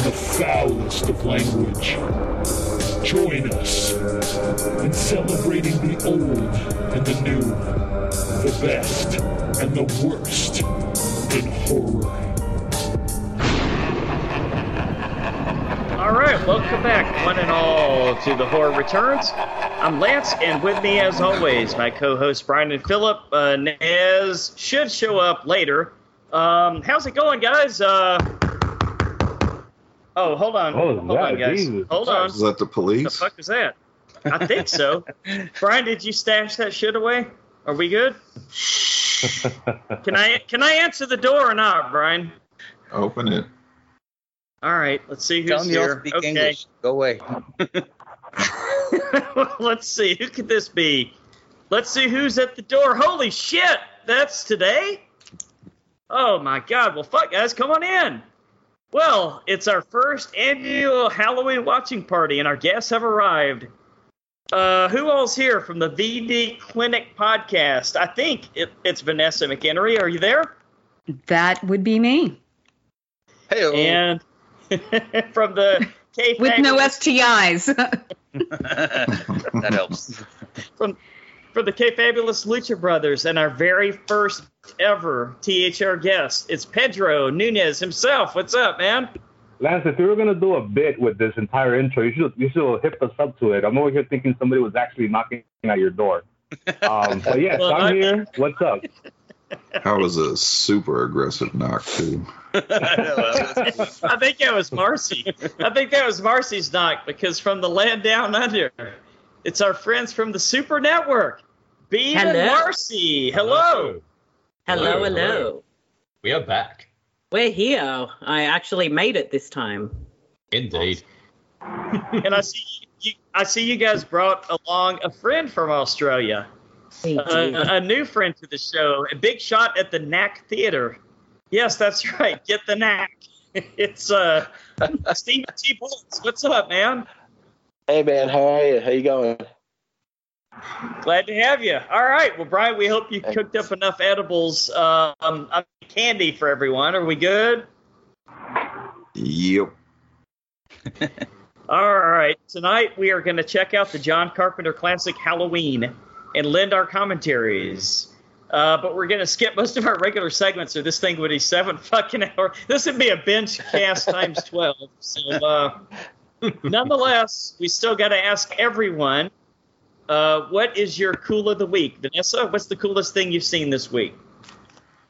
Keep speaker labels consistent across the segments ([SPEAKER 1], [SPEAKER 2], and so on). [SPEAKER 1] the foulest of language. Join us in celebrating the old and the new, the best and the worst in horror.
[SPEAKER 2] All right, welcome back, one and all, to the Horror Returns. I'm Lance, and with me, as always, my co-host Brian and Philip. Uh, Nez should show up later. Um, how's it going, guys? Uh, oh, hold on,
[SPEAKER 3] Oh,
[SPEAKER 2] hold
[SPEAKER 3] wow,
[SPEAKER 2] on, guys,
[SPEAKER 3] Jesus.
[SPEAKER 2] hold on.
[SPEAKER 4] Is that the
[SPEAKER 2] The
[SPEAKER 4] police?
[SPEAKER 2] fuck was that? I think so. Brian, did you stash that shit away? Are we good? Can I can I answer the door or not, Brian?
[SPEAKER 4] Open it.
[SPEAKER 2] All right, let's see who's
[SPEAKER 5] Tell 'em you
[SPEAKER 2] here.
[SPEAKER 5] don't speak
[SPEAKER 2] okay.
[SPEAKER 5] English. Go away.
[SPEAKER 2] Well, Let's see. Who could this be? Let's see who's at the door. Holy shit! That's today? Oh my god. Well, fuck, guys. Come on in. Well, it's our first annual Halloween watching party, and our guests have arrived. Uh, who all's here from the VD Clinic podcast? I think it, it's Vanessa McHenry. Are you there?
[SPEAKER 6] That would be me
[SPEAKER 5] Hey,
[SPEAKER 2] And from the K
[SPEAKER 6] with no STIs.
[SPEAKER 5] that helps.
[SPEAKER 2] for the K Fabulous Lucha Brothers and our very first ever THR guest. It's Pedro Nunez himself. What's up, man?
[SPEAKER 3] Lance, if you were gonna do a bit with this entire intro, you should you should hip us up to it. I'm over here thinking somebody was actually knocking at your door. Um, but yes,
[SPEAKER 2] Well,
[SPEAKER 3] I'm
[SPEAKER 2] I-
[SPEAKER 3] here. What's up?
[SPEAKER 4] That was a super aggressive knock too.
[SPEAKER 2] I think that was Marcy. I think that was Marcy's knock because from the land down under, it's our friends from the Super Network. Bean and
[SPEAKER 7] Hello.
[SPEAKER 2] Marcy. Hello.
[SPEAKER 7] Hello, hello.
[SPEAKER 8] Hello, hello. We are back.
[SPEAKER 7] We're here. I actually made it this time.
[SPEAKER 8] Indeed.
[SPEAKER 2] and I see you, I see you guys brought along a friend from Australia.
[SPEAKER 7] Thank you.
[SPEAKER 2] a, a new friend to the show, a big shot at the Knack Theater. Yes, that's right. Get the Knack. It's uh, Stephen T. Bolts. What's up, man?
[SPEAKER 9] Hey man, how are you? How you going?
[SPEAKER 2] Glad to have you. All right. Well, Brian, we hope you
[SPEAKER 9] Thanks.
[SPEAKER 2] cooked up enough edibles, um, I mean, candy for everyone. Are we good?
[SPEAKER 4] Yep.
[SPEAKER 2] All right. Tonight we are going to check out the John Carpenter classic Halloween and lend our commentaries. Uh, but we're going to skip most of our regular segments, or this thing would be seven fucking hours. This would be a bench cast times 12. So, uh, nonetheless, we still got to ask everyone uh, what is your cool of the week? Vanessa, what's the coolest thing you've seen this week?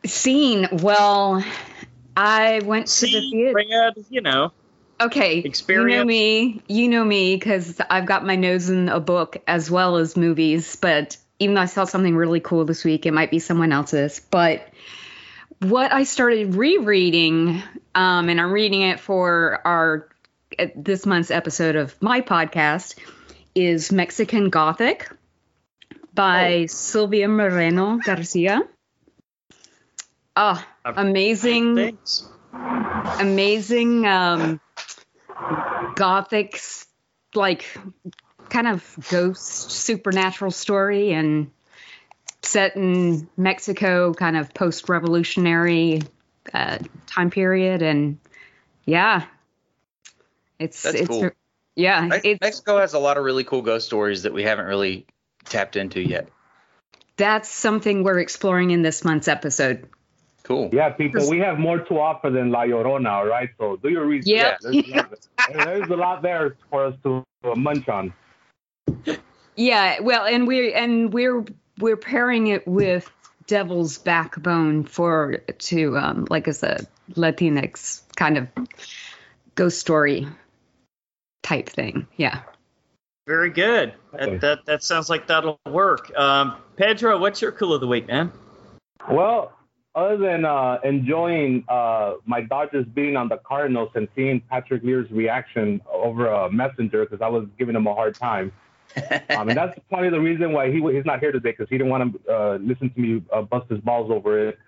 [SPEAKER 6] Scene. Well, I went to the
[SPEAKER 2] See,
[SPEAKER 6] theater.
[SPEAKER 2] Brad, you know.
[SPEAKER 6] Okay, you know
[SPEAKER 2] experience.
[SPEAKER 6] me. You know me because I've got my nose in a book as well as movies. But even though I saw something really cool this week, it might be someone else's. But what I started rereading, um, and I'm reading it for our uh, this month's episode of my podcast, is Mexican Gothic
[SPEAKER 2] Oh.
[SPEAKER 6] by Silvia Moreno Garcia. Ah, amazing
[SPEAKER 2] Thanks.
[SPEAKER 6] amazing um gothic s- like kind of ghost supernatural story and set in mexico kind of post-revolutionary uh, time period and yeah it's
[SPEAKER 5] That's
[SPEAKER 6] it's
[SPEAKER 5] cool.
[SPEAKER 6] yeah
[SPEAKER 5] Mex-
[SPEAKER 6] it's
[SPEAKER 5] Mexico has a lot of really cool ghost stories that we haven't really tapped into yet.
[SPEAKER 6] that's something we're exploring in this month's episode
[SPEAKER 5] Cool.
[SPEAKER 3] Yeah, people, we have more to offer than La Llorona, all right? So do your research.
[SPEAKER 6] Yep.
[SPEAKER 3] There's, a lot- there's a lot there for us to uh, munch on.
[SPEAKER 6] Yeah, well, and we're and we're we're pairing it with Devil's Backbone for to um like as a Latinx kind of ghost story type thing. Yeah.
[SPEAKER 2] Very good.
[SPEAKER 3] Okay.
[SPEAKER 2] That, that that sounds like that'll work. Um, Pedro, what's your cool of the week, man?
[SPEAKER 3] Well, other than uh, enjoying uh, my Dodgers being on the Cardinals and seeing Patrick Lear's reaction over a messenger because I was giving him a hard time. Um, and that's probably the reason why he wa- he's not here today because he didn't want to uh, listen to me uh, bust his balls over it.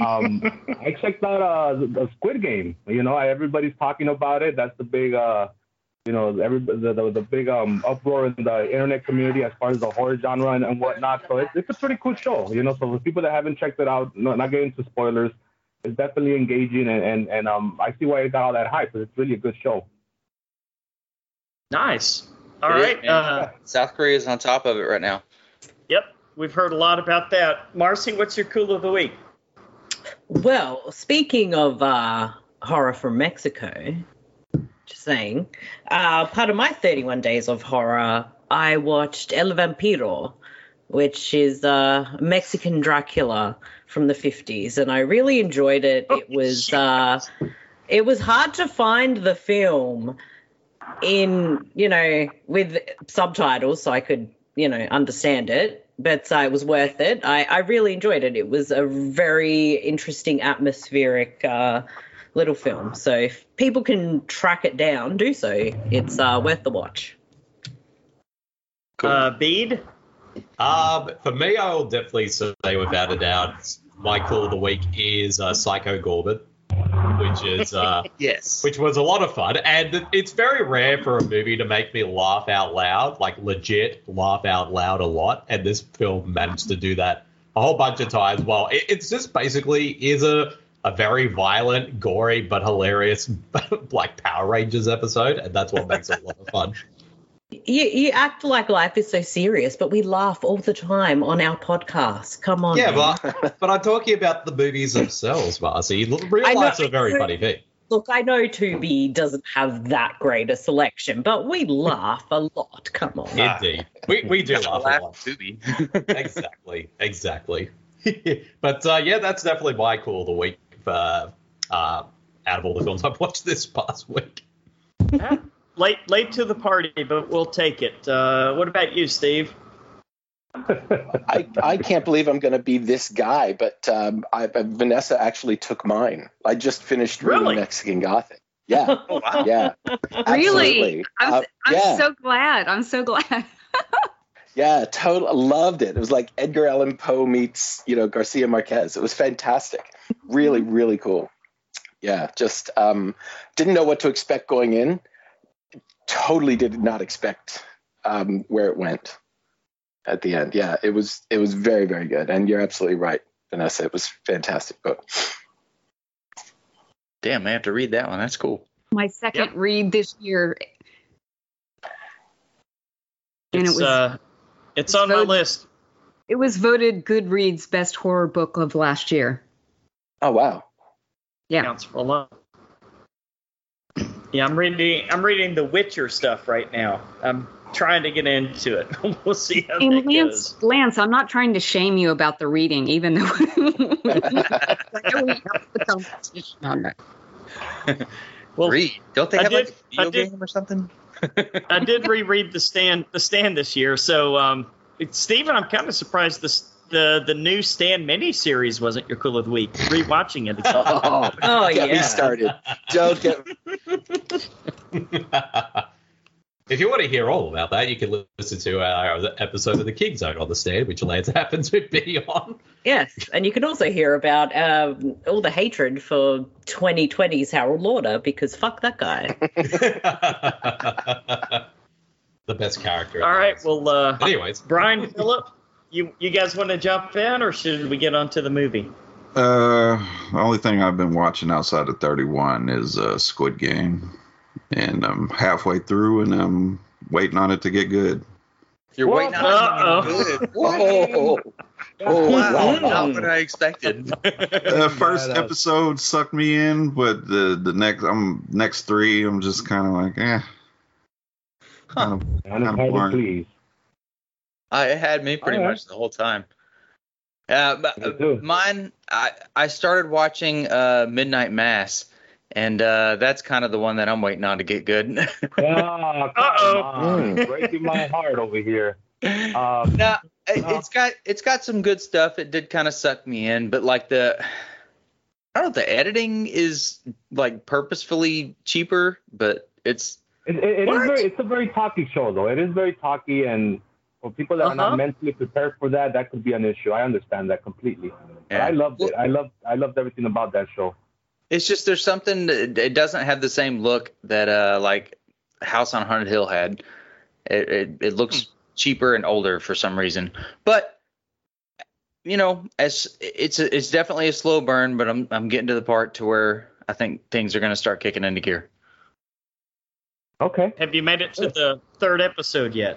[SPEAKER 3] Um, I checked out uh, the, the Squid Game. You know, I, everybody's talking about it. That's the big, uh, you know, every, the, the the big um, uproar in the internet community as far as the horror genre and, and whatnot. So it's, it's a pretty cool show. You know, so for people that haven't checked it out, no, not getting into spoilers, it's definitely engaging and and, and um, I see why it got all that hype. 'cause it's really a good show.
[SPEAKER 2] Nice. All
[SPEAKER 5] It is,
[SPEAKER 2] right.
[SPEAKER 5] man.
[SPEAKER 2] uh,
[SPEAKER 5] South Korea is on top of it right now.
[SPEAKER 2] yep. We've heard a lot about that. Marcy, what's your cool of the week?
[SPEAKER 7] Well, speaking of uh, horror from Mexico, just saying, uh, part of my 31 days of horror, I watched El Vampiro, which is uh, Mexican Dracula from the 50s, and I really enjoyed it. It was uh, it was hard to find the film in you know with subtitles so I could you know understand it, but uh, it was worth it. I I really enjoyed it. It was a very interesting atmospheric. Uh, little film. So if people can track it down, do so. It's uh, worth the watch.
[SPEAKER 5] Cool.
[SPEAKER 2] Uh, Bede?
[SPEAKER 8] Um, for me, I will definitely say without a doubt, my call of the week is uh, Psycho Gorbin, which is uh,
[SPEAKER 5] yes.
[SPEAKER 8] which was a lot of fun, and it's very rare for a movie to make me laugh out loud, like legit laugh out loud a lot, and this film managed to do that a whole bunch of times. Well, it, it's just basically is a a very violent, gory, but hilarious, like Power Rangers episode, and that's what makes it a lot of fun.
[SPEAKER 7] You, you act like life is so serious, but we laugh all the time on our podcast. Come on.
[SPEAKER 8] Yeah,
[SPEAKER 7] man.
[SPEAKER 8] but but I'm talking about the movies themselves, Marcy. L- Real
[SPEAKER 7] I know.
[SPEAKER 8] life's a very funny thing.
[SPEAKER 7] Look, I know Tubi doesn't have that great a selection, but we laugh a lot. Come on.
[SPEAKER 5] Yeah. Ah.
[SPEAKER 8] Indeed, we we do laugh a lot.
[SPEAKER 5] Tubi.
[SPEAKER 8] Exactly, exactly. but uh, yeah, that's definitely my call of the week. Uh, uh, out of all the films I've watched this past week,
[SPEAKER 2] Late, late to the party, but we'll take it. Uh, what about you, Steve?
[SPEAKER 1] I, I can't believe I'm going to be this guy, but um, I, I- Vanessa actually took mine. I just finished reading
[SPEAKER 2] Really?
[SPEAKER 1] Mexican Gothic. Yeah,
[SPEAKER 2] Oh,
[SPEAKER 5] wow.
[SPEAKER 1] yeah.
[SPEAKER 6] Really?
[SPEAKER 1] absolutely.
[SPEAKER 6] I'm,
[SPEAKER 1] Uh,
[SPEAKER 6] I'm
[SPEAKER 1] yeah,
[SPEAKER 6] so glad. I'm so glad.
[SPEAKER 1] yeah, total. Loved it. It was like Edgar Allan Poe meets, you know, Garcia Marquez. It was fantastic. Really, really cool. Yeah, just um, didn't know what to expect going in. Totally did not expect um, where it went at the end. Yeah, it was it was very very good. And you're absolutely right, Vanessa. It was a fantastic book.
[SPEAKER 5] Damn, I have to read that one. That's cool.
[SPEAKER 6] My second
[SPEAKER 2] Yep.
[SPEAKER 6] read this year. And it
[SPEAKER 2] It's,
[SPEAKER 6] was
[SPEAKER 2] uh, it's on my
[SPEAKER 6] voted-
[SPEAKER 2] list.
[SPEAKER 6] it was voted Goodreads best horror book of last year.
[SPEAKER 1] Oh wow.
[SPEAKER 6] Yeah.
[SPEAKER 2] Counts for a lot. Yeah, I'm reading. I'm reading the Witcher stuff right now. I'm trying to get into it. we'll see how that
[SPEAKER 6] And
[SPEAKER 2] goes.
[SPEAKER 6] Lance, Lance, I'm not trying to shame you about the reading, even though I don't have the conversation on that.
[SPEAKER 2] Well,
[SPEAKER 5] read. Don't they
[SPEAKER 2] I
[SPEAKER 5] have
[SPEAKER 2] did-
[SPEAKER 5] like a
[SPEAKER 2] I
[SPEAKER 5] video
[SPEAKER 2] did-
[SPEAKER 5] game or something?
[SPEAKER 2] I did reread the stand the stand this year. So, um, it's- Steven, I'm kind of surprised this the the new stand mini series wasn't your cool of the week. Rewatching it, again.
[SPEAKER 1] Oh,
[SPEAKER 7] Oh,
[SPEAKER 1] get me
[SPEAKER 7] yeah.
[SPEAKER 1] started. Don't get.
[SPEAKER 8] if you want to hear all about that, you can listen to our episode of the King Zone on the stand, which Lance happens to be on.
[SPEAKER 7] Yes. And you can also hear about um, all the hatred for 2020's Harold Lauder because fuck that guy.
[SPEAKER 8] the best character.
[SPEAKER 2] all right. Well, uh,
[SPEAKER 8] anyways,
[SPEAKER 2] Brian Phillip, you you guys want to jump in, or should we get onto the movie?
[SPEAKER 4] Uh, the only thing I've been watching outside of 31 is uh, Squid Game, and I'm halfway through, and I'm waiting on it to get good.
[SPEAKER 5] You're
[SPEAKER 3] Well,
[SPEAKER 5] waiting on
[SPEAKER 2] uh-oh.
[SPEAKER 5] something good.
[SPEAKER 1] Oh, oh,
[SPEAKER 5] wow,
[SPEAKER 1] wow.
[SPEAKER 5] not what I expected.
[SPEAKER 4] The first
[SPEAKER 10] that's-
[SPEAKER 4] episode sucked me in, but the the next I'm next three, I'm just kind of like, eh.
[SPEAKER 5] Huh.
[SPEAKER 3] And I'm
[SPEAKER 4] I'm
[SPEAKER 3] highly
[SPEAKER 4] bored.
[SPEAKER 3] pleased.
[SPEAKER 5] I it had me pretty
[SPEAKER 3] All right.
[SPEAKER 5] much the whole time. Uh, but,
[SPEAKER 3] Me too.
[SPEAKER 5] mine, I, I started watching uh, Midnight Mass, and uh, that's kind of the one that I'm waiting on to get good.
[SPEAKER 3] Ah, come
[SPEAKER 2] Uh-oh.
[SPEAKER 3] on.
[SPEAKER 1] Mm.
[SPEAKER 3] breaking my heart over here. Um, uh,
[SPEAKER 5] No, it-
[SPEAKER 3] Well-
[SPEAKER 5] it's got it's got some good stuff. It did kind of suck me in, but like the I don't know if the editing is like purposefully cheaper, but it's
[SPEAKER 3] It, it, it is
[SPEAKER 5] What?
[SPEAKER 3] very, it's a very talky show, though. It is very talky, and for people that are
[SPEAKER 2] Uh-huh.
[SPEAKER 3] not mentally prepared for that, that could be an issue. I understand that completely. But
[SPEAKER 5] Yeah.
[SPEAKER 3] I loved it. I loved, I loved everything about that show.
[SPEAKER 5] it's just there's something that it doesn't have the same look that uh like House on Haunted Hill had. It it, it
[SPEAKER 3] Hmm.
[SPEAKER 5] looks cheaper and older for some reason, but you know, as it's a, it's definitely a slow burn, but I'm I'm getting to the part to where I think things are going to start kicking into gear.
[SPEAKER 3] Okay.
[SPEAKER 2] Have you made it to the third episode yet?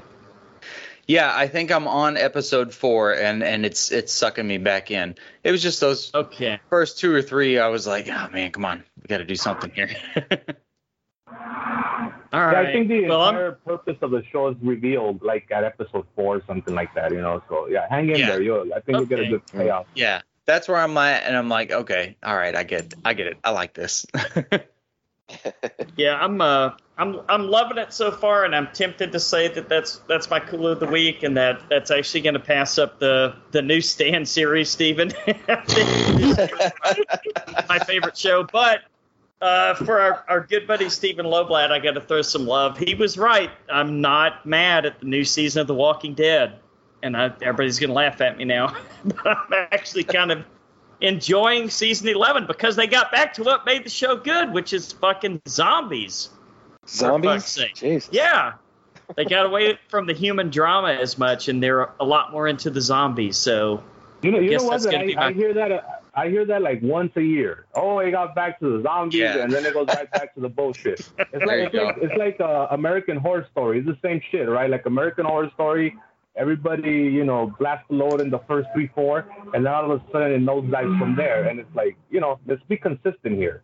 [SPEAKER 5] Yeah, I think I'm on episode four, and and it's it's sucking me back in. It was just those
[SPEAKER 2] Okay.
[SPEAKER 5] first two or three. I was like, oh man, come on, we got to do something here.
[SPEAKER 2] All right.
[SPEAKER 3] yeah, I think the
[SPEAKER 2] well, I'm-
[SPEAKER 3] entire purpose of the show is revealed, like at episode four or something like that. You know, so yeah, hang in
[SPEAKER 5] Yeah.
[SPEAKER 3] there. You'll, I think you'll get
[SPEAKER 2] Okay. Mm.
[SPEAKER 3] a good payoff.
[SPEAKER 5] yeah, that's where I'm at, and I'm like, okay, all right, I get, I get it, I like this.
[SPEAKER 2] Yeah, I'm uh, I'm I'm loving it so far, and I'm tempted to say that that's that's my cool of the week, and that that's actually going to pass up the the newsstand series, Stephen. I think Newsstand is my favorite show, but. Uh, for our, our good buddy Stephen Loblad, I got to throw some love. He was right. I'm not mad at the new season of The Walking Dead, and I, everybody's going to laugh at me now. but I'm actually kind of enjoying season 11 because they got back to what made the show good, which is fucking zombies.
[SPEAKER 1] Zombies.
[SPEAKER 2] fuck's sake.
[SPEAKER 1] Jeez.
[SPEAKER 2] Yeah. They got away from the human drama as much and they're a lot more into the zombies. So,
[SPEAKER 3] You know, you
[SPEAKER 2] Guess
[SPEAKER 3] know what?
[SPEAKER 2] that's
[SPEAKER 3] That
[SPEAKER 2] gonna
[SPEAKER 3] I,
[SPEAKER 2] be my-
[SPEAKER 3] I hear that. Uh, I hear that like once a year. Oh, it got back to the zombies,
[SPEAKER 5] Yeah.
[SPEAKER 3] and then it goes right back to the bullshit. It's like
[SPEAKER 5] There you
[SPEAKER 3] it's like,
[SPEAKER 5] go.
[SPEAKER 3] it's like uh, American Horror Story. It's the same shit, right? Like American Horror Story. Everybody, you know, blasts the load in the first three, four, and then all of a sudden it nosedives from there. And it's like, you know, let's be consistent here,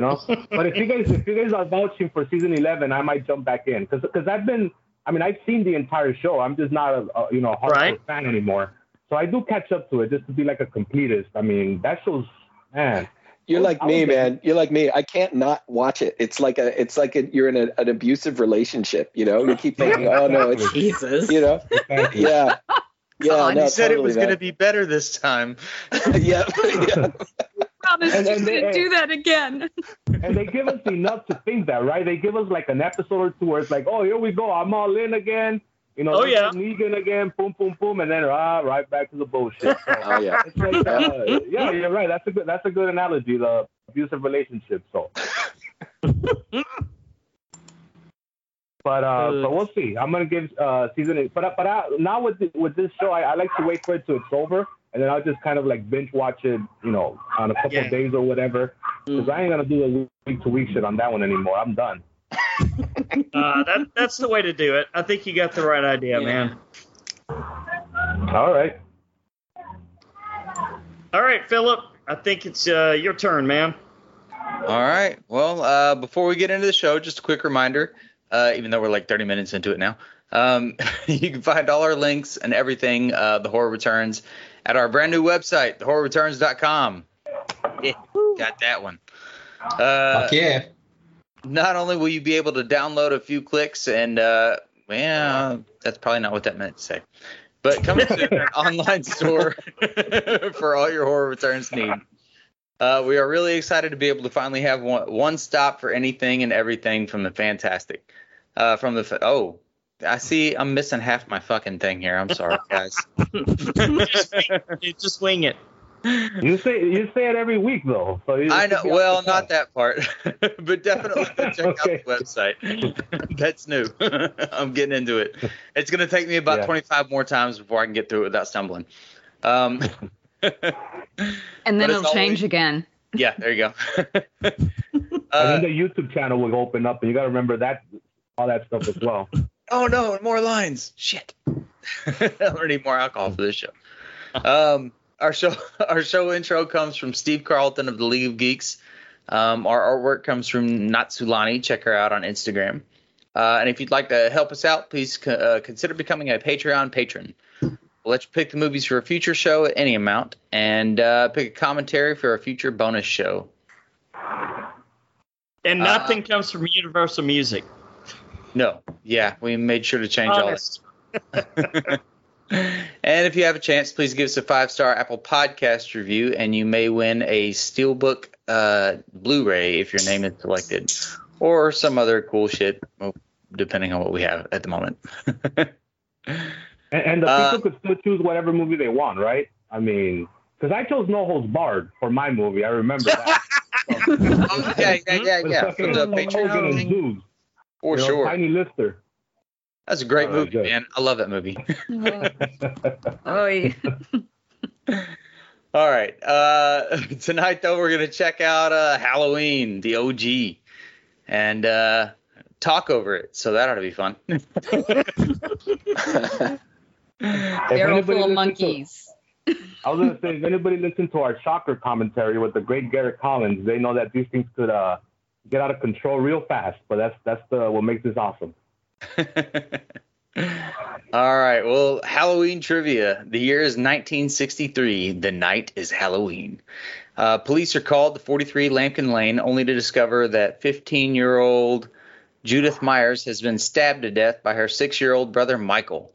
[SPEAKER 3] know. but if you guys, if you guys are vouching for season eleven, I might jump back in because because I've been, I mean, I've seen the entire show. I'm just not a, a you know hardcore
[SPEAKER 2] Right.
[SPEAKER 3] fan anymore. So I do catch up to it just to be like a completist. I mean, that show's man.
[SPEAKER 1] You're
[SPEAKER 3] I was-
[SPEAKER 1] like
[SPEAKER 3] I
[SPEAKER 1] me,
[SPEAKER 3] was getting-
[SPEAKER 1] man. You're like me. I can't not watch it. It's like a. It's like a, you're in a, an abusive relationship. You know. You keep thinking, oh no, it's
[SPEAKER 7] Jesus.
[SPEAKER 1] you know,
[SPEAKER 3] Exactly.
[SPEAKER 1] yeah, yeah.
[SPEAKER 5] Colin,
[SPEAKER 1] no,
[SPEAKER 5] you said it
[SPEAKER 1] totally,
[SPEAKER 5] was
[SPEAKER 1] man.
[SPEAKER 5] going to be better this time.
[SPEAKER 1] yeah, yeah.
[SPEAKER 6] Promise
[SPEAKER 3] And-
[SPEAKER 6] you
[SPEAKER 3] and they-
[SPEAKER 6] didn't do that again.
[SPEAKER 3] and they give us enough to think that, right? They give us like an episode or two where it's like, oh, here we go, I'm all in again. You know,
[SPEAKER 2] Oh,
[SPEAKER 3] this
[SPEAKER 2] yeah.
[SPEAKER 3] is Negan again, boom, boom, boom, and then ah, right back to the bullshit. So
[SPEAKER 1] Oh yeah.
[SPEAKER 3] it's like, uh, yeah, you're right. That's a good, that's a good analogy. The abusive relationship. So, but uh, but we'll see. I'm gonna give uh season eight. But I- but I, now with the, with this show, I, I like to wait for it till it's over, and then I'll just kind of like binge watch it, you know, on a couple
[SPEAKER 2] Yeah. Mm.
[SPEAKER 3] days or whatever. Because I ain't gonna do a week to week shit on that one anymore. I'm done.
[SPEAKER 2] uh, that that's the way to do it. I think you got the right idea,
[SPEAKER 7] Yeah.
[SPEAKER 2] man.
[SPEAKER 3] All right.
[SPEAKER 2] All right, Philip, I think it's uh, your turn, man.
[SPEAKER 5] All right. Well, uh, before we get into the show, just a quick reminder, uh, even though we're like 30 minutes into it now, um, you can find all our links and everything, uh, The Horror Returns, at our brand new website, thehorrorreturns.com. Yeah, got that one. Uh,
[SPEAKER 8] Fuck yeah.
[SPEAKER 5] Not only will you be able to download a few clicks and, uh, yeah, that's probably not what that meant to say. But come to our online store for all your horror returns needs. Uh, we are really excited to be able to finally have one, one stop for anything and everything from the fantastic. Uh, from the fa- oh, I see. I'm missing half my fucking thing here. I'm sorry, guys.
[SPEAKER 2] You just wing it.
[SPEAKER 3] You say you say it every week though. So you
[SPEAKER 5] I
[SPEAKER 3] should
[SPEAKER 5] know.
[SPEAKER 3] be off
[SPEAKER 5] Well,
[SPEAKER 3] the
[SPEAKER 5] not
[SPEAKER 3] cuff.
[SPEAKER 5] that part, but definitely check
[SPEAKER 3] Okay.
[SPEAKER 5] out the website. That's new. I'm getting into it. It's going to take me about
[SPEAKER 3] Yeah.
[SPEAKER 5] 25 more times before I can get through it without stumbling. Um,
[SPEAKER 6] And
[SPEAKER 5] But
[SPEAKER 6] then
[SPEAKER 5] it's
[SPEAKER 6] it'll change
[SPEAKER 5] always-
[SPEAKER 6] again.
[SPEAKER 5] yeah, there you go. Uh,
[SPEAKER 3] and then the YouTube channel will open up, and you got to remember that all that stuff as well.
[SPEAKER 5] Oh no, more lines. Shit. I'm gonna need more alcohol for this show. Um, our show our show intro comes from Steve Carlton of the League of Geeks. Um, our artwork comes from Natsulani. Check her out on Instagram. Uh, and if you'd like to help us out, please co- uh, consider becoming a Patreon patron. We'll let you pick the movies for a future show at any amount, and uh, pick a commentary for a future bonus show.
[SPEAKER 2] And
[SPEAKER 5] Uh,
[SPEAKER 2] nothing comes from Universal Music.
[SPEAKER 5] No, yeah, we made sure to change all that.
[SPEAKER 2] Honest.
[SPEAKER 5] and And if you have a chance, please give us a five star Apple Podcast review, and you may win a Steelbook uh, Blu ray if your name is selected, or some other cool shit, depending on what we have at the moment.
[SPEAKER 3] And, and the
[SPEAKER 5] Uh,
[SPEAKER 3] people could still choose whatever movie they want, right? I mean, because I chose No Holds Barred for my movie. I remember that.
[SPEAKER 5] oh, yeah, yeah, yeah,
[SPEAKER 3] With
[SPEAKER 5] yeah.
[SPEAKER 3] fucking
[SPEAKER 5] From the
[SPEAKER 3] Hulk
[SPEAKER 5] Patreon
[SPEAKER 3] Hogan and
[SPEAKER 5] thing,
[SPEAKER 3] Zeus,
[SPEAKER 5] for
[SPEAKER 3] you know,
[SPEAKER 5] sure.
[SPEAKER 3] Tiny Lister.
[SPEAKER 5] That's a great
[SPEAKER 3] Oh,
[SPEAKER 5] movie,
[SPEAKER 3] good.
[SPEAKER 5] man. I love that movie.
[SPEAKER 6] oh, yeah.
[SPEAKER 5] All right. Uh, tonight, though, we're going to check out uh, Halloween, the OG, and uh, talk over it. So that ought to be fun.
[SPEAKER 3] If
[SPEAKER 6] barrel full
[SPEAKER 3] anybody
[SPEAKER 6] of
[SPEAKER 3] listens to-
[SPEAKER 6] monkeys.
[SPEAKER 3] I was gonna say, if anybody listened to our shocker commentary with the great Garrett Collins, they know that these things could uh, get out of control real fast. But that's that's the what makes this awesome.
[SPEAKER 5] All right. Well, Halloween trivia. The year is 1963. The night is Halloween. Uh, police are called to 43 Lampkin Lane only to discover that 15 year old Judith Myers has been stabbed to death by her six year old brother Michael.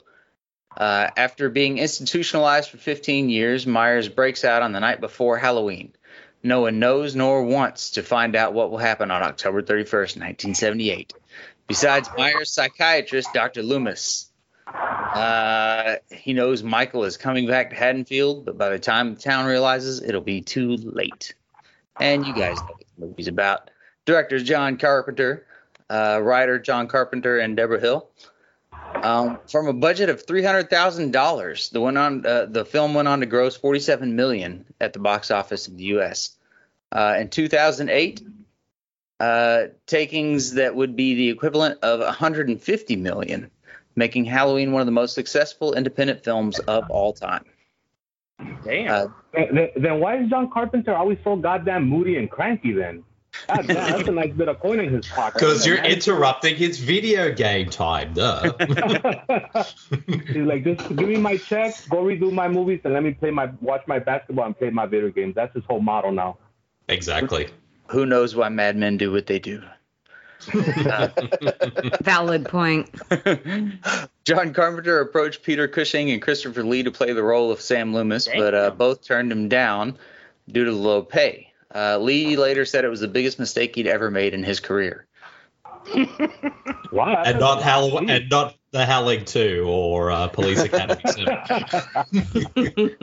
[SPEAKER 5] Uh, after being institutionalized for 15 years, Myers breaks out on the night before Halloween. No one knows nor wants to find out what will happen on October 31st, 1978 besides Myers' psychiatrist, Dr. Loomis. Uh, he knows Michael is coming back to Haddonfield, but by the time the town realizes, it'll be too late. And you guys know what the movie's about. Directors John Carpenter, uh, writer John Carpenter, and Deborah Hill. Um, from a budget of three hundred thousand dollars, the went on uh, the film went on to gross forty-seven million at the box office in the U.S. Uh, in two thousand eight, uh, takings that would be the equivalent of 150 million, making Halloween one of the most successful independent films of all time.
[SPEAKER 2] Damn.
[SPEAKER 5] Uh,
[SPEAKER 3] Then- Then, then why is John Carpenter always so goddamn moody and cranky? Then God, damn, that's a nice bit of coin in his pocket.
[SPEAKER 8] Because you're interrupting his video game time,
[SPEAKER 6] Oh,
[SPEAKER 8] duh.
[SPEAKER 3] He's like, just give me my check, go redo my movies, and let me play my watch my basketball and play my video games. That's his whole model now.
[SPEAKER 8] exactly.
[SPEAKER 5] Who knows why madmen do what they do? Uh,
[SPEAKER 6] Valid point.
[SPEAKER 5] John Carpenter approached Peter Cushing and Christopher Lee to play the role of Sam Loomis, but uh, both turned him down due to the low pay. Uh, Lee later said it was the biggest mistake he'd ever made in his career.
[SPEAKER 3] Wow.
[SPEAKER 8] And not Halloween, and not the Howling 2 or uh, Police Academy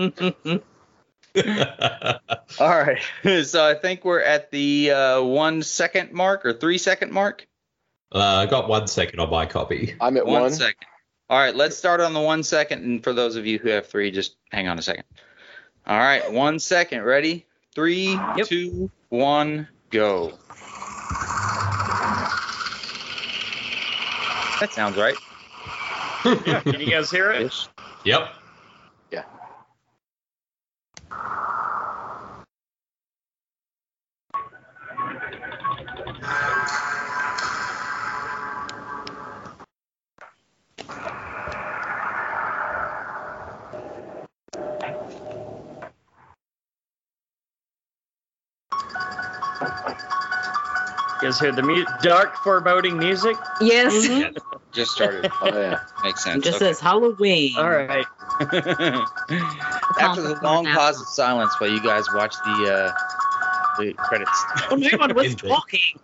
[SPEAKER 8] 7.
[SPEAKER 5] All right. So I think we're at the uh, one second mark or three second mark.
[SPEAKER 8] Uh, I got one second on my copy.
[SPEAKER 1] I'm at one.
[SPEAKER 5] One second. All right, let's start on the one second. And for those of you who have three, just hang on a second. All right, one second. Ready? Three, two, one, go. That sounds right.
[SPEAKER 2] Yeah, can you guys hear it?
[SPEAKER 8] Yep.
[SPEAKER 2] You guys hear the mu- dark, foreboding music? Mm-hmm.
[SPEAKER 6] Yes.
[SPEAKER 7] Mhm.
[SPEAKER 5] Just started.
[SPEAKER 1] Oh yeah.
[SPEAKER 5] Makes
[SPEAKER 7] It
[SPEAKER 5] sense.
[SPEAKER 7] just
[SPEAKER 5] Okay.
[SPEAKER 7] says Halloween.
[SPEAKER 2] All right.
[SPEAKER 5] After the long pause of silence while you guys watch the uh, the credits.
[SPEAKER 7] Oh, no one was
[SPEAKER 8] Indeed.
[SPEAKER 7] talking.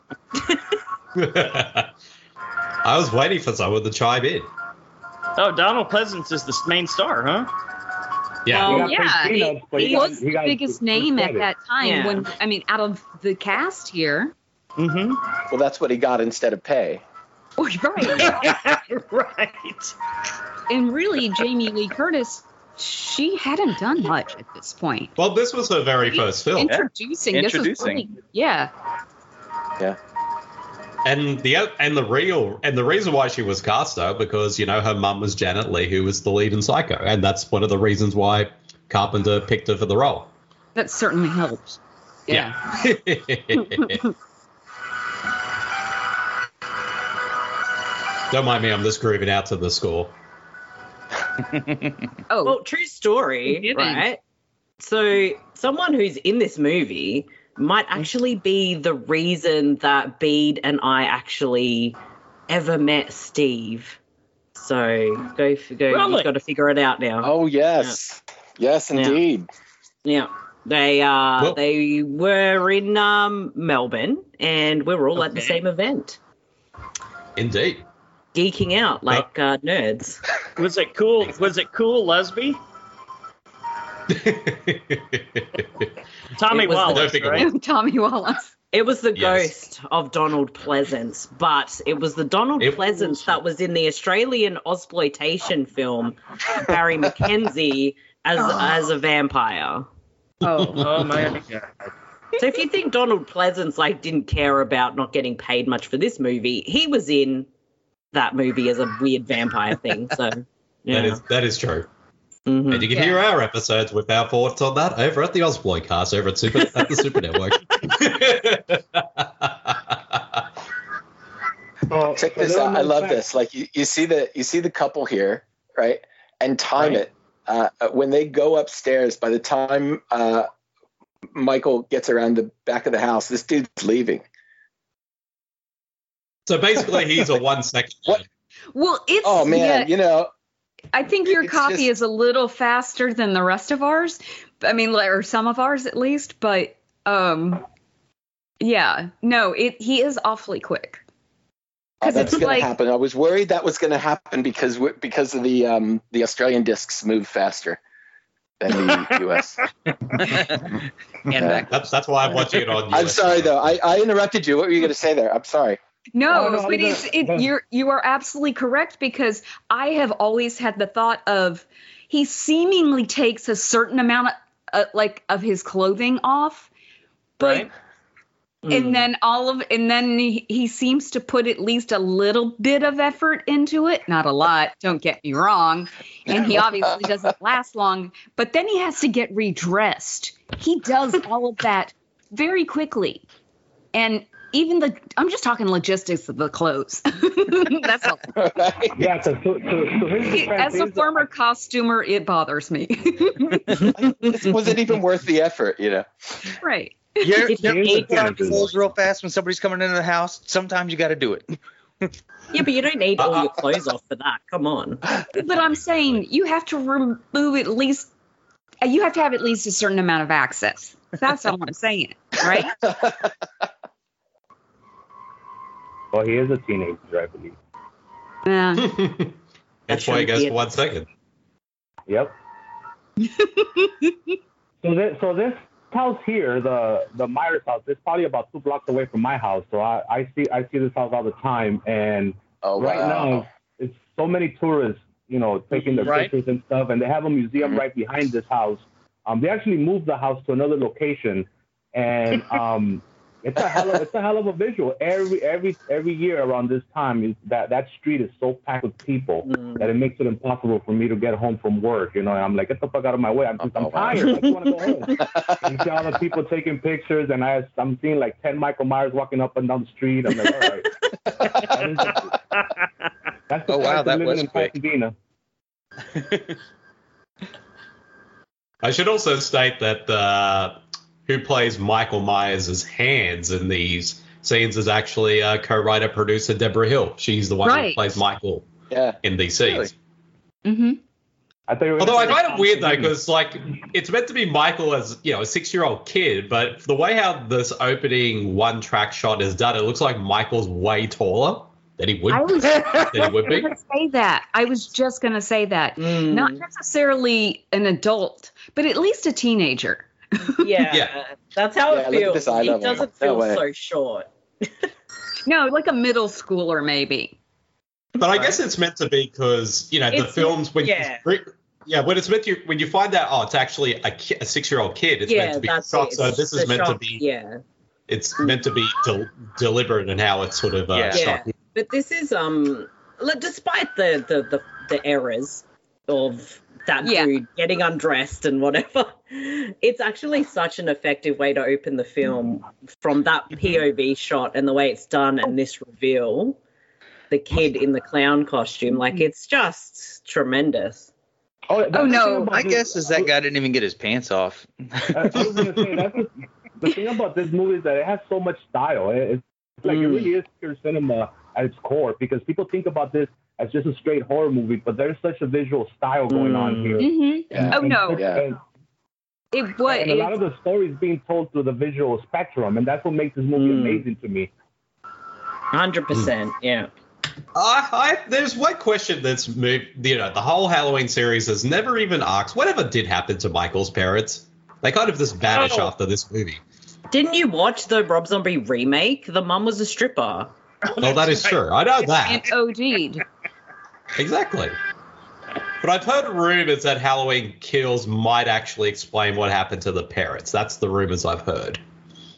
[SPEAKER 8] I was waiting for someone to chime in.
[SPEAKER 2] Oh, Donald Pleasance is the main star, huh?
[SPEAKER 8] Yeah.
[SPEAKER 7] Oh,
[SPEAKER 3] He got paid
[SPEAKER 6] yeah, he-
[SPEAKER 3] peanuts, but
[SPEAKER 6] He
[SPEAKER 3] got-
[SPEAKER 6] was
[SPEAKER 3] he
[SPEAKER 6] the
[SPEAKER 3] got
[SPEAKER 6] biggest
[SPEAKER 3] his
[SPEAKER 6] name at
[SPEAKER 3] credit.
[SPEAKER 6] that time.
[SPEAKER 7] Yeah.
[SPEAKER 6] When I mean, out of the cast here,
[SPEAKER 2] Mm-hmm.
[SPEAKER 1] Well, that's what he got instead of pay.
[SPEAKER 6] oh, right?
[SPEAKER 2] right.
[SPEAKER 6] and really, Jamie Lee Curtis, she hadn't done much at this point.
[SPEAKER 8] Well, this was her very first film.
[SPEAKER 6] Introducing, this was really,
[SPEAKER 5] Introducing.
[SPEAKER 6] yeah,
[SPEAKER 8] And the o- and the real and the reason why she was cast though because you know her mum was Janet Lee who was the lead in Psycho and that's one of the reasons why Carpenter picked her for the role.
[SPEAKER 6] that certainly helped. Yeah.
[SPEAKER 8] Yeah. Don't mind me, I'm just grooving out to the score.
[SPEAKER 6] Oh,
[SPEAKER 7] Well, true story,
[SPEAKER 6] Forgiving.
[SPEAKER 7] right? So, someone who's in this movie might actually be the reason that Bede and I actually ever met Steve. So go, f- go.
[SPEAKER 2] Really?
[SPEAKER 7] You've got to figure it out now.
[SPEAKER 1] Oh yes, yes
[SPEAKER 7] Yeah.
[SPEAKER 1] indeed.
[SPEAKER 7] Yeah. They uh
[SPEAKER 8] Well-
[SPEAKER 7] they were in um Melbourne and we were all at the
[SPEAKER 2] Okay.
[SPEAKER 7] same event,
[SPEAKER 8] Indeed.
[SPEAKER 7] geeking out like uh, nerds.
[SPEAKER 2] Was it cool? Was it cool, Lesby? Tommy
[SPEAKER 7] It was the-
[SPEAKER 2] Wallace,
[SPEAKER 8] Don't think
[SPEAKER 2] right?
[SPEAKER 6] Tommy Wallace.
[SPEAKER 7] It was the
[SPEAKER 8] Yes.
[SPEAKER 7] ghost of Donald Pleasance, but it was the Donald
[SPEAKER 8] It-
[SPEAKER 7] Pleasance that was in the Australian exploitation film Barry McKenzie as as a vampire.
[SPEAKER 6] Oh,
[SPEAKER 2] Oh my god!
[SPEAKER 7] So if you think Donald Pleasance like didn't care about not getting paid much for this movie, he was in that movie as a weird vampire thing. So yeah.
[SPEAKER 8] That is that is true.
[SPEAKER 7] Mhm.
[SPEAKER 8] And you can hear our episodes with our thoughts on that over at the Osboy cast over at Super at the Super Network.
[SPEAKER 3] So,
[SPEAKER 1] Check
[SPEAKER 3] so
[SPEAKER 1] this
[SPEAKER 3] there are
[SPEAKER 1] out. I
[SPEAKER 3] no
[SPEAKER 1] love
[SPEAKER 3] facts.
[SPEAKER 1] this. Like you, you see the you see the couple here, right? And time
[SPEAKER 2] Right.
[SPEAKER 1] it. Uh, when they go upstairs, by the time uh, Michael gets around the back of the house, this dude's leaving.
[SPEAKER 8] so basically, he's a one second.
[SPEAKER 1] What?
[SPEAKER 6] well, it's
[SPEAKER 1] Oh man,
[SPEAKER 6] yeah,
[SPEAKER 1] you know,
[SPEAKER 6] I think your
[SPEAKER 1] It's
[SPEAKER 6] copy
[SPEAKER 1] just-
[SPEAKER 6] is a little faster than the rest of ours. I mean, like- or some of ours at least, but um yeah. No, it he is awfully quick.
[SPEAKER 1] oh,
[SPEAKER 6] 'Cause
[SPEAKER 1] that's
[SPEAKER 6] it's
[SPEAKER 1] gonna
[SPEAKER 6] like-
[SPEAKER 1] happen. I was worried that was gonna happen because we because of the um, the Australian discs move faster than the U.S.
[SPEAKER 5] and
[SPEAKER 1] Yeah.
[SPEAKER 5] back.
[SPEAKER 8] That's that's why I'm watching it on.
[SPEAKER 1] I'm
[SPEAKER 8] US.
[SPEAKER 1] sorry though. I, I interrupted you. What were you gonna say there? I'm sorry.
[SPEAKER 6] No,
[SPEAKER 3] Oh, no,
[SPEAKER 6] but
[SPEAKER 3] no,
[SPEAKER 6] it's it,
[SPEAKER 3] no.
[SPEAKER 6] you're you are absolutely correct because I have always had the thought of he seemingly takes a certain amount of uh, like of his clothing off, but
[SPEAKER 2] Right.
[SPEAKER 6] and then all of and then he, he seems to put at least a little bit of effort into it, not a lot. Don't get me wrong, and he obviously doesn't last long. But then he has to get redressed. He does all of that very quickly, and even the I'm just talking logistics of the clothes. That's all.
[SPEAKER 3] Yeah, 'cause so, so, so here's the fact,
[SPEAKER 6] As a
[SPEAKER 3] here's the-
[SPEAKER 6] former costumer, it bothers me.
[SPEAKER 1] was it even worth the effort? You know.
[SPEAKER 6] right.
[SPEAKER 5] Your,
[SPEAKER 7] It
[SPEAKER 5] your
[SPEAKER 3] is a
[SPEAKER 5] apron
[SPEAKER 3] factor.
[SPEAKER 5] falls real fast when somebody's coming into the house. Sometimes you got to do it.
[SPEAKER 7] Yeah, but you don't
[SPEAKER 1] Uh,
[SPEAKER 7] need
[SPEAKER 8] Uh-uh.
[SPEAKER 7] all your clothes off for that. Come on.
[SPEAKER 6] But I'm saying you have to remove at least, uh, you have to have at least a certain amount of access. That's all I'm saying, right? Uh,
[SPEAKER 3] Well, he is a teenager, I believe.
[SPEAKER 6] Uh,
[SPEAKER 8] That's why he goes for one second.
[SPEAKER 3] Yep. so this, so this house here, the the Myers house, it's probably about two blocks away from my house. So I, I see I see this house all the time, and
[SPEAKER 1] Oh
[SPEAKER 3] right
[SPEAKER 1] wow.
[SPEAKER 3] now it's so many tourists, you know, taking their
[SPEAKER 2] Right.
[SPEAKER 3] pictures and stuff, and they have a museum
[SPEAKER 1] Mhm.
[SPEAKER 3] right behind this house. Um, they actually moved the house to another location, and um, it's a hell of it's a hell of a visual. Every every every year around this time, you- that that street is so packed with people
[SPEAKER 7] Mm.
[SPEAKER 3] that it makes it impossible for me to get home from work. You know, and I'm like, get the fuck out of my way. I'm, just,
[SPEAKER 1] Oh,
[SPEAKER 3] I'm
[SPEAKER 1] wow.
[SPEAKER 3] tired. I just want to go home. and you see all the people taking pictures, and I, I'm seeing like 10 Michael Myers walking up and down the street. I'm like, all right. That is- that's the
[SPEAKER 5] Oh, wow,
[SPEAKER 3] price of
[SPEAKER 5] that
[SPEAKER 3] living
[SPEAKER 5] was
[SPEAKER 3] in
[SPEAKER 5] quick.
[SPEAKER 3] Pasadena.
[SPEAKER 8] I should also state that uh, who plays Michael Myers' hands in these scenes is actually uh, co-writer producer Deborah Hill. She's the one who
[SPEAKER 6] Right.
[SPEAKER 8] plays Michael
[SPEAKER 1] Yeah.
[SPEAKER 8] in these scenes.
[SPEAKER 5] Really?
[SPEAKER 6] hmm
[SPEAKER 3] I thought you were
[SPEAKER 8] Although I
[SPEAKER 3] gonna
[SPEAKER 8] find it weird though,
[SPEAKER 3] Pasadena.
[SPEAKER 8] because like it's meant to be Michael as you know a six-year-old kid, but the way how this opening one-track shot is done, it looks like Michael's way taller than he would
[SPEAKER 6] I was
[SPEAKER 8] than he would be.
[SPEAKER 6] gonna say that. I was just gonna say that.
[SPEAKER 7] Mm.
[SPEAKER 6] Not necessarily an adult, but at least a teenager.
[SPEAKER 7] yeah,
[SPEAKER 8] Yeah.
[SPEAKER 7] that's how
[SPEAKER 1] Yeah,
[SPEAKER 7] it
[SPEAKER 1] look at
[SPEAKER 7] feels.
[SPEAKER 1] this eye
[SPEAKER 7] it
[SPEAKER 1] level.
[SPEAKER 7] doesn't
[SPEAKER 1] No
[SPEAKER 7] feel
[SPEAKER 1] way.
[SPEAKER 7] so short.
[SPEAKER 6] No, like a middle schooler maybe.
[SPEAKER 8] But I guess it's meant to be because you know the
[SPEAKER 7] It's-
[SPEAKER 8] films when
[SPEAKER 7] yeah.
[SPEAKER 8] you, yeah when it's meant to when you find out oh it's actually a, ki- a six year old kid it's meant
[SPEAKER 7] yeah,
[SPEAKER 8] to be
[SPEAKER 7] that's
[SPEAKER 8] shot
[SPEAKER 7] it.
[SPEAKER 8] so
[SPEAKER 7] It's
[SPEAKER 8] this
[SPEAKER 7] the
[SPEAKER 8] is meant to
[SPEAKER 7] shock,
[SPEAKER 8] be
[SPEAKER 7] Yeah,
[SPEAKER 8] it's meant to be del- deliberate in how it's sort of uh,
[SPEAKER 5] Yeah.
[SPEAKER 8] shot.
[SPEAKER 7] yeah. But this is um, like, despite the the the, the errors of that
[SPEAKER 6] Yeah.
[SPEAKER 7] dude getting undressed and whatever, it's actually such an effective way to open the film from that POV shot and the way it's done and this reveal, the kid in the clown costume, like it's just tremendous.
[SPEAKER 3] Oh, that's
[SPEAKER 6] Oh,
[SPEAKER 3] the
[SPEAKER 6] no.
[SPEAKER 3] thing about
[SPEAKER 5] My
[SPEAKER 3] this-
[SPEAKER 5] guess is that guy didn't even get his pants off.
[SPEAKER 3] I I was gonna say that's the, the thing about this movie is that it has so much style. It, it's like it
[SPEAKER 7] Mm.
[SPEAKER 3] really is pure cinema at its core because people think about this as just a straight horror movie, but there's such a visual style going
[SPEAKER 5] Mm.
[SPEAKER 3] on here.
[SPEAKER 6] hmm
[SPEAKER 1] Yeah.
[SPEAKER 6] Oh, no.
[SPEAKER 1] Yeah.
[SPEAKER 3] And,
[SPEAKER 6] It was.
[SPEAKER 3] and a lot of the stories being told through the visual spectrum, and that's what makes this movie
[SPEAKER 7] Mm.
[SPEAKER 3] amazing to me.
[SPEAKER 7] Hundred percent. Yeah.
[SPEAKER 8] I, I there's one question that's moved. You know, the whole Halloween series has never even asked whatever did happen to Michael's parents. They kind of just vanish
[SPEAKER 2] Oh.
[SPEAKER 8] after this movie.
[SPEAKER 7] Didn't you watch the Rob Zombie remake? The mum was a stripper.
[SPEAKER 8] Well, Oh, that is
[SPEAKER 2] right.
[SPEAKER 8] true. I know
[SPEAKER 6] and
[SPEAKER 8] that
[SPEAKER 6] OG'd.
[SPEAKER 8] exactly. But I've heard rumors that Halloween Kills might actually explain what happened to the parents. That's the rumors I've heard.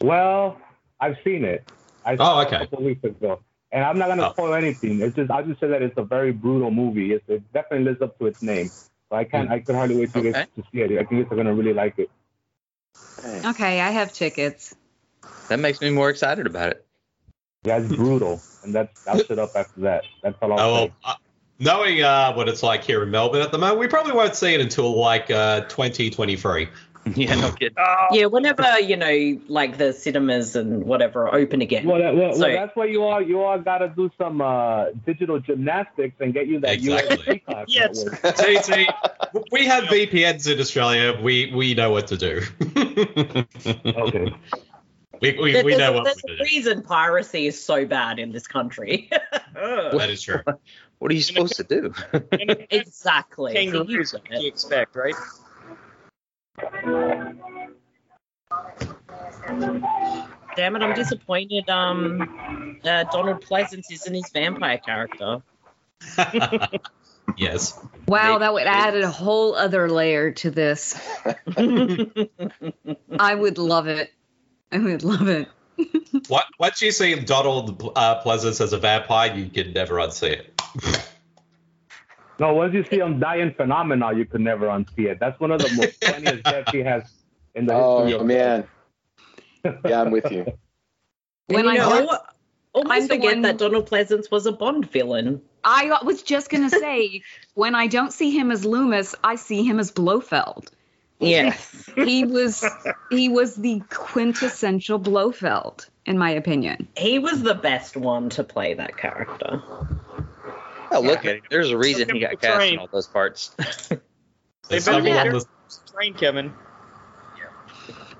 [SPEAKER 3] Well, I've seen it. I
[SPEAKER 8] Oh,
[SPEAKER 3] saw it
[SPEAKER 8] okay.
[SPEAKER 3] a couple weeks ago, and I'm not gonna
[SPEAKER 8] Oh.
[SPEAKER 3] spoil anything. It's just I'll just say that it's a very brutal movie. It's, it definitely lives up to its name. So I can't. I could hardly wait to you guys to see it. I think you're gonna really like it.
[SPEAKER 6] Okay, I have tickets.
[SPEAKER 5] That makes me more excited about it.
[SPEAKER 3] That's brutal, and that's that's it up after that. That's all I'll
[SPEAKER 8] Oh,
[SPEAKER 3] say.
[SPEAKER 8] well, uh, knowing uh, what it's like here in Melbourne at the moment, we probably won't see it until like uh, 2023.
[SPEAKER 5] Yeah, no kidding.
[SPEAKER 3] Oh.
[SPEAKER 7] Yeah, whenever you know, like the cinemas and whatever are open again.
[SPEAKER 3] Well, that, well, well,
[SPEAKER 7] Sorry.
[SPEAKER 3] that's why you all you all gotta do some uh, digital gymnastics and get you that
[SPEAKER 8] Exactly.
[SPEAKER 3] USB card.
[SPEAKER 2] Yes.
[SPEAKER 3] network.
[SPEAKER 8] See, see, we have VPNs in Australia. We we know what to do.
[SPEAKER 3] Okay.
[SPEAKER 8] we we,
[SPEAKER 7] There-
[SPEAKER 8] we
[SPEAKER 7] there's
[SPEAKER 8] know
[SPEAKER 7] a,
[SPEAKER 8] what
[SPEAKER 7] there's
[SPEAKER 8] we
[SPEAKER 7] a
[SPEAKER 8] do.
[SPEAKER 7] reason piracy is so bad in this country.
[SPEAKER 8] That is true.
[SPEAKER 5] What are you supposed to do?
[SPEAKER 7] exactly.
[SPEAKER 2] Kangaroos,
[SPEAKER 7] You
[SPEAKER 2] what
[SPEAKER 7] get
[SPEAKER 2] you
[SPEAKER 7] it.
[SPEAKER 2] expect, right?
[SPEAKER 7] Damn it, I'm disappointed. Um, uh, Donald Pleasance isn't his vampire character.
[SPEAKER 8] yes.
[SPEAKER 6] Wow,
[SPEAKER 5] Make
[SPEAKER 6] that would add a whole other layer to this. I would love it. I would love it.
[SPEAKER 8] What, once you see Donald uh, Pleasance as a vampire, you can never unsee it.
[SPEAKER 3] No, once you see him die in phenomena, you could never unsee it. That's one of the most funniest deaths he has in the history.
[SPEAKER 1] Oh
[SPEAKER 3] of-
[SPEAKER 1] man. Yeah, I'm with you.
[SPEAKER 6] When I
[SPEAKER 7] you know,
[SPEAKER 6] heard-
[SPEAKER 7] I almost
[SPEAKER 6] I'm the
[SPEAKER 7] forget
[SPEAKER 6] one-
[SPEAKER 7] that Donald Pleasance was a Bond villain.
[SPEAKER 6] I was just gonna say, when I don't see him as Loomis, I see him as Blofeld.
[SPEAKER 7] Yes.
[SPEAKER 6] He was he was the quintessential Blofeld, in my opinion.
[SPEAKER 7] he was the best one to play that character.
[SPEAKER 5] Oh, look at him. There's a reason he got cast in all those parts.
[SPEAKER 8] They
[SPEAKER 2] They
[SPEAKER 8] stumbled,
[SPEAKER 6] better-
[SPEAKER 8] on the,
[SPEAKER 2] Train coming.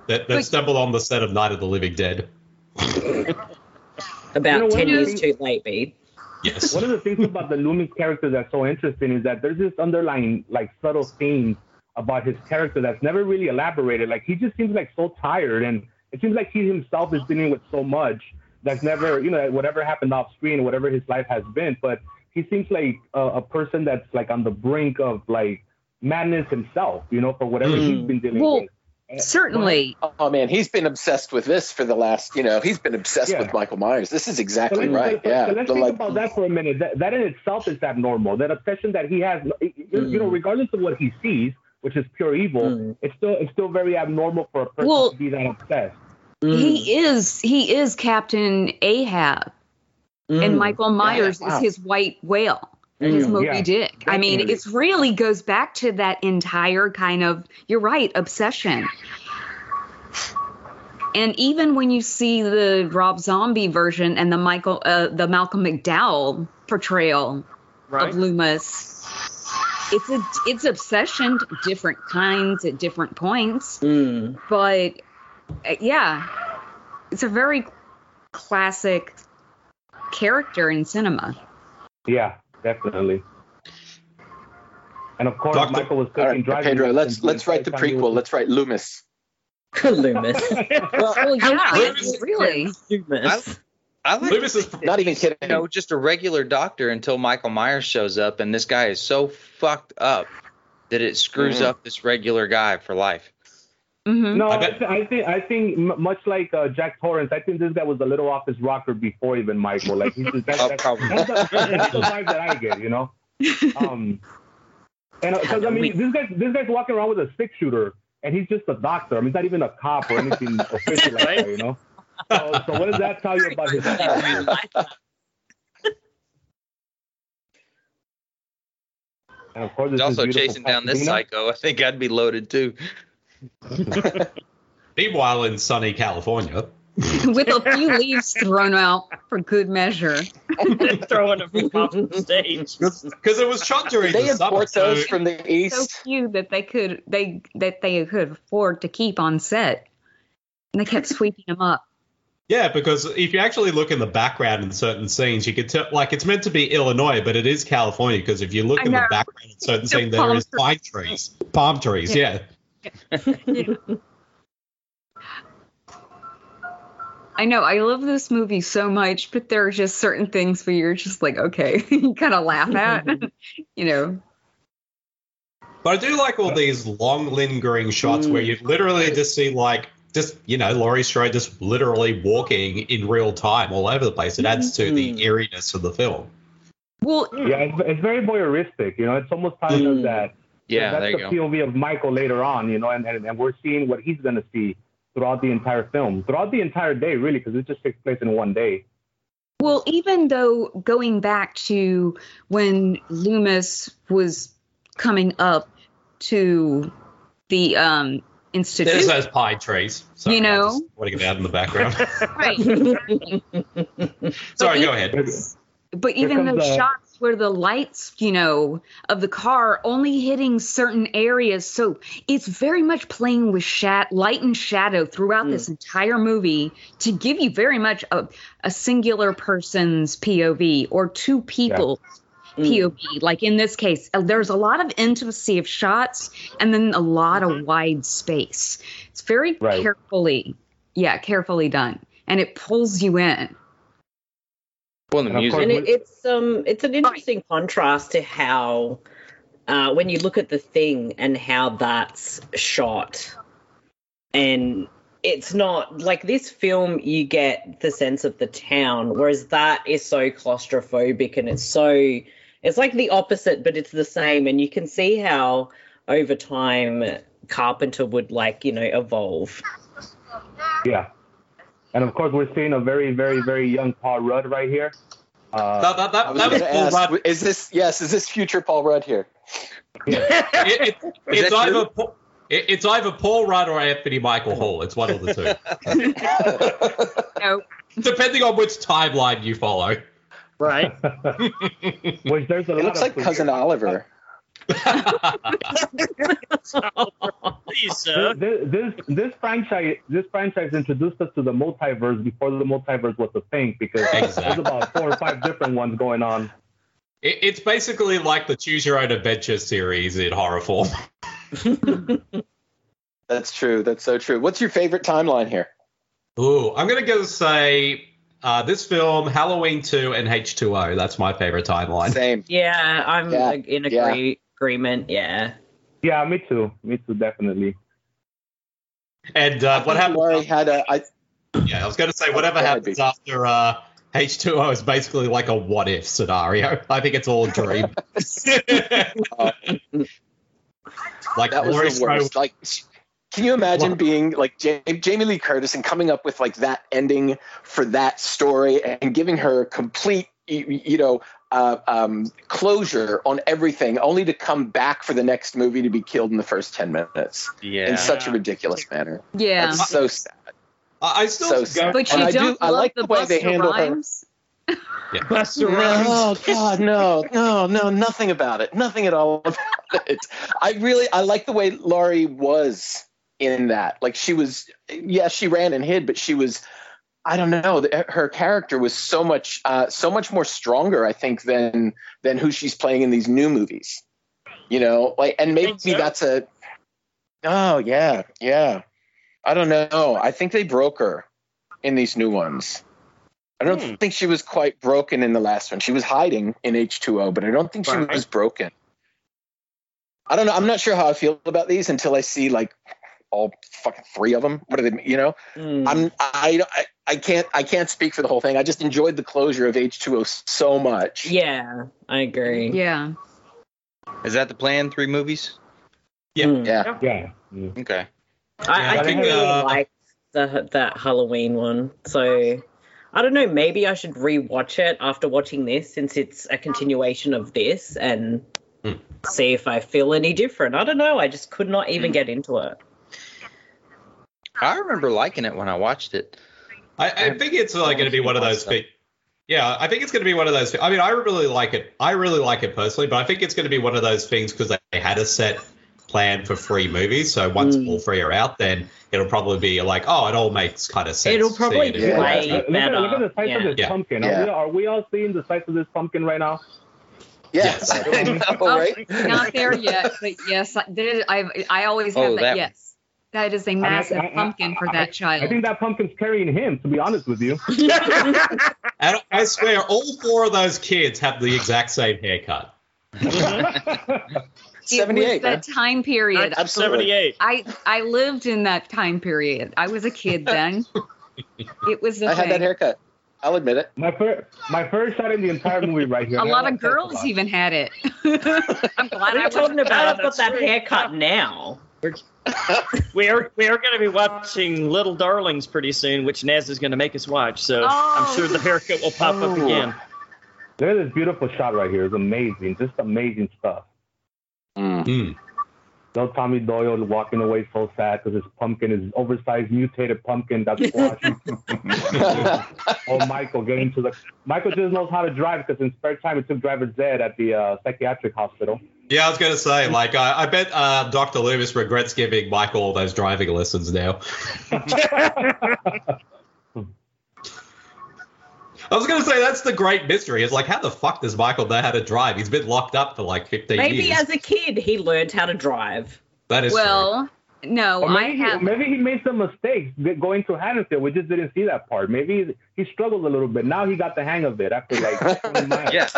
[SPEAKER 8] they, they stumbled on the set of Night of the Living Dead.
[SPEAKER 7] About
[SPEAKER 3] You know, one
[SPEAKER 7] ten
[SPEAKER 3] of
[SPEAKER 7] years
[SPEAKER 3] the-
[SPEAKER 7] too late, babe.
[SPEAKER 8] Yes.
[SPEAKER 3] One of the things about the Loomis character that's so interesting is that there's this underlying, like, subtle theme about his character that's never really elaborated. Like, he just seems like so tired, and it seems like he himself is dealing with so much that's never, you know, whatever happened off screen, whatever his life has been. But he seems like a, a person that's like on the brink of like madness himself, you know, for whatever
[SPEAKER 7] Mm.
[SPEAKER 3] he's been dealing
[SPEAKER 6] Well,
[SPEAKER 3] with. Uh,
[SPEAKER 6] Certainly.
[SPEAKER 1] Oh man, he's been obsessed with this for the last, you know, he's been obsessed
[SPEAKER 3] Yeah.
[SPEAKER 1] with Michael Myers. This is
[SPEAKER 3] So
[SPEAKER 1] exactly
[SPEAKER 3] let's,
[SPEAKER 1] right.
[SPEAKER 3] so- so
[SPEAKER 1] yeah.
[SPEAKER 3] let's
[SPEAKER 1] The,
[SPEAKER 3] think
[SPEAKER 1] like-
[SPEAKER 3] about that for a minute. That, that in itself is abnormal. That obsession that he has, you you
[SPEAKER 1] Mm.
[SPEAKER 3] know, regardless of what he sees, which is pure evil,
[SPEAKER 7] Mm.
[SPEAKER 3] it's still it's still very abnormal for a person
[SPEAKER 6] Well-
[SPEAKER 3] to be that obsessed.
[SPEAKER 6] He is he is Captain Ahab and Michael Myers
[SPEAKER 1] wow.
[SPEAKER 6] is his white whale.
[SPEAKER 7] Mm.
[SPEAKER 6] His Moby
[SPEAKER 3] Yeah,
[SPEAKER 6] Dick. I mean,
[SPEAKER 3] definitely.
[SPEAKER 6] it's really goes back to that entire kind of you're right, obsession. And even when you see the Rob Zombie version and the Michael uh, the Malcolm McDowell portrayal
[SPEAKER 2] Right.
[SPEAKER 6] of Loomis, it's a it's obsession, different kinds at different points
[SPEAKER 7] Mm.
[SPEAKER 6] but uh, yeah, it's a very classic character in cinema.
[SPEAKER 3] Yeah, definitely. And of course,
[SPEAKER 8] Doctor-
[SPEAKER 3] Michael was
[SPEAKER 1] all
[SPEAKER 3] cooking
[SPEAKER 1] right,
[SPEAKER 3] driving.
[SPEAKER 1] Pedro, let's
[SPEAKER 3] lessons
[SPEAKER 1] let's write the
[SPEAKER 3] the entire time
[SPEAKER 1] prequel.
[SPEAKER 3] he was-
[SPEAKER 1] Let's write Loomis.
[SPEAKER 7] Loomis.
[SPEAKER 6] Well, yeah,
[SPEAKER 7] How
[SPEAKER 8] I-
[SPEAKER 7] is it
[SPEAKER 6] really.
[SPEAKER 7] Loomis.
[SPEAKER 5] I like
[SPEAKER 8] Loomis is
[SPEAKER 1] Not even kidding.
[SPEAKER 5] you know, just a regular doctor until Michael Myers shows up, and this guy is so fucked up that it screws
[SPEAKER 8] Mm-hmm.
[SPEAKER 1] Mhm.
[SPEAKER 5] up this regular guy for life.
[SPEAKER 6] hmm
[SPEAKER 3] No,
[SPEAKER 8] I
[SPEAKER 3] I,
[SPEAKER 8] bet-
[SPEAKER 3] thi- I think I think m- much like uh, Jack Torrance, I think this guy was a little off his rocker before even Michael. Like he's just, that,
[SPEAKER 5] Oh,
[SPEAKER 3] that's-
[SPEAKER 5] probably.
[SPEAKER 3] that's, the, that's the vibe that I get, you know. Um, and because I mean, this guy this guy's walking around with a six shooter, and he's just a doctor. I mean, he's not even a cop or anything official, like that, you know. So, so what does that tell you about his? And of course,
[SPEAKER 5] He's
[SPEAKER 3] it's
[SPEAKER 5] also chasing down this psycho. I think I'd be loaded too.
[SPEAKER 8] meanwhile in sunny California.
[SPEAKER 6] with a few leaves thrown out for good measure.
[SPEAKER 2] throwing them from off the stage.
[SPEAKER 8] Because it was shot during
[SPEAKER 1] They
[SPEAKER 8] the summer.
[SPEAKER 1] import
[SPEAKER 8] So
[SPEAKER 1] those from the
[SPEAKER 6] So
[SPEAKER 1] east.
[SPEAKER 6] few that they could they that they could afford to keep on set, and they kept sweeping them up.
[SPEAKER 8] yeah, because if you actually look in the background in certain scenes, you could tell like it's meant to be Illinois, but it is California. Because if you look
[SPEAKER 6] I
[SPEAKER 8] in
[SPEAKER 6] know.
[SPEAKER 8] the background in certain
[SPEAKER 6] It's
[SPEAKER 8] scenes,
[SPEAKER 6] palm
[SPEAKER 8] there is
[SPEAKER 6] trees.
[SPEAKER 8] pine trees, palm trees. Yeah.
[SPEAKER 6] I know I love this movie so much, but there are just certain things where you're just like, okay, you kind of laugh at, you know.
[SPEAKER 8] But I do like all these long lingering shots where you literally
[SPEAKER 6] Mm.
[SPEAKER 8] just see like just you know Laurie Strode just literally walking in real time all over the place. It adds to
[SPEAKER 6] Mm.
[SPEAKER 5] Mhm.
[SPEAKER 8] the eeriness of the film.
[SPEAKER 6] Well,
[SPEAKER 3] Yeah, it's, it's very voyeuristic. You know, it's almost telling us
[SPEAKER 5] Mm.
[SPEAKER 3] that
[SPEAKER 5] Yeah,
[SPEAKER 3] that's
[SPEAKER 5] there you go.
[SPEAKER 3] the POV of Michael later on, you know, and, and, and we're seeing what he's going to see throughout the entire film, throughout the entire day, really, because it just takes place in one day.
[SPEAKER 6] Well, even though going back to when Loomis was coming up to the um,
[SPEAKER 8] There's
[SPEAKER 6] institute,
[SPEAKER 8] those pine trees. Sorry,
[SPEAKER 6] You know?
[SPEAKER 8] I'm just pointing it out in the background.
[SPEAKER 6] right?
[SPEAKER 8] Sorry,
[SPEAKER 6] you-
[SPEAKER 8] go ahead.
[SPEAKER 6] But
[SPEAKER 3] Here
[SPEAKER 6] even
[SPEAKER 3] comes
[SPEAKER 6] those
[SPEAKER 3] the-
[SPEAKER 6] shots where the lights, you know, of the car only hitting certain areas, so it's very much playing with shat- light and shadow
[SPEAKER 3] Hmm.
[SPEAKER 6] throughout this entire movie to give you very much a, a singular person's POV or two people's
[SPEAKER 3] Hmm.
[SPEAKER 6] POV. Like in this case, uh, there's a lot of intimacy of shots and then a lot of wide space. It's very
[SPEAKER 3] Mm-hmm. Right.
[SPEAKER 6] carefully, yeah, carefully done, and it pulls you in.
[SPEAKER 5] Well, the
[SPEAKER 3] And of
[SPEAKER 5] music.
[SPEAKER 3] course-
[SPEAKER 7] and it, it's um it's an interesting contrast to how uh, when you look at the thing and how that's shot and it's not like this film you get the sense of the town whereas that is so claustrophobic and it's so it's like the opposite but it's the same and you can see how over time carpenter would like you know evolve
[SPEAKER 3] Yeah. And of course, we're seeing a very, very, very young Paul Rudd right here. Uh,
[SPEAKER 8] That, that,
[SPEAKER 1] I
[SPEAKER 8] that,
[SPEAKER 1] was
[SPEAKER 8] that was
[SPEAKER 1] going to
[SPEAKER 8] Paul
[SPEAKER 1] ask,
[SPEAKER 8] Rudd.
[SPEAKER 1] is this yes? Is this future Paul Rudd here?
[SPEAKER 8] It- it-
[SPEAKER 5] Is
[SPEAKER 8] it's,
[SPEAKER 5] that
[SPEAKER 8] either
[SPEAKER 5] true?
[SPEAKER 8] Paul, it- it's either Paul Rudd or Anthony Michael Hall. It's one of the two,
[SPEAKER 6] No,
[SPEAKER 8] depending on which timeline you follow.
[SPEAKER 2] Right.
[SPEAKER 3] which there's a
[SPEAKER 1] It
[SPEAKER 3] lot
[SPEAKER 1] looks
[SPEAKER 3] of
[SPEAKER 1] like cousin Oliver.
[SPEAKER 2] Please,
[SPEAKER 3] Th-
[SPEAKER 2] sir.
[SPEAKER 3] th- this this franchise this franchise introduced us to the multiverse before the multiverse was a thing because there's
[SPEAKER 8] Exactly.
[SPEAKER 3] about four or five different ones going on.
[SPEAKER 8] It, it's basically like the Choose Your Own Adventure series in horror form.
[SPEAKER 1] That's true. That's so true. What's your favorite timeline here?
[SPEAKER 8] Ooh, I'm gonna go say uh, this film, Halloween Two and H2O. That's my favorite timeline.
[SPEAKER 1] Same.
[SPEAKER 7] yeah i'm
[SPEAKER 1] Yeah,
[SPEAKER 7] ag- in
[SPEAKER 1] yeah.
[SPEAKER 7] agree- agreement yeah
[SPEAKER 3] Yeah, me too. Me too, definitely.
[SPEAKER 8] And uh, what happened?
[SPEAKER 1] Laurie had a. I,
[SPEAKER 8] Yeah, I was gonna say whatever
[SPEAKER 1] That'd
[SPEAKER 8] happens
[SPEAKER 1] be-
[SPEAKER 8] after uh, H2O is basically like a what if scenario. I think it's all a dream. like
[SPEAKER 1] that was
[SPEAKER 8] Laurie
[SPEAKER 1] the
[SPEAKER 8] Strode-
[SPEAKER 1] worst. Like, can you imagine
[SPEAKER 8] What?
[SPEAKER 1] being like Ja- Jamie Lee Curtis and coming up with like that ending for that story and giving her complete, you, you know, uh, um, closure on everything, only to come back for the next movie to be killed in the first ten minutes
[SPEAKER 5] yeah.
[SPEAKER 1] in such a ridiculous manner.
[SPEAKER 6] yeah.
[SPEAKER 1] That's so sad.
[SPEAKER 8] I, I still
[SPEAKER 1] So
[SPEAKER 8] go-
[SPEAKER 1] sad.
[SPEAKER 6] But
[SPEAKER 1] And
[SPEAKER 6] you
[SPEAKER 1] I do-
[SPEAKER 6] don't
[SPEAKER 1] I
[SPEAKER 6] love
[SPEAKER 1] like
[SPEAKER 6] the,
[SPEAKER 1] the way
[SPEAKER 6] Busta
[SPEAKER 1] they handle her. Oh,
[SPEAKER 6] Rhymes?
[SPEAKER 2] Buster Rhymes.
[SPEAKER 1] God, no, no, no, nothing about it. Nothing at all about it. I really, I like the way Laurie was in that. Like she was, yeah, she ran and hid, but she was, I don't know, the- her character was so much, uh, so much more stronger, I think, than than who she's playing in these new movies. You know, like, and maybe
[SPEAKER 2] Think so?
[SPEAKER 1] that's a. Oh yeah, yeah. I don't know. I think they broke her in these new ones. I don't
[SPEAKER 2] Hmm.
[SPEAKER 1] think she was quite broken in the last one. She was hiding in H2O, but I don't think she
[SPEAKER 2] Right.
[SPEAKER 1] was broken. I don't know. I'm not sure how I feel about these until I see like all fucking three of them. What are they? You know,
[SPEAKER 7] Mm.
[SPEAKER 1] I'm I, I I can't I can't speak for the whole thing. I just enjoyed the closure of H2O so much.
[SPEAKER 7] Yeah, I agree.
[SPEAKER 6] Yeah.
[SPEAKER 5] Is that the plan? Three movies?
[SPEAKER 8] Yeah.
[SPEAKER 7] Mm.
[SPEAKER 1] Yeah.
[SPEAKER 3] Yeah. yeah.
[SPEAKER 5] Okay.
[SPEAKER 7] I,
[SPEAKER 8] Yeah,
[SPEAKER 7] I
[SPEAKER 8] I
[SPEAKER 7] didn't
[SPEAKER 8] think,
[SPEAKER 7] really
[SPEAKER 8] uh,
[SPEAKER 7] like the that Halloween one, so I don't know. Maybe I should rewatch it after watching this, since it's a continuation of this, and
[SPEAKER 8] Hmm.
[SPEAKER 7] see if I feel any different. I don't know. I just could
[SPEAKER 5] Hmm.
[SPEAKER 7] not even get into it.
[SPEAKER 5] I remember liking it when I watched it.
[SPEAKER 8] I, I think it's like going to be one of those things. Yeah, I think it's going to be one of those. I mean, I really like it. I really like it personally, but I think it's going to be one of those things because they had a set plan for free movies. So once
[SPEAKER 1] Mm.
[SPEAKER 8] all three are out, then it'll probably be like, oh, it all makes kind of sense.
[SPEAKER 7] It'll probably
[SPEAKER 8] seeing
[SPEAKER 7] be
[SPEAKER 8] it in
[SPEAKER 7] way
[SPEAKER 3] Look at,
[SPEAKER 7] better.
[SPEAKER 3] look at the size of
[SPEAKER 7] Yeah.
[SPEAKER 3] this
[SPEAKER 8] Yeah.
[SPEAKER 3] pumpkin.
[SPEAKER 1] Yeah.
[SPEAKER 3] Are, we, are we all seeing the size of this pumpkin right now?
[SPEAKER 1] Yes, I know, right?
[SPEAKER 6] Oh, Not there yet, but yes, I, there- I, I always have
[SPEAKER 5] Oh,
[SPEAKER 6] that,
[SPEAKER 5] that-
[SPEAKER 6] Yes, that is a
[SPEAKER 3] I-
[SPEAKER 6] massive
[SPEAKER 3] I- I-
[SPEAKER 6] pumpkin for
[SPEAKER 3] I-
[SPEAKER 6] that child.
[SPEAKER 3] I think that pumpkin's carrying him. To be honest with you,
[SPEAKER 8] And I swear, all four of those kids have the exact same haircut.
[SPEAKER 6] it was
[SPEAKER 1] 78. man.
[SPEAKER 6] that time period.
[SPEAKER 1] Absolutely.
[SPEAKER 2] 78.
[SPEAKER 6] I I lived in that time period. I was a kid then. it was the
[SPEAKER 1] I
[SPEAKER 6] thing.
[SPEAKER 1] had that haircut. I'll admit it.
[SPEAKER 3] my first my first shot in the entire movie right here.
[SPEAKER 6] a
[SPEAKER 3] and I
[SPEAKER 6] lot
[SPEAKER 3] wanna
[SPEAKER 6] of
[SPEAKER 3] talk
[SPEAKER 6] girls
[SPEAKER 3] about it.
[SPEAKER 6] even had it. I'm glad I
[SPEAKER 7] We're talking
[SPEAKER 6] wasn't.
[SPEAKER 7] about I've
[SPEAKER 2] that's
[SPEAKER 7] got that
[SPEAKER 2] true.
[SPEAKER 7] haircut now.
[SPEAKER 2] We are we are going to be watching Little Darlings pretty soon, which Naz is going to make us watch. So
[SPEAKER 6] Oh.
[SPEAKER 2] I'm sure the haircut will pop up
[SPEAKER 1] Oh.
[SPEAKER 2] again.
[SPEAKER 3] Look at this beautiful shot right here. It's amazing. Just amazing stuff.
[SPEAKER 8] Mm.
[SPEAKER 3] No Tommy Doyle walking away so sad because his pumpkin is oversized mutated pumpkin that's squashing. oh, Michael getting to the Michael just knows how to drive because in spare time he took driver's ed at the uh, psychiatric hospital.
[SPEAKER 8] Yeah, I was going to say, like, I, I bet uh, Dr. Loomis regrets giving Michael all those driving lessons now. I was going to say, that's the great mystery. It's like, how the fuck does Michael know how to drive? He's been locked up for like 15
[SPEAKER 7] Maybe
[SPEAKER 8] years.
[SPEAKER 7] as a kid he learned how to drive.
[SPEAKER 8] that is true.
[SPEAKER 6] Well, no,
[SPEAKER 3] Or
[SPEAKER 6] I
[SPEAKER 3] maybe,
[SPEAKER 6] have.
[SPEAKER 3] he, maybe he made some mistakes g- going to Haddonfield. We just didn't see that part. Maybe he struggled a little bit. Now he got the hang of it after like 20 miles.
[SPEAKER 5] Yeah,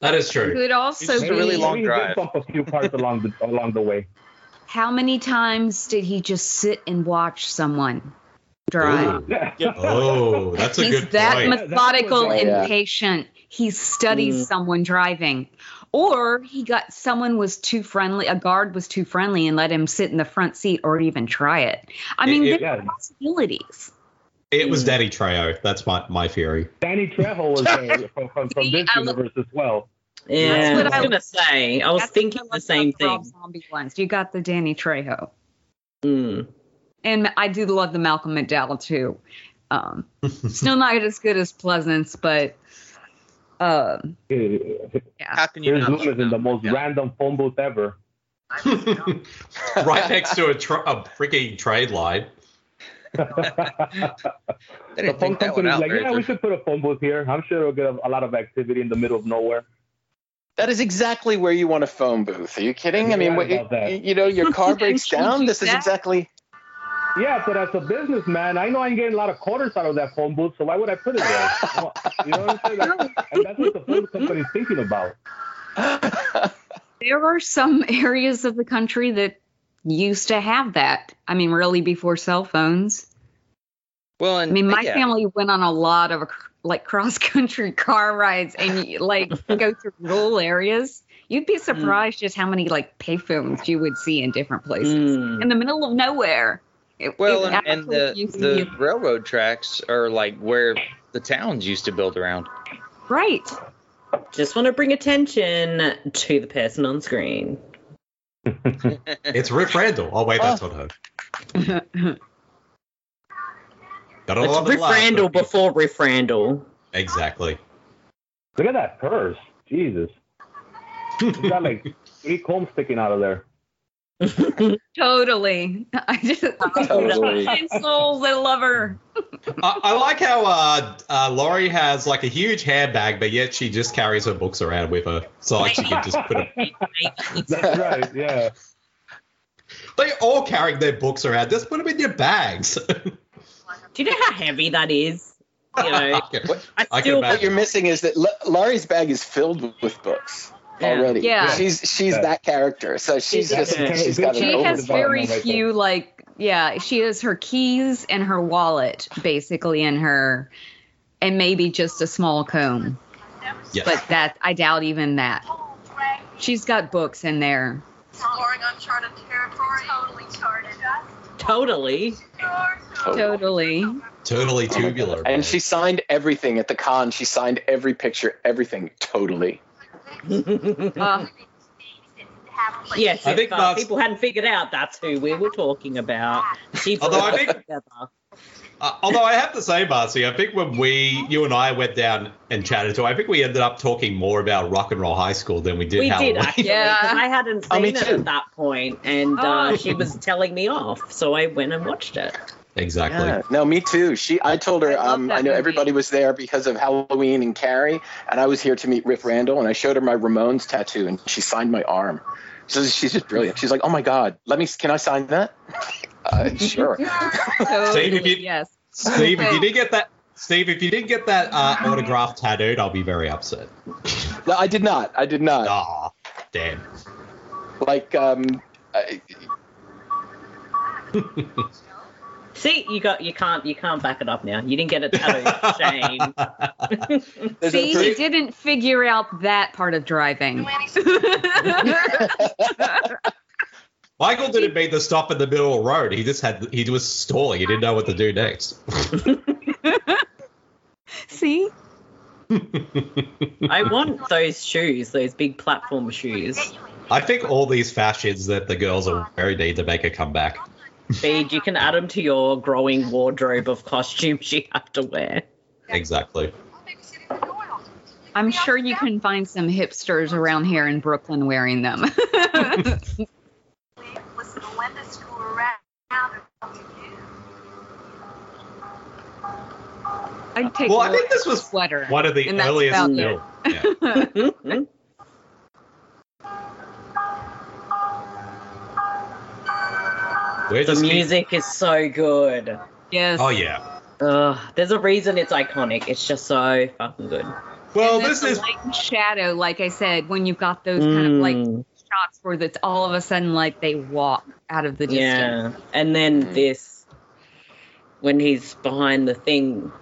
[SPEAKER 8] That is true.
[SPEAKER 6] Could also
[SPEAKER 5] It's
[SPEAKER 6] be
[SPEAKER 5] a really long
[SPEAKER 3] Maybe he
[SPEAKER 5] drive.
[SPEAKER 3] did bump a few parts along the along the way.
[SPEAKER 6] how many times did he just sit and watch someone drive?
[SPEAKER 8] Ooh. Oh, that's a
[SPEAKER 6] He's
[SPEAKER 8] good
[SPEAKER 6] that
[SPEAKER 8] point.
[SPEAKER 3] was-
[SPEAKER 6] methodical and
[SPEAKER 1] Yeah.
[SPEAKER 6] patient. He studies
[SPEAKER 3] Mm.
[SPEAKER 6] someone driving. Or he got someone was too friendly, a guard was too friendly and let him sit in the front seat or even try it. I
[SPEAKER 8] It-
[SPEAKER 6] mean,
[SPEAKER 8] it-
[SPEAKER 6] there are
[SPEAKER 3] yeah.
[SPEAKER 6] possibilities.
[SPEAKER 8] it was Daddy Trejo. That's my, my theory.
[SPEAKER 3] Danny Trejo was there from, from, from
[SPEAKER 6] See,
[SPEAKER 3] this
[SPEAKER 6] I lo-
[SPEAKER 3] universe as well.
[SPEAKER 7] Yeah,
[SPEAKER 6] That's what
[SPEAKER 7] I was
[SPEAKER 6] I-
[SPEAKER 7] gonna say. I was
[SPEAKER 6] That's
[SPEAKER 7] thinking
[SPEAKER 6] what I love
[SPEAKER 7] the same
[SPEAKER 6] about the Rob
[SPEAKER 7] thing.
[SPEAKER 6] Zombie ones. You got the Danny Trejo.
[SPEAKER 7] Mm.
[SPEAKER 6] And I do love the Malcolm McDowell too. Um, still not as good as Pleasance, but um,
[SPEAKER 3] Here's
[SPEAKER 5] how can you not love
[SPEAKER 3] Loomis in the
[SPEAKER 5] them?
[SPEAKER 3] most
[SPEAKER 5] Yeah.
[SPEAKER 3] random phone booth ever.
[SPEAKER 8] right next to a, tr a freaking trade line.
[SPEAKER 3] the
[SPEAKER 5] They didn't
[SPEAKER 3] phone
[SPEAKER 5] think that one
[SPEAKER 3] company's
[SPEAKER 5] out
[SPEAKER 3] like,
[SPEAKER 5] very
[SPEAKER 3] yeah, we should put a phone booth here. I'm sure it'll get a, a lot of activity in the middle of nowhere.
[SPEAKER 1] That is exactly where you want a phone booth. Are you kidding? I
[SPEAKER 3] You're
[SPEAKER 1] mean,
[SPEAKER 3] right
[SPEAKER 1] what,
[SPEAKER 3] about that.
[SPEAKER 1] you know, your car breaks
[SPEAKER 6] Actually,
[SPEAKER 1] down.
[SPEAKER 6] do
[SPEAKER 1] This is
[SPEAKER 6] that.
[SPEAKER 1] exactly.
[SPEAKER 3] Yeah, but as a businessman, I know I ain't getting a lot of quarters out of that phone booth, so why would I put it there? You know- you know what I'm saying? And that's what the phone company's thinking about.
[SPEAKER 6] There are some areas of the country that used to have that. I mean, really before cell phones.
[SPEAKER 5] Well,
[SPEAKER 6] I
[SPEAKER 5] and
[SPEAKER 6] mean, my
[SPEAKER 5] yeah.
[SPEAKER 6] family went on a lot of like cross country car rides and you, like go through rural areas. You'd
[SPEAKER 5] Hmm.
[SPEAKER 6] be surprised just how many like payphones you would see in different places
[SPEAKER 7] Mm.
[SPEAKER 6] in the middle of nowhere. It-
[SPEAKER 5] Hmm. Well,
[SPEAKER 6] it
[SPEAKER 5] and, and
[SPEAKER 6] actually
[SPEAKER 5] the
[SPEAKER 6] used to
[SPEAKER 5] the
[SPEAKER 6] be-
[SPEAKER 5] railroad tracks are like where the towns used to build around.
[SPEAKER 6] right.
[SPEAKER 7] Just want to bring attention to the person on screen.
[SPEAKER 8] It's Rick Randall. Oh wait, that's on her. Gotta
[SPEAKER 7] It's
[SPEAKER 8] love it
[SPEAKER 7] Riff
[SPEAKER 8] live,
[SPEAKER 7] Randall
[SPEAKER 8] but-
[SPEAKER 7] before Riff Randall.
[SPEAKER 8] Exactly.
[SPEAKER 3] Look at that purse. Jesus. It's got like three combs sticking out of there.
[SPEAKER 6] Totally. I just
[SPEAKER 1] Totally.
[SPEAKER 6] I'm so I love her.
[SPEAKER 8] I, I like how uh, uh, Laurie has like a huge handbag, but yet she just carries her books around with her, so like she can just put. Them.
[SPEAKER 3] That's right, yeah.
[SPEAKER 8] They all carrying their books around. Just put them in your bags.
[SPEAKER 7] Do you know how heavy that is? You know, I
[SPEAKER 8] I can
[SPEAKER 7] still
[SPEAKER 8] imagine.
[SPEAKER 1] what you're missing is that L- Laurie's bag is filled with books
[SPEAKER 7] Yeah.
[SPEAKER 1] already.
[SPEAKER 6] Yeah.
[SPEAKER 1] She's she's
[SPEAKER 3] Yeah.
[SPEAKER 1] that character. So she's
[SPEAKER 7] Yeah.
[SPEAKER 1] just she's got an
[SPEAKER 6] She
[SPEAKER 1] over
[SPEAKER 6] has
[SPEAKER 1] the bottom.
[SPEAKER 6] very
[SPEAKER 3] right there.
[SPEAKER 6] few, like, yeah, she has her keys and her wallet basically in her, and maybe just a small comb.
[SPEAKER 8] Yes.
[SPEAKER 6] But that, I doubt even that. She's got books in there.
[SPEAKER 10] Exploring uncharted territory. Totally charted.
[SPEAKER 7] totally.
[SPEAKER 1] Totally.
[SPEAKER 6] Totally.
[SPEAKER 8] totally tubular. man.
[SPEAKER 1] And she signed everything at the con. She signed every picture, everything. Totally.
[SPEAKER 6] Uh,
[SPEAKER 7] yes,
[SPEAKER 8] I
[SPEAKER 7] if,
[SPEAKER 8] think
[SPEAKER 7] uh,
[SPEAKER 8] that's-
[SPEAKER 7] people hadn't figured out that's who we were talking about. She
[SPEAKER 8] Although
[SPEAKER 7] brought
[SPEAKER 8] I think-
[SPEAKER 7] it together.
[SPEAKER 8] Uh, although I have to say, Marcy, I think when we, you and I went down and chatted to, I think we ended up talking more about rock and roll high school than we did
[SPEAKER 7] we
[SPEAKER 8] Halloween.
[SPEAKER 7] did actually.
[SPEAKER 6] Yeah. Oh.
[SPEAKER 7] 'cause I hadn't seen
[SPEAKER 5] Oh, me
[SPEAKER 7] it
[SPEAKER 5] too.
[SPEAKER 7] at that point, and uh, she was telling me off, so I went and watched it.
[SPEAKER 8] exactly.
[SPEAKER 1] Yeah. No, me too. She, I told her,
[SPEAKER 6] I love
[SPEAKER 1] um,
[SPEAKER 6] that
[SPEAKER 1] I know
[SPEAKER 6] movie.
[SPEAKER 1] everybody was there because of Halloween and Carrie, and I was here to meet Rick Randall, and I showed her my Ramones tattoo, and she signed my arm. So she's just brilliant. She's like, oh my god, let me, can I sign that? Uh, sure.
[SPEAKER 8] Same
[SPEAKER 6] Totally,
[SPEAKER 8] if you-
[SPEAKER 6] yes.
[SPEAKER 8] Steve, if you didn't get that, Steve, if you didn't get that uh, autograph tattooed, I'll be very upset.
[SPEAKER 1] No, I did not. I did not.
[SPEAKER 8] Ah, damn.
[SPEAKER 1] Like, um, I,
[SPEAKER 7] See, you got you can't you can't back it up now. You didn't get it tattooed, Shane.
[SPEAKER 1] there's a
[SPEAKER 6] See, he didn't figure out that part of driving.
[SPEAKER 8] Michael didn't make the stop in the middle of the road. He just had he was stalling. He didn't know what to do next.
[SPEAKER 6] See?
[SPEAKER 7] I want those shoes, those big platform shoes.
[SPEAKER 8] I think all these fashions that the girls are wearing need to make a comeback.
[SPEAKER 7] Bede, you can add them to your growing wardrobe of costumes you have to wear.
[SPEAKER 8] Exactly.
[SPEAKER 6] I'm sure you can find some hipsters around here in Brooklyn wearing them.
[SPEAKER 10] Listen to Linda school around and talk to you.
[SPEAKER 6] I'd take
[SPEAKER 8] Well,
[SPEAKER 6] a
[SPEAKER 8] I think
[SPEAKER 6] little
[SPEAKER 8] this was
[SPEAKER 6] sweater.
[SPEAKER 8] One of the
[SPEAKER 6] And that's
[SPEAKER 8] earliest.
[SPEAKER 6] about
[SPEAKER 8] no, yeah.
[SPEAKER 7] Mhm.
[SPEAKER 8] Where's
[SPEAKER 7] the
[SPEAKER 8] this
[SPEAKER 7] music is so good.
[SPEAKER 6] Yes.
[SPEAKER 8] Oh yeah.
[SPEAKER 7] Ugh, there's a reason it's iconic. It's just so fucking good.
[SPEAKER 8] Well,
[SPEAKER 6] And then
[SPEAKER 8] this
[SPEAKER 6] the
[SPEAKER 8] is
[SPEAKER 6] light and shadow, like I said, when you've got those kind of like
[SPEAKER 7] Mm,
[SPEAKER 6] shots where it's all of a sudden like they walk out of the distance.
[SPEAKER 7] yeah, and then
[SPEAKER 1] Mm.
[SPEAKER 7] this when he's behind the thing.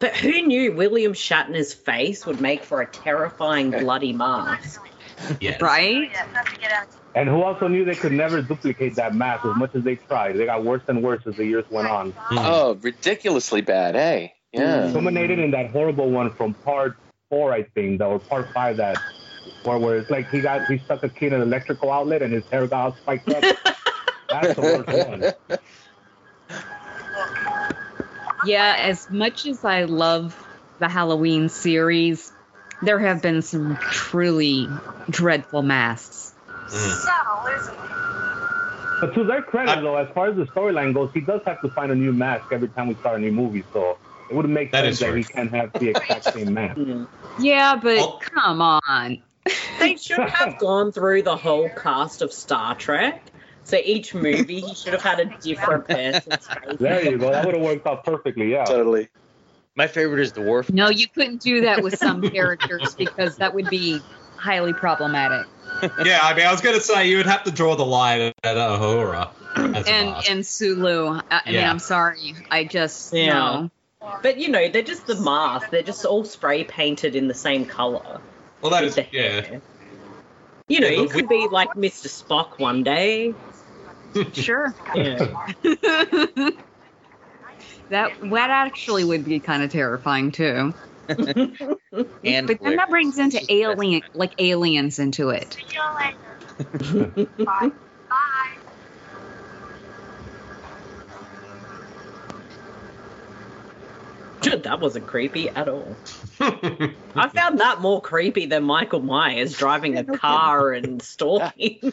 [SPEAKER 7] But who knew William Shatner's face would make for a terrifying bloody mask?
[SPEAKER 8] yes.
[SPEAKER 6] Right?
[SPEAKER 10] Yeah, not to get out.
[SPEAKER 3] And who also knew they could never duplicate that mask as much as they tried. They got worse and worse as the years went on.
[SPEAKER 1] oh, ridiculously bad, eh? Yeah.
[SPEAKER 3] Culminated in that horrible one from part four, I think, that or part five that where, where it's like he got he stuck a key in an electrical outlet and his hair got all spiked up. That's the worst one.
[SPEAKER 6] Yeah, as much as I love the Halloween series, there have been some truly dreadful masks.
[SPEAKER 8] Mm.
[SPEAKER 10] So, listen.
[SPEAKER 3] But to their credit, though, as far as the storyline goes, he does have to find a new mask every time we start a new movie. So it wouldn't make
[SPEAKER 8] That
[SPEAKER 3] sense
[SPEAKER 8] is
[SPEAKER 3] that
[SPEAKER 8] true.
[SPEAKER 3] he can't have the exact same mask.
[SPEAKER 7] Mm.
[SPEAKER 6] Yeah, but
[SPEAKER 8] Well-
[SPEAKER 6] come on.
[SPEAKER 7] They should have gone through the whole cast of Star Trek. So each movie, he should have had a different person's face.
[SPEAKER 3] There you go. That would have worked out perfectly. Yeah.
[SPEAKER 1] Totally.
[SPEAKER 5] My favorite is the dwarf.
[SPEAKER 6] No, you couldn't do that with some characters because that would be highly problematic.
[SPEAKER 8] Yeah, I mean, I was gonna say you would have to draw the line at Ahura. As
[SPEAKER 6] And and Sulu, I, I mean,
[SPEAKER 8] Yeah.
[SPEAKER 6] I'm sorry, I just
[SPEAKER 7] Yeah.
[SPEAKER 6] no.
[SPEAKER 7] But you know, they're just the mask. They're just all spray painted in the same color.
[SPEAKER 8] well, that is yeah.
[SPEAKER 7] yeah. You know,
[SPEAKER 8] Yeah, but
[SPEAKER 7] you could be like Mr. Spock one day.
[SPEAKER 6] Sure.
[SPEAKER 7] Yeah.
[SPEAKER 6] that that actually would be kind of terrifying too.
[SPEAKER 5] And
[SPEAKER 6] But then
[SPEAKER 5] Blair.
[SPEAKER 6] that brings into alien like aliens into it.
[SPEAKER 10] See you later. Bye. Bye.
[SPEAKER 7] that wasn't creepy at all. I found that more creepy than Michael Myers driving a car and stalking.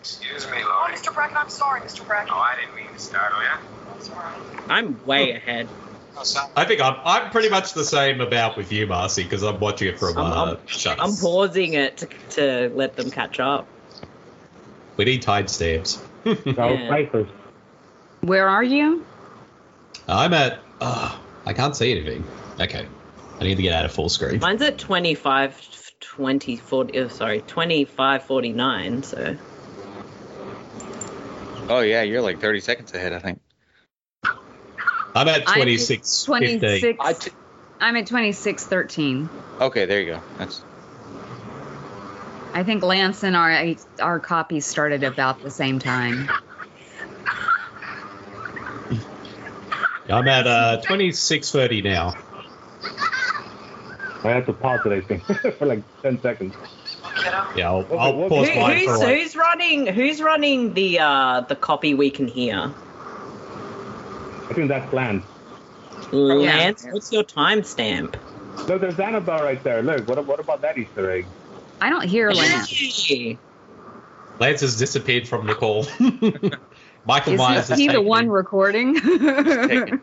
[SPEAKER 11] Excuse me,
[SPEAKER 10] Oh,
[SPEAKER 11] Lori.
[SPEAKER 10] Mr. Brackett, I'm sorry, Mr. Brackett.
[SPEAKER 11] Oh, I didn't mean to startle you.
[SPEAKER 10] It's all right.
[SPEAKER 7] I'm way ahead.
[SPEAKER 11] Oh, sorry.
[SPEAKER 8] I think I'm I'm pretty much the same about with you, Marcy, because I'm watching it from
[SPEAKER 7] I'm-
[SPEAKER 8] uh,
[SPEAKER 7] I'm-
[SPEAKER 8] shutter.
[SPEAKER 7] I'm pausing it to, to let them catch up.
[SPEAKER 8] We need timestamps.
[SPEAKER 3] That was
[SPEAKER 7] Yeah.
[SPEAKER 3] nicer.
[SPEAKER 6] Where are you?
[SPEAKER 8] I'm at. Uh, I can't see anything. Okay, I need to get out of full screen.
[SPEAKER 7] Mine's at 25, 20, 40, oh, sorry, 25, 49, so.
[SPEAKER 5] Oh yeah, you're like 30 seconds ahead, I think.
[SPEAKER 8] I'm at
[SPEAKER 6] I'm
[SPEAKER 8] 26.
[SPEAKER 6] 26.
[SPEAKER 1] I t-
[SPEAKER 6] I'm at 2613.
[SPEAKER 5] Okay, there you go. That's
[SPEAKER 6] I think Lance and our our copies started about the same time.
[SPEAKER 8] I'm at uh, 26:30 now.
[SPEAKER 3] I had to pause it, I think, for like 10 seconds.
[SPEAKER 8] Yeah, I'll,
[SPEAKER 3] Okay,
[SPEAKER 8] I'll
[SPEAKER 3] well,
[SPEAKER 8] pause
[SPEAKER 3] who-
[SPEAKER 8] mine for
[SPEAKER 7] who's,
[SPEAKER 8] like.
[SPEAKER 7] who's running? Who's running the uh, the copy we can hear?
[SPEAKER 3] I think that's Lance.
[SPEAKER 7] Lance, what's your timestamp?
[SPEAKER 3] Look, there's Annabelle right there. Look, what, what about that Easter egg?
[SPEAKER 6] I don't hear Lance.
[SPEAKER 7] Hey.
[SPEAKER 8] Lance has disappeared from the call. Michael Myers
[SPEAKER 6] Is
[SPEAKER 8] has
[SPEAKER 6] he the
[SPEAKER 8] taken-
[SPEAKER 6] one recording?
[SPEAKER 5] taken.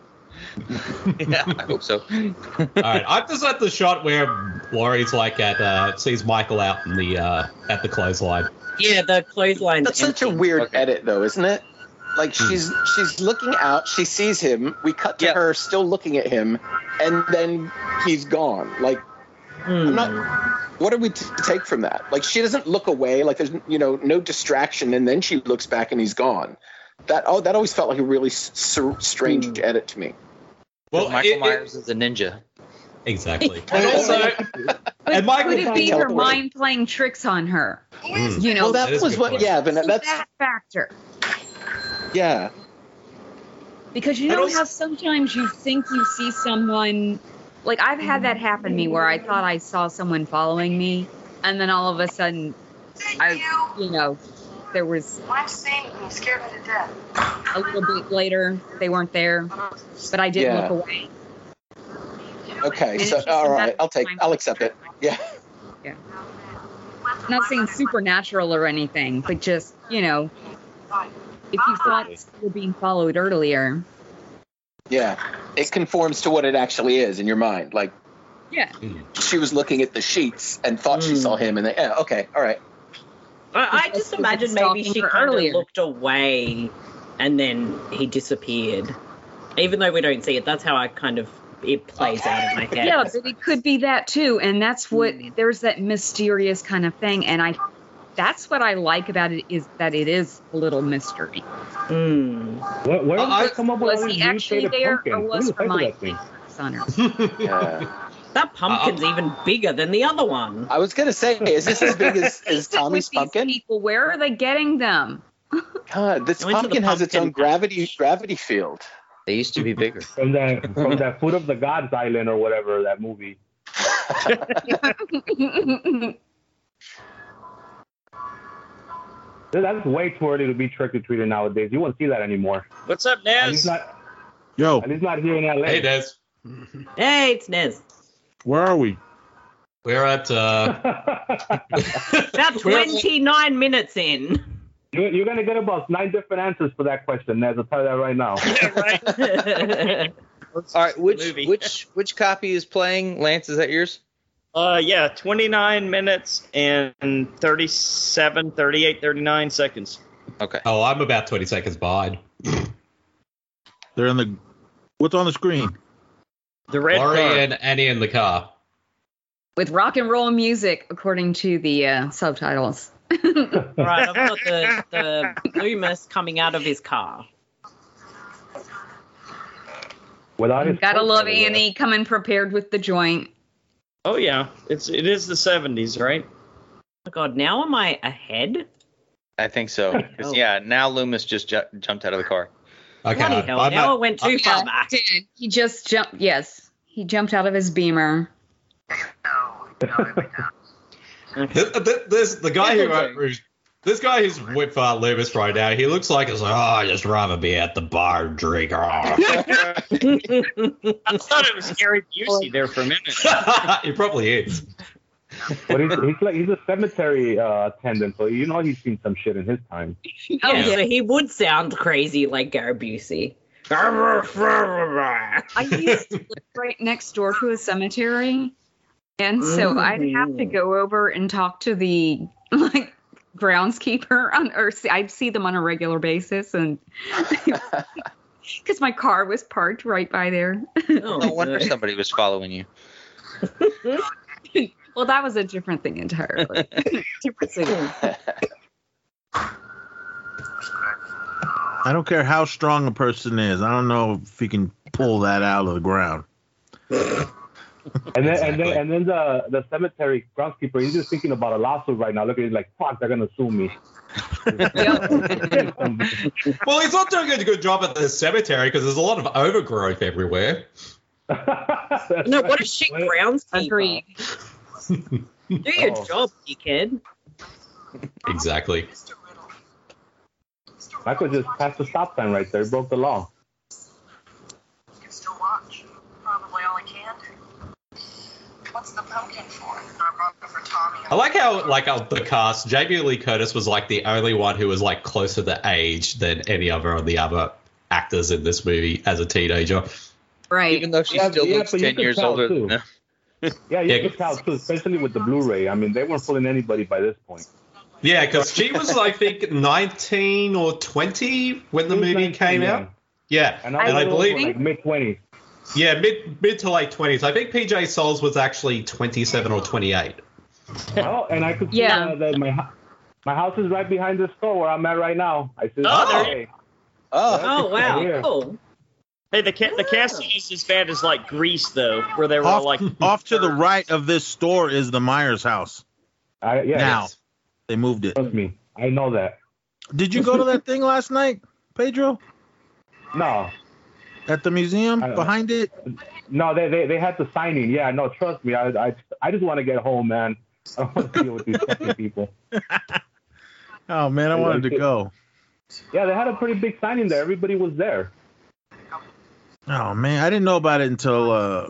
[SPEAKER 5] yeah, I hope so.
[SPEAKER 8] All right, I'm just at the shot where Laurie's like at uh, sees Michael out in the uh, at the clothesline.
[SPEAKER 7] Yeah, the clothesline.
[SPEAKER 1] That's such a weird
[SPEAKER 5] Okay. Hmm.
[SPEAKER 1] edit, though, isn't it? Like she's she's looking out, she sees him. We cut to
[SPEAKER 5] Yeah.
[SPEAKER 1] her still looking at him, and then he's gone. Like,
[SPEAKER 7] Hmm.
[SPEAKER 1] not- what are we to take from that? Like, she doesn't look away. Like, there's you know no distraction, and then she looks back and he's gone. That oh, that always felt like a really s- sur- strange
[SPEAKER 7] Hmm.
[SPEAKER 1] edit to me.
[SPEAKER 5] Well, Michael
[SPEAKER 8] it- it-
[SPEAKER 5] Myers is a ninja.
[SPEAKER 8] exactly. And also,
[SPEAKER 6] But
[SPEAKER 8] And Michael
[SPEAKER 6] could it be her
[SPEAKER 1] Myers-
[SPEAKER 6] mind playing tricks on her?
[SPEAKER 8] Mm.
[SPEAKER 6] You know,
[SPEAKER 1] Hmm. well,
[SPEAKER 8] that
[SPEAKER 1] that
[SPEAKER 8] is a
[SPEAKER 1] was
[SPEAKER 8] good
[SPEAKER 1] what.
[SPEAKER 8] point.
[SPEAKER 1] Yeah, but
[SPEAKER 6] that's,
[SPEAKER 1] that's
[SPEAKER 6] that factor.
[SPEAKER 1] yeah.
[SPEAKER 6] Because you
[SPEAKER 8] I
[SPEAKER 6] know
[SPEAKER 8] don't-
[SPEAKER 6] how sometimes you think you see someone like I've had that happen to me where I thought I saw someone following me and then all of a sudden
[SPEAKER 10] Thank
[SPEAKER 6] I
[SPEAKER 10] you.
[SPEAKER 6] you know there was
[SPEAKER 10] One scene and scared me to death.
[SPEAKER 6] a little bit later they weren't there but I didn't
[SPEAKER 1] Yeah.
[SPEAKER 6] look away.
[SPEAKER 1] Okay,
[SPEAKER 6] And
[SPEAKER 1] so
[SPEAKER 6] it's just
[SPEAKER 1] all right,
[SPEAKER 6] another
[SPEAKER 1] I'll take,
[SPEAKER 6] time.
[SPEAKER 1] I'll accept it. Yeah,
[SPEAKER 6] Not saying supernatural or anything, but just, you know, if you thought you were being followed earlier.
[SPEAKER 1] yeah. It conforms to what it actually is in your mind. Like.
[SPEAKER 6] Yeah.
[SPEAKER 1] she was looking at the sheets and thought she
[SPEAKER 7] Mm.
[SPEAKER 1] saw him, and then yeah, okay, all right,
[SPEAKER 7] I, I just
[SPEAKER 6] Because
[SPEAKER 7] imagine
[SPEAKER 6] it's
[SPEAKER 7] maybe
[SPEAKER 6] stalking
[SPEAKER 7] she
[SPEAKER 6] her
[SPEAKER 7] kind of
[SPEAKER 6] earlier.
[SPEAKER 7] looked away and then he disappeared. Even though we don't see it, that's how I kind of it plays out in my head.
[SPEAKER 6] Yeah, but it could be that too, and that's what
[SPEAKER 7] Mm.
[SPEAKER 6] there's that mysterious kind of thing, and I, that's what I like about it is that it is a little mystery.
[SPEAKER 7] Mm.
[SPEAKER 3] Where, where did
[SPEAKER 8] Uh,
[SPEAKER 3] they come up with
[SPEAKER 6] Was
[SPEAKER 3] all these
[SPEAKER 6] he
[SPEAKER 3] new
[SPEAKER 6] actually
[SPEAKER 3] shaded
[SPEAKER 6] there,
[SPEAKER 3] pumpkins?
[SPEAKER 6] or
[SPEAKER 3] What
[SPEAKER 6] was
[SPEAKER 3] is the title of
[SPEAKER 6] Hermione
[SPEAKER 3] that thing?
[SPEAKER 6] on her?
[SPEAKER 1] yeah. Uh, um,
[SPEAKER 7] That pumpkin's even bigger than the other one.
[SPEAKER 1] I was gonna say, is this as big as, as
[SPEAKER 6] With
[SPEAKER 1] Tommy's
[SPEAKER 6] these
[SPEAKER 1] pumpkin?
[SPEAKER 6] people, where are they getting them?
[SPEAKER 1] God, this
[SPEAKER 7] I went to the
[SPEAKER 1] pumpkin has its
[SPEAKER 7] pumpkin
[SPEAKER 1] own
[SPEAKER 7] patch.
[SPEAKER 1] gravity gravity field.
[SPEAKER 5] They used to be bigger.
[SPEAKER 3] From that, from that Foot of the Gods Island or whatever that movie. Dude, That's way too early to be trick or treating nowadays. You won't see that anymore.
[SPEAKER 2] What's up,
[SPEAKER 3] At
[SPEAKER 2] Nez?
[SPEAKER 3] least not,
[SPEAKER 12] Yo,
[SPEAKER 3] at least not here in LA.
[SPEAKER 8] hey, Des,
[SPEAKER 7] Hey, it's Nez.
[SPEAKER 12] where are we?
[SPEAKER 8] we're at uh,
[SPEAKER 7] About
[SPEAKER 8] We're-
[SPEAKER 7] 29 minutes in.
[SPEAKER 3] you, you're gonna get about nine different answers for that question, Nez. I'll tell you that right now.
[SPEAKER 2] Yeah, right.
[SPEAKER 5] All right, which
[SPEAKER 2] Movie.
[SPEAKER 5] which which copy is playing? Lance, is that yours?
[SPEAKER 2] Uh, yeah, 29 minutes and 37, 38, 39 seconds.
[SPEAKER 5] Okay.
[SPEAKER 8] oh, I'm about 20 seconds behind.
[SPEAKER 12] They're in the. What's on the screen?
[SPEAKER 2] The red
[SPEAKER 8] Laurie
[SPEAKER 2] card.
[SPEAKER 8] and Annie in the car.
[SPEAKER 6] With rock and roll music, according to the uh, subtitles.
[SPEAKER 7] All right, I've got the, the Loomis coming out of his car. Oh
[SPEAKER 3] Without his
[SPEAKER 6] Gotta
[SPEAKER 3] coat,
[SPEAKER 6] love
[SPEAKER 3] by the way.
[SPEAKER 6] Annie coming prepared with the joint.
[SPEAKER 2] Oh yeah, it's it is the 70s, right?
[SPEAKER 7] Oh, God, now am I ahead?
[SPEAKER 5] I think so. 'Cause,
[SPEAKER 7] Oh.
[SPEAKER 5] Yeah, now Loomis just ju- jumped out of the car.
[SPEAKER 8] Okay,
[SPEAKER 7] Bloody hell,
[SPEAKER 8] I'm
[SPEAKER 7] now I
[SPEAKER 8] at,
[SPEAKER 7] went too
[SPEAKER 6] Yeah,
[SPEAKER 7] far back.
[SPEAKER 6] he did. He just jumped. Yes, he jumped out of his beamer.
[SPEAKER 10] No, no, it would not.
[SPEAKER 8] this, this the guy who uh,
[SPEAKER 5] Okay.
[SPEAKER 8] who's- this guy who's with uh, Loomis right now. He looks like it's like, oh, I just rather be at the bar and drink. Oh.
[SPEAKER 2] I thought it was Gary Busey there for a minute.
[SPEAKER 8] he probably is.
[SPEAKER 3] But he's, he's like he's a cemetery uh, attendant, so you know he's seen some shit in his time.
[SPEAKER 7] Oh,
[SPEAKER 6] yeah.
[SPEAKER 7] so he would sound crazy like Gary Busey.
[SPEAKER 6] I used to live right next door to a cemetery, and so I'd have to go over and talk to the like groundskeeper on or see, I'd see them on a regular basis, and because my car was parked right by there.
[SPEAKER 7] Oh,
[SPEAKER 5] No wonder
[SPEAKER 7] no.
[SPEAKER 5] somebody was following you.
[SPEAKER 6] Well, that was a different thing entirely. different city.
[SPEAKER 12] I don't care how strong a person is. I don't know if he can pull that out of the ground.
[SPEAKER 3] And then
[SPEAKER 8] Exactly.
[SPEAKER 3] and then and then the the cemetery groundskeeper, he's just thinking about a lawsuit right now. Look at it like fuck, they're gonna sue me.
[SPEAKER 8] Well, he's not doing a good job at the cemetery because there's a lot of overgrowth everywhere.
[SPEAKER 7] No, what a shit
[SPEAKER 3] Well,
[SPEAKER 7] groundskeeper.
[SPEAKER 6] Agreed.
[SPEAKER 7] Do your
[SPEAKER 3] Oh.
[SPEAKER 7] job, dickhead.
[SPEAKER 8] Exactly.
[SPEAKER 10] Mr. Riddle. Mr.
[SPEAKER 3] Michael
[SPEAKER 10] Riddle
[SPEAKER 3] just passed the stop sign right there. He broke the law.
[SPEAKER 8] like how like of the cast, Jamie Lee Curtis was like the only one who was like closer to age than any other of the other actors in this movie as a teenager.
[SPEAKER 6] Right.
[SPEAKER 5] Even though she
[SPEAKER 3] Yeah,
[SPEAKER 5] still
[SPEAKER 3] yeah,
[SPEAKER 5] looks
[SPEAKER 3] but you
[SPEAKER 5] 10
[SPEAKER 3] could
[SPEAKER 5] years
[SPEAKER 3] tell,
[SPEAKER 5] older
[SPEAKER 3] too.
[SPEAKER 5] than them.
[SPEAKER 3] Yeah, you
[SPEAKER 8] Yeah.
[SPEAKER 3] could tell too, especially with the Blu-ray. I mean, they weren't fooling anybody by this point.
[SPEAKER 8] Yeah, because she was I think nineteen or twenty when the
[SPEAKER 3] She was
[SPEAKER 8] movie
[SPEAKER 3] 19,
[SPEAKER 8] came
[SPEAKER 3] yeah.
[SPEAKER 8] out. Yeah,
[SPEAKER 3] And
[SPEAKER 6] I
[SPEAKER 3] I,
[SPEAKER 6] would
[SPEAKER 3] believe
[SPEAKER 6] think-
[SPEAKER 3] like mid twenties.
[SPEAKER 8] yeah, mid mid to late twenties. I think PJ Souls was actually twenty seven or twenty eight.
[SPEAKER 3] Oh, and I could see
[SPEAKER 6] Yeah.
[SPEAKER 3] uh, that my hou- my house is right behind the store where I'm at right now. I see. the
[SPEAKER 2] Oh.
[SPEAKER 3] Blu-ray.
[SPEAKER 1] Oh,
[SPEAKER 7] Oh wow,
[SPEAKER 3] Yeah.
[SPEAKER 7] cool.
[SPEAKER 2] Hey, the ca- the casting is as bad as like Grease though, where they were all
[SPEAKER 13] Off,
[SPEAKER 2] like
[SPEAKER 13] off to the right of this store is the Myers house.
[SPEAKER 3] I, yeah,
[SPEAKER 13] now they moved it.
[SPEAKER 3] trust me, I know that.
[SPEAKER 13] Did you go to that thing last night, Pedro?
[SPEAKER 3] No,
[SPEAKER 13] At the museum
[SPEAKER 3] I don't know.
[SPEAKER 13] behind it?
[SPEAKER 3] no, they they, they had the signing. Yeah, no, trust me, I I, I just want to get home, man. I don't want to deal with these fucking people.
[SPEAKER 13] Oh man, I
[SPEAKER 3] Yeah,
[SPEAKER 13] wanted to
[SPEAKER 3] it-
[SPEAKER 13] go.
[SPEAKER 3] Yeah, they had a pretty big signing there. Everybody was there.
[SPEAKER 13] Oh man, I didn't know about it until uh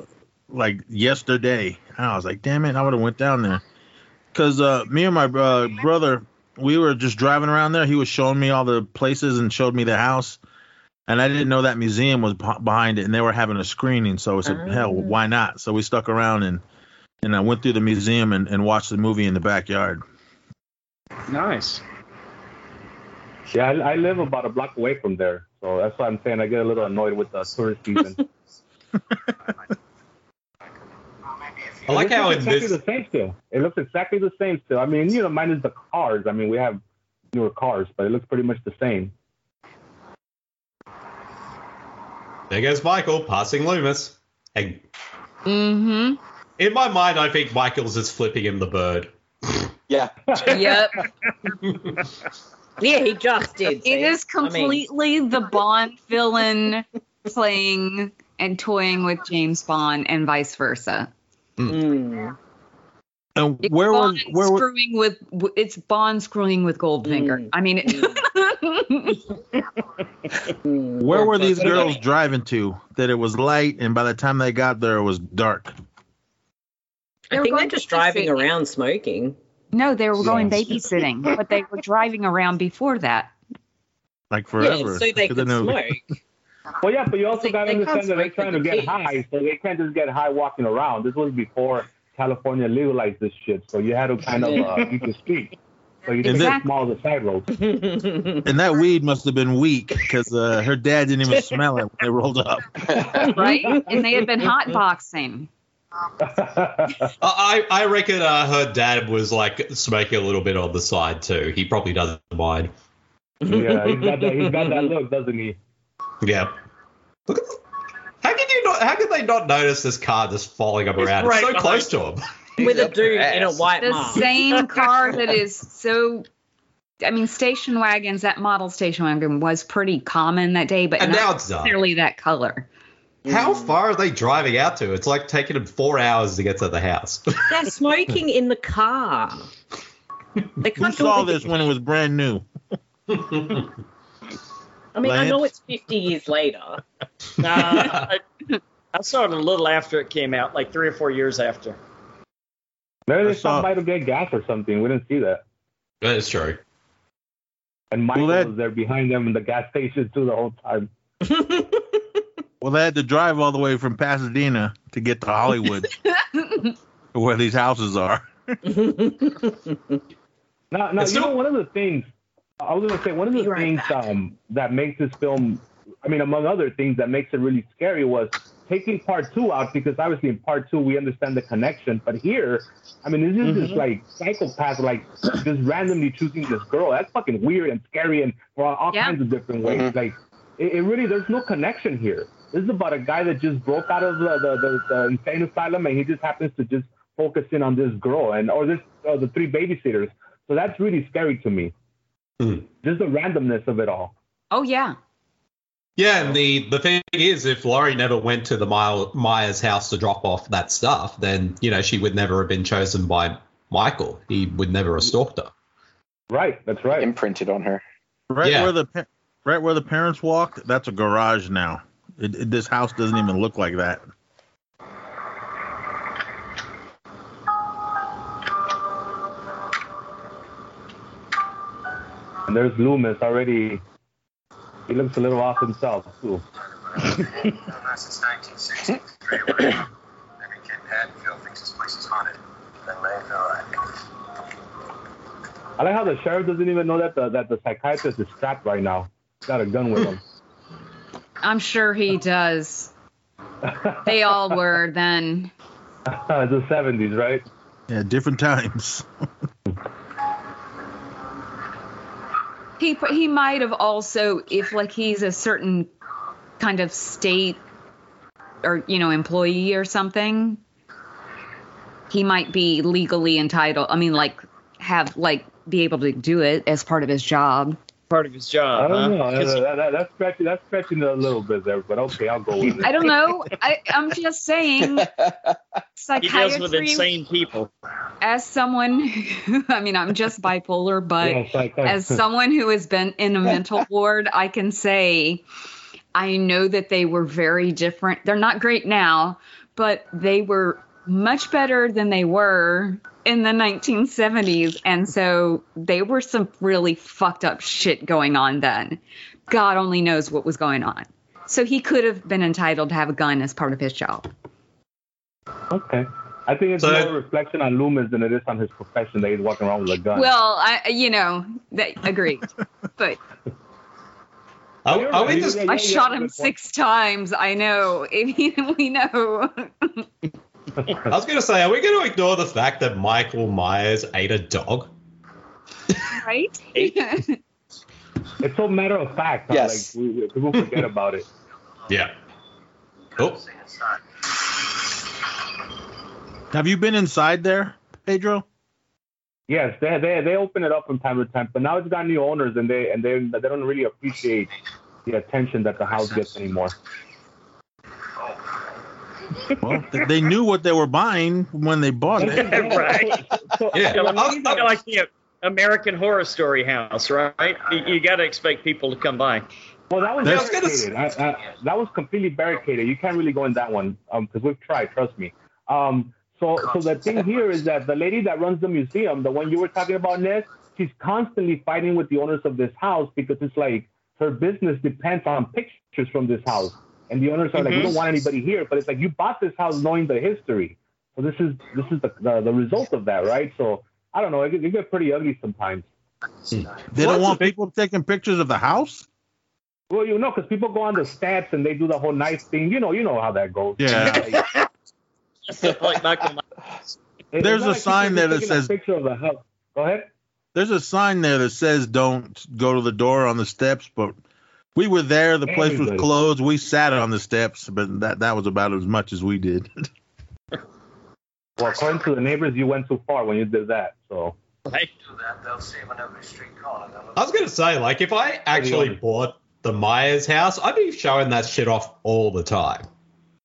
[SPEAKER 13] like yesterday. And I was like, damn it, I would have went down there. Cause uh me and my uh, brother, we were just driving around there. He was showing me all the places and showed me the house. And I didn't know that museum was beh- behind it, and they were having a screening. So we said,
[SPEAKER 7] Ah.
[SPEAKER 13] "Hell, why not?" So we stuck around and and I went through the museum and, and watched the movie in the backyard.
[SPEAKER 2] nice.
[SPEAKER 3] Yeah, I, I live about a block away from there, so that's why I'm saying I get a little annoyed with the tourist season.
[SPEAKER 8] I like
[SPEAKER 3] It looks
[SPEAKER 8] how in
[SPEAKER 3] exactly
[SPEAKER 8] this
[SPEAKER 3] the same still. It looks exactly the same still. I mean, you know, minus the cars. I mean, we have newer cars, but it looks pretty much the same.
[SPEAKER 8] there goes Michael passing Loomis. And
[SPEAKER 6] Mm-hmm.
[SPEAKER 8] in my mind, I think Michael's just flipping him the bird.
[SPEAKER 1] yeah.
[SPEAKER 6] Yep.
[SPEAKER 7] Yeah, he just did. see?
[SPEAKER 6] It is
[SPEAKER 7] I mean,
[SPEAKER 6] completely the Bond villain playing and toying with James Bond and vice versa.
[SPEAKER 7] mm,
[SPEAKER 13] And
[SPEAKER 6] It's
[SPEAKER 13] where
[SPEAKER 6] Bond
[SPEAKER 13] was where was
[SPEAKER 6] screwing with w- it's Bond screwing with Goldfinger.
[SPEAKER 7] Mm.
[SPEAKER 6] I mean, it,
[SPEAKER 7] mm.
[SPEAKER 13] where were these
[SPEAKER 5] But-
[SPEAKER 13] girls driving to? That it was light, and by the time they got there, it was dark.
[SPEAKER 7] I
[SPEAKER 6] They're
[SPEAKER 7] think they're
[SPEAKER 6] going
[SPEAKER 7] just
[SPEAKER 6] to
[SPEAKER 7] driving
[SPEAKER 6] sit-
[SPEAKER 7] around smoking.
[SPEAKER 6] no, they were going
[SPEAKER 3] Yeah.
[SPEAKER 6] babysitting, but they were driving around before that.
[SPEAKER 13] like forever.
[SPEAKER 7] Yeah, so they
[SPEAKER 13] Look at
[SPEAKER 7] could
[SPEAKER 13] the movie.
[SPEAKER 7] smoke.
[SPEAKER 3] Well, yeah, but you also
[SPEAKER 7] They-
[SPEAKER 3] got to
[SPEAKER 7] they can't
[SPEAKER 3] understand that
[SPEAKER 7] smoke
[SPEAKER 3] they're
[SPEAKER 7] like
[SPEAKER 3] trying to
[SPEAKER 7] the
[SPEAKER 3] get
[SPEAKER 7] kids.
[SPEAKER 3] high, so they can't just get high walking around. This was before California legalized this shit, so you had to kind of uh, beat the street. So you didn't
[SPEAKER 6] Exactly.
[SPEAKER 3] small the side roads.
[SPEAKER 13] And that weed must have been weak because uh, her dad didn't even smell it when they rolled up.
[SPEAKER 6] right? And they had been hot boxing.
[SPEAKER 8] I, I I reckon uh, her dad was like smoking a little bit on the side too. He probably doesn't mind.
[SPEAKER 3] yeah, he's got, that, he's got that look, doesn't he?
[SPEAKER 8] Yeah. Look at the- how could you not? How could they not notice this car just following him
[SPEAKER 2] It's
[SPEAKER 8] around?
[SPEAKER 2] right
[SPEAKER 8] it's so
[SPEAKER 2] behind
[SPEAKER 8] close to him.
[SPEAKER 7] with a
[SPEAKER 5] up their
[SPEAKER 7] dude in a
[SPEAKER 5] ass.
[SPEAKER 7] white
[SPEAKER 6] The
[SPEAKER 7] mask.
[SPEAKER 6] same car that is so. I mean, station wagons. That model station wagon was pretty common that day, but
[SPEAKER 8] And now
[SPEAKER 6] not
[SPEAKER 8] it's done.
[SPEAKER 6] necessarily that color.
[SPEAKER 8] How far are they driving out to? It's like taking them four hours to get to the house.
[SPEAKER 7] They're smoking in the car. They
[SPEAKER 13] Who
[SPEAKER 7] can't do
[SPEAKER 13] saw
[SPEAKER 7] anything.
[SPEAKER 13] this when it was brand new?
[SPEAKER 7] I mean, I know
[SPEAKER 13] Lance?
[SPEAKER 7] it's 50 years later.
[SPEAKER 2] Nah, Uh, I, I saw it a little after it came out, like three or four years after.
[SPEAKER 3] Maybe
[SPEAKER 13] I
[SPEAKER 3] they
[SPEAKER 13] saw-
[SPEAKER 3] stopped by to get gas or something. We didn't see that.
[SPEAKER 8] that is true.
[SPEAKER 3] And Michael
[SPEAKER 13] that-
[SPEAKER 3] was there behind them in the gas station too the whole time.
[SPEAKER 13] Well, they had to drive all the way from Pasadena to get to Hollywood, where these houses are.
[SPEAKER 3] Now, now
[SPEAKER 8] It's
[SPEAKER 3] you
[SPEAKER 8] not-
[SPEAKER 3] know one of the things I was gonna say one of the
[SPEAKER 7] Be right
[SPEAKER 3] things um, that makes this film, I mean, among other things that makes it really scary was taking part two out because obviously in part two we understand the connection, but here, I mean, this is just
[SPEAKER 7] Mm-hmm.
[SPEAKER 3] like psychopath like just randomly choosing this girl. That's fucking weird and scary and for all, all
[SPEAKER 6] Yeah.
[SPEAKER 3] kinds of different ways.
[SPEAKER 1] Mhm.
[SPEAKER 3] Like it, it really there's no connection here. This is about a guy that just broke out of the, the, the, the insane asylum and he just happens to just focus in on this girl and or this or the three babysitters. So that's really scary to me.
[SPEAKER 8] Hmm.
[SPEAKER 3] Just the randomness of it all.
[SPEAKER 6] Oh yeah,
[SPEAKER 8] Yeah, and the, the thing is, if Laurie never went to the Mile, Myers house to drop off that stuff, then you know she would never have been chosen by Michael. He would never have stalked her.
[SPEAKER 3] Right, that's right.
[SPEAKER 1] Imprinted on her.
[SPEAKER 13] Right
[SPEAKER 8] Yeah.
[SPEAKER 13] where the pa- right where the parents walked, that's a garage now. It, it- this house doesn't even look like that.
[SPEAKER 3] And there's Loomis already. He looks a little off himself too.
[SPEAKER 11] Unless it's 1963 or whatever. Every kid in Haddonfield thinks this place is haunted. Then they know
[SPEAKER 3] I like how the sheriff doesn't even know that the that the psychiatrist is strapped right now. He's Got a gun with him.
[SPEAKER 6] I'm sure he does. they all were then.
[SPEAKER 3] it's the seventies, right?
[SPEAKER 13] Yeah, different times.
[SPEAKER 6] He he might have also if like he's a certain kind of state or you know employee or something. He might be legally entitled. I mean, like have like be able to do it as part of his job.
[SPEAKER 2] Part of his job.
[SPEAKER 3] I don't
[SPEAKER 2] huh?
[SPEAKER 3] know.
[SPEAKER 2] 'Cause-
[SPEAKER 3] That, that, that's stretching. That's stretching it a little bit there, but okay, I'll go with it.
[SPEAKER 6] I don't know. I, I'm just saying.
[SPEAKER 2] He
[SPEAKER 6] Psychiatry.
[SPEAKER 2] deals with insane people.
[SPEAKER 6] as someone who, I mean, I'm just bipolar, but
[SPEAKER 2] Yeah, it's like uh, that.
[SPEAKER 6] as someone who has been in a mental ward, I can say I know that they were very different. They're not great now, but they were much better than they were in the 1970s. And so they were some really fucked up shit going on then. God only knows what was going on. So he could have been entitled to have a gun as part of his job.
[SPEAKER 3] Okay. I think it's
[SPEAKER 8] So-
[SPEAKER 3] more a reflection on Loomis than it is on his profession that he's walking around with a gun.
[SPEAKER 6] Well, I, you know, that agreed, but
[SPEAKER 8] Are, are we
[SPEAKER 3] right.
[SPEAKER 8] just?
[SPEAKER 6] I shot him six times. I know. I mean, we know.
[SPEAKER 8] I was going to say, are we going to ignore the fact that Michael Myers ate a dog?
[SPEAKER 6] right?
[SPEAKER 3] It's so matter of fact. huh?
[SPEAKER 8] Yes.
[SPEAKER 3] Like, we, we, people forget about it.
[SPEAKER 8] Yeah. Oh,
[SPEAKER 13] Have you been inside there, Pedro?
[SPEAKER 3] Yes, they, they they open it up from time to time, but now it's got new owners and they and they they don't really appreciate the attention that the house gets anymore.
[SPEAKER 13] Well, th- they knew what they were buying when they bought it.
[SPEAKER 2] right.
[SPEAKER 8] Yeah.
[SPEAKER 2] Kinda like- kinda like the American Horror Story house, right? You, you got to expect people to come by.
[SPEAKER 3] Well, that was
[SPEAKER 13] That's-
[SPEAKER 3] barricaded. I, I, that was completely barricaded. You can't really go in that one because we've tried. Trust me. Um, so so the thing here is that the lady that runs the museum, the one you were talking about, Ned, she's constantly fighting with the owners of this house because it's like her business depends on pictures from this house, and the owners are like, we don't want anybody here. But it's like you bought this house knowing the history. So this is this is the the, the result of that, right? So I don't know. It, it gets pretty ugly sometimes.
[SPEAKER 13] They
[SPEAKER 8] What's
[SPEAKER 13] don't
[SPEAKER 8] the
[SPEAKER 13] want
[SPEAKER 8] big-
[SPEAKER 13] people taking pictures of the house.
[SPEAKER 3] Well, you know, because people go on the stats and they do the whole nice thing. You know, you know how that goes.
[SPEAKER 13] Yeah.
[SPEAKER 3] Like,
[SPEAKER 2] Stuff like Michael Myers.
[SPEAKER 3] It-
[SPEAKER 13] There's
[SPEAKER 3] it's not
[SPEAKER 13] a sign
[SPEAKER 3] people
[SPEAKER 13] there that
[SPEAKER 3] taking a
[SPEAKER 13] says-
[SPEAKER 3] picture of the house. Go ahead.
[SPEAKER 13] There's a sign there that says "Don't go to the door on the steps," but we were there. The place was
[SPEAKER 3] Everybody.
[SPEAKER 13] closed. We sat on the steps, but that that was about as much as we did.
[SPEAKER 3] Well, according to the neighbors, you went too far when you did that. So
[SPEAKER 2] Right?
[SPEAKER 11] do that, they'll see him on every street corner. They'll
[SPEAKER 8] I was going to say, like, if I actually bought the Myers house, I'd be showing that shit off all the time.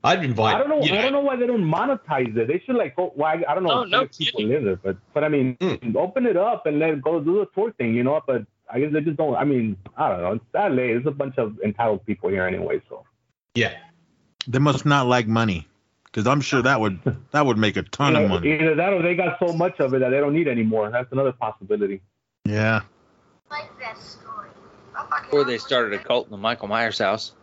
[SPEAKER 8] I'd invite.
[SPEAKER 3] I don't know.
[SPEAKER 8] you
[SPEAKER 3] I don't know why they don't monetize it. They should like go. Why I don't know.
[SPEAKER 2] Oh,
[SPEAKER 3] if
[SPEAKER 2] no
[SPEAKER 3] people live there, but but I mean,
[SPEAKER 13] Hmm.
[SPEAKER 3] open it up and let it go do the tour thing. You know, but I guess they just don't. I mean, I don't know. It's LA. There's a bunch of entitled people here anyway. So
[SPEAKER 8] Yeah.
[SPEAKER 13] They must not like money, because I'm sure that would that would make a ton of
[SPEAKER 3] either,
[SPEAKER 13] money.
[SPEAKER 3] either that or they got so much of it that they don't need anymore. That's another possibility.
[SPEAKER 13] Yeah.
[SPEAKER 10] Like that story.
[SPEAKER 5] Or they started a cult in the Michael Myers house.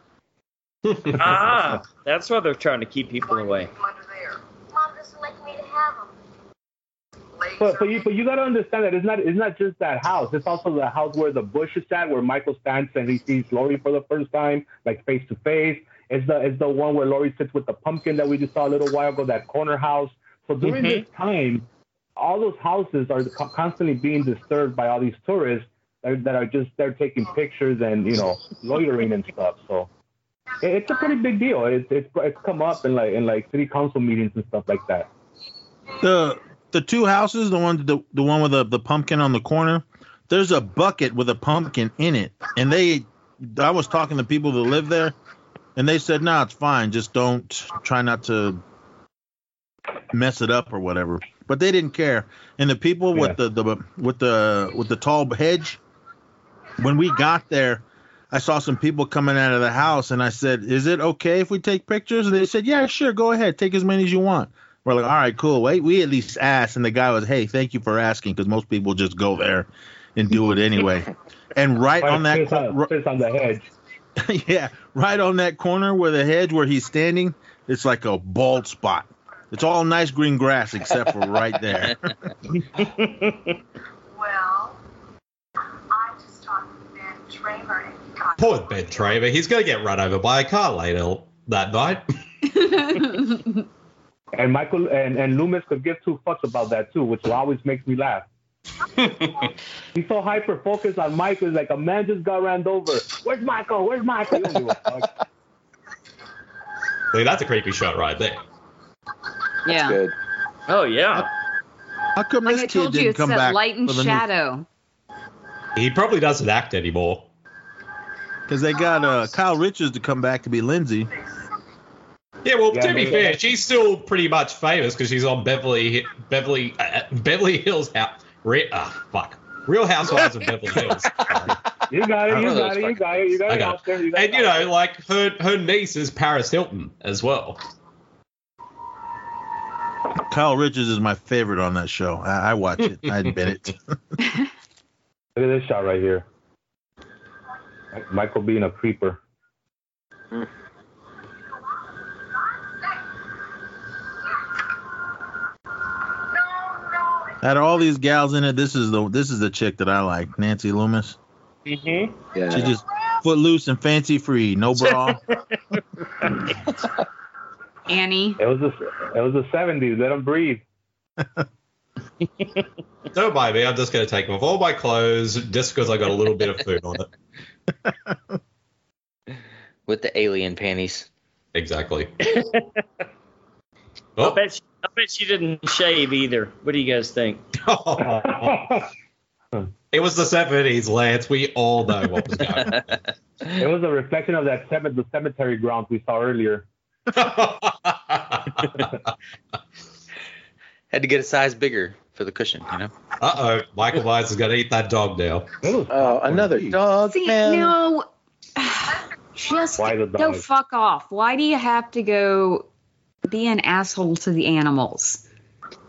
[SPEAKER 2] Ah, that's why they're trying to keep people away.
[SPEAKER 10] Come under there. Mom doesn't like me to have them.
[SPEAKER 3] But but you but you gotta understand that it's not it's not just that house. It's also the house where the bush is at, where Michael stands and he sees Lori for the first time, like face to face. It's the it's the one where Lori sits with the pumpkin that we just saw a little while ago, that corner house. So during this time, all those houses are co- constantly being disturbed by all these tourists that, that are just there taking pictures and you know loitering and stuff. So it, it's a pretty big deal. It's it's it's come up in like in like city council meetings and stuff like that.
[SPEAKER 13] the the two houses, the one the, the one with the, the pumpkin on the corner, there's a bucket with a pumpkin in it. And they I was talking to people that live there and they said, No, it's fine, just don't try not to mess it up or whatever. But they didn't care. And the people with the, the with the with the tall hedge, when we got there, I saw some people coming out of the house and I said, Is it okay if we take pictures? And they said, Yeah, sure, go ahead, take as many as you want. We're like, all right, cool. Wait, we at least asked. And the guy was, hey, thank you for asking because most people just go there and do it anyway. and right on that
[SPEAKER 3] Fist on, fist on the hedge.
[SPEAKER 13] yeah, right on that corner where the hedge where he's standing, it's like a bald spot. It's all nice green grass except for right there.
[SPEAKER 10] Well, I just talked to Ben Tramer and he got
[SPEAKER 8] Poor Ben Traver. He's going to get run over by a car later that night.
[SPEAKER 3] And Michael and, and Loomis could give two fucks about that too, which always makes me laugh. He's so hyper focused on Michael. He's like, a man just got ran over. Where's Michael? Where's Michael? He don't give a fuck.
[SPEAKER 8] Look, that's a creepy shot right there.
[SPEAKER 6] Yeah.
[SPEAKER 1] Good.
[SPEAKER 2] Oh, yeah.
[SPEAKER 13] How come
[SPEAKER 6] Like
[SPEAKER 13] this
[SPEAKER 6] I
[SPEAKER 13] kid
[SPEAKER 6] told
[SPEAKER 13] didn't
[SPEAKER 6] you, it's
[SPEAKER 13] come
[SPEAKER 6] that
[SPEAKER 13] back
[SPEAKER 6] light and
[SPEAKER 13] for the
[SPEAKER 6] shadow.
[SPEAKER 8] He probably doesn't act anymore.
[SPEAKER 13] Because they got uh, Kyle Richards to come back to be Lindsay.
[SPEAKER 8] Yeah, well,
[SPEAKER 3] Yeah,
[SPEAKER 8] to be
[SPEAKER 3] maybe.
[SPEAKER 8] fair, she's still pretty much famous because she's on Beverly Beverly uh, Beverly Hills house. Re- uh, fuck, Real Housewives of Beverly Hills.
[SPEAKER 3] You got it.
[SPEAKER 5] I
[SPEAKER 3] You
[SPEAKER 5] don't know
[SPEAKER 3] got it.
[SPEAKER 5] those
[SPEAKER 3] You got it. You got
[SPEAKER 8] I
[SPEAKER 3] it
[SPEAKER 8] got
[SPEAKER 3] out there. You got
[SPEAKER 8] And
[SPEAKER 3] it
[SPEAKER 8] you
[SPEAKER 3] out
[SPEAKER 8] know, like her her niece is Paris Hilton as well.
[SPEAKER 13] Kyle Richards is my favorite on that show. I, I watch it. I admit it.
[SPEAKER 3] there. Look at this shot right here. Michael being a creeper.
[SPEAKER 13] Out of all these gals in it, this is the this is the chick that I like, Nancy Loomis.
[SPEAKER 2] Mm-hmm.
[SPEAKER 1] Yeah.
[SPEAKER 13] She just footloose and fancy free, no bra.
[SPEAKER 6] Annie.
[SPEAKER 3] It was the it was the seventies. Let him breathe.
[SPEAKER 8] Don't mind me. I'm just going to take off all my clothes just because I got a little bit of food on it.
[SPEAKER 5] with the alien panties.
[SPEAKER 8] Exactly.
[SPEAKER 2] I
[SPEAKER 8] Oh.
[SPEAKER 2] bet she, I bet she didn't shave either. What do you guys think?
[SPEAKER 3] it
[SPEAKER 8] it was the 70s, Lance. We all know what was going on.
[SPEAKER 3] was a reflection of that cemetery, the cemetery grounds we saw earlier.
[SPEAKER 8] uh
[SPEAKER 5] Had to get a size bigger for the cushion, you know.
[SPEAKER 8] oh, Michael Myers is going to eat that dog now.
[SPEAKER 3] It was
[SPEAKER 1] Oh, another dog,
[SPEAKER 6] See,
[SPEAKER 1] man.
[SPEAKER 6] no. Just
[SPEAKER 3] Why the
[SPEAKER 6] go
[SPEAKER 3] dog?
[SPEAKER 6] fuck off. Why do you have to go be an asshole to the animals?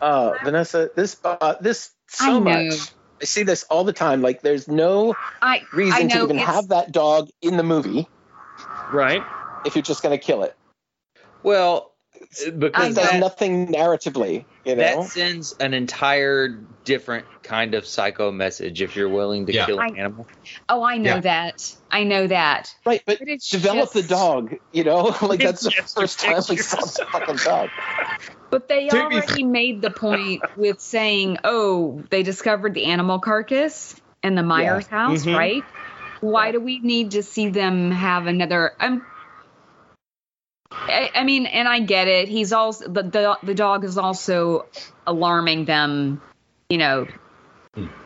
[SPEAKER 1] Oh, Vanessa, this uh, this so
[SPEAKER 6] I know.
[SPEAKER 1] much. I see this all the time. Like, there's no
[SPEAKER 6] I I
[SPEAKER 1] reason
[SPEAKER 6] know
[SPEAKER 1] to even
[SPEAKER 6] it's-
[SPEAKER 1] have that dog in the movie
[SPEAKER 2] Right?
[SPEAKER 1] if you're just gonna kill it.
[SPEAKER 5] Well, because
[SPEAKER 1] It does
[SPEAKER 5] that,
[SPEAKER 1] nothing narratively, you know.
[SPEAKER 5] that sends an entire different kind of psycho message if you're willing to
[SPEAKER 8] Yeah.
[SPEAKER 5] kill an
[SPEAKER 6] I-
[SPEAKER 5] animal.
[SPEAKER 6] Oh, I know
[SPEAKER 8] Yeah.
[SPEAKER 6] that. I know that.
[SPEAKER 1] right, but
[SPEAKER 6] But it's
[SPEAKER 1] develop the
[SPEAKER 6] just-
[SPEAKER 1] dog, you know? like that's the
[SPEAKER 2] It's just
[SPEAKER 1] first time we
[SPEAKER 2] ridiculous.
[SPEAKER 1] saw the fucking dog.
[SPEAKER 6] But they
[SPEAKER 8] To be
[SPEAKER 6] already made the point with saying, "Oh, they discovered the animal carcass in the Myers house,
[SPEAKER 5] Mm-hmm.
[SPEAKER 2] Mhm.
[SPEAKER 6] right? Why do we need to see them have another?" I'm, I, I mean, and I get it. He's also the, the the dog is also alarming them, you know,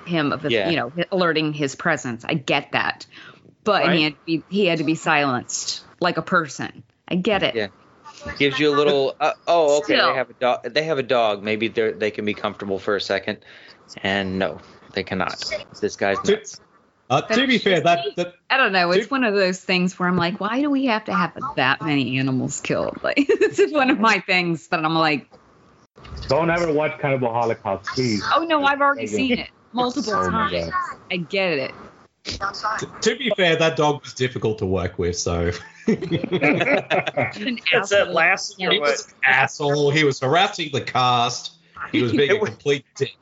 [SPEAKER 6] him of the,
[SPEAKER 5] Hmm. Yeah.
[SPEAKER 6] you know alerting his presence. I get that, but and he had to be he had to be silenced like a person. I get it.
[SPEAKER 5] Yeah. Gives you a little. Uh, oh, okay.
[SPEAKER 6] Still.
[SPEAKER 5] They have a dog. They have a dog. Maybe they they can be comfortable for a second. And no, they cannot. This guy's
[SPEAKER 8] To,
[SPEAKER 5] nuts.
[SPEAKER 8] uh, to be fair, that, that
[SPEAKER 6] I don't know. It's
[SPEAKER 8] Dude.
[SPEAKER 6] one of those things where I'm like, why do we have to have that many animals killed? Like, this is one of my things that I'm like,
[SPEAKER 3] Don't ever watch Cannibal Holocaust, please.
[SPEAKER 6] oh no, I've already
[SPEAKER 3] Okay.
[SPEAKER 6] seen it multiple
[SPEAKER 3] Oh, my
[SPEAKER 6] times. I get it.
[SPEAKER 10] outside.
[SPEAKER 8] to be fair, that dog was difficult to work with. So
[SPEAKER 6] It's an
[SPEAKER 2] It's that
[SPEAKER 6] asshole.
[SPEAKER 2] last
[SPEAKER 6] Yeah.
[SPEAKER 2] year.
[SPEAKER 8] he was an asshole. He was harassing the cast. He was being a complete dick.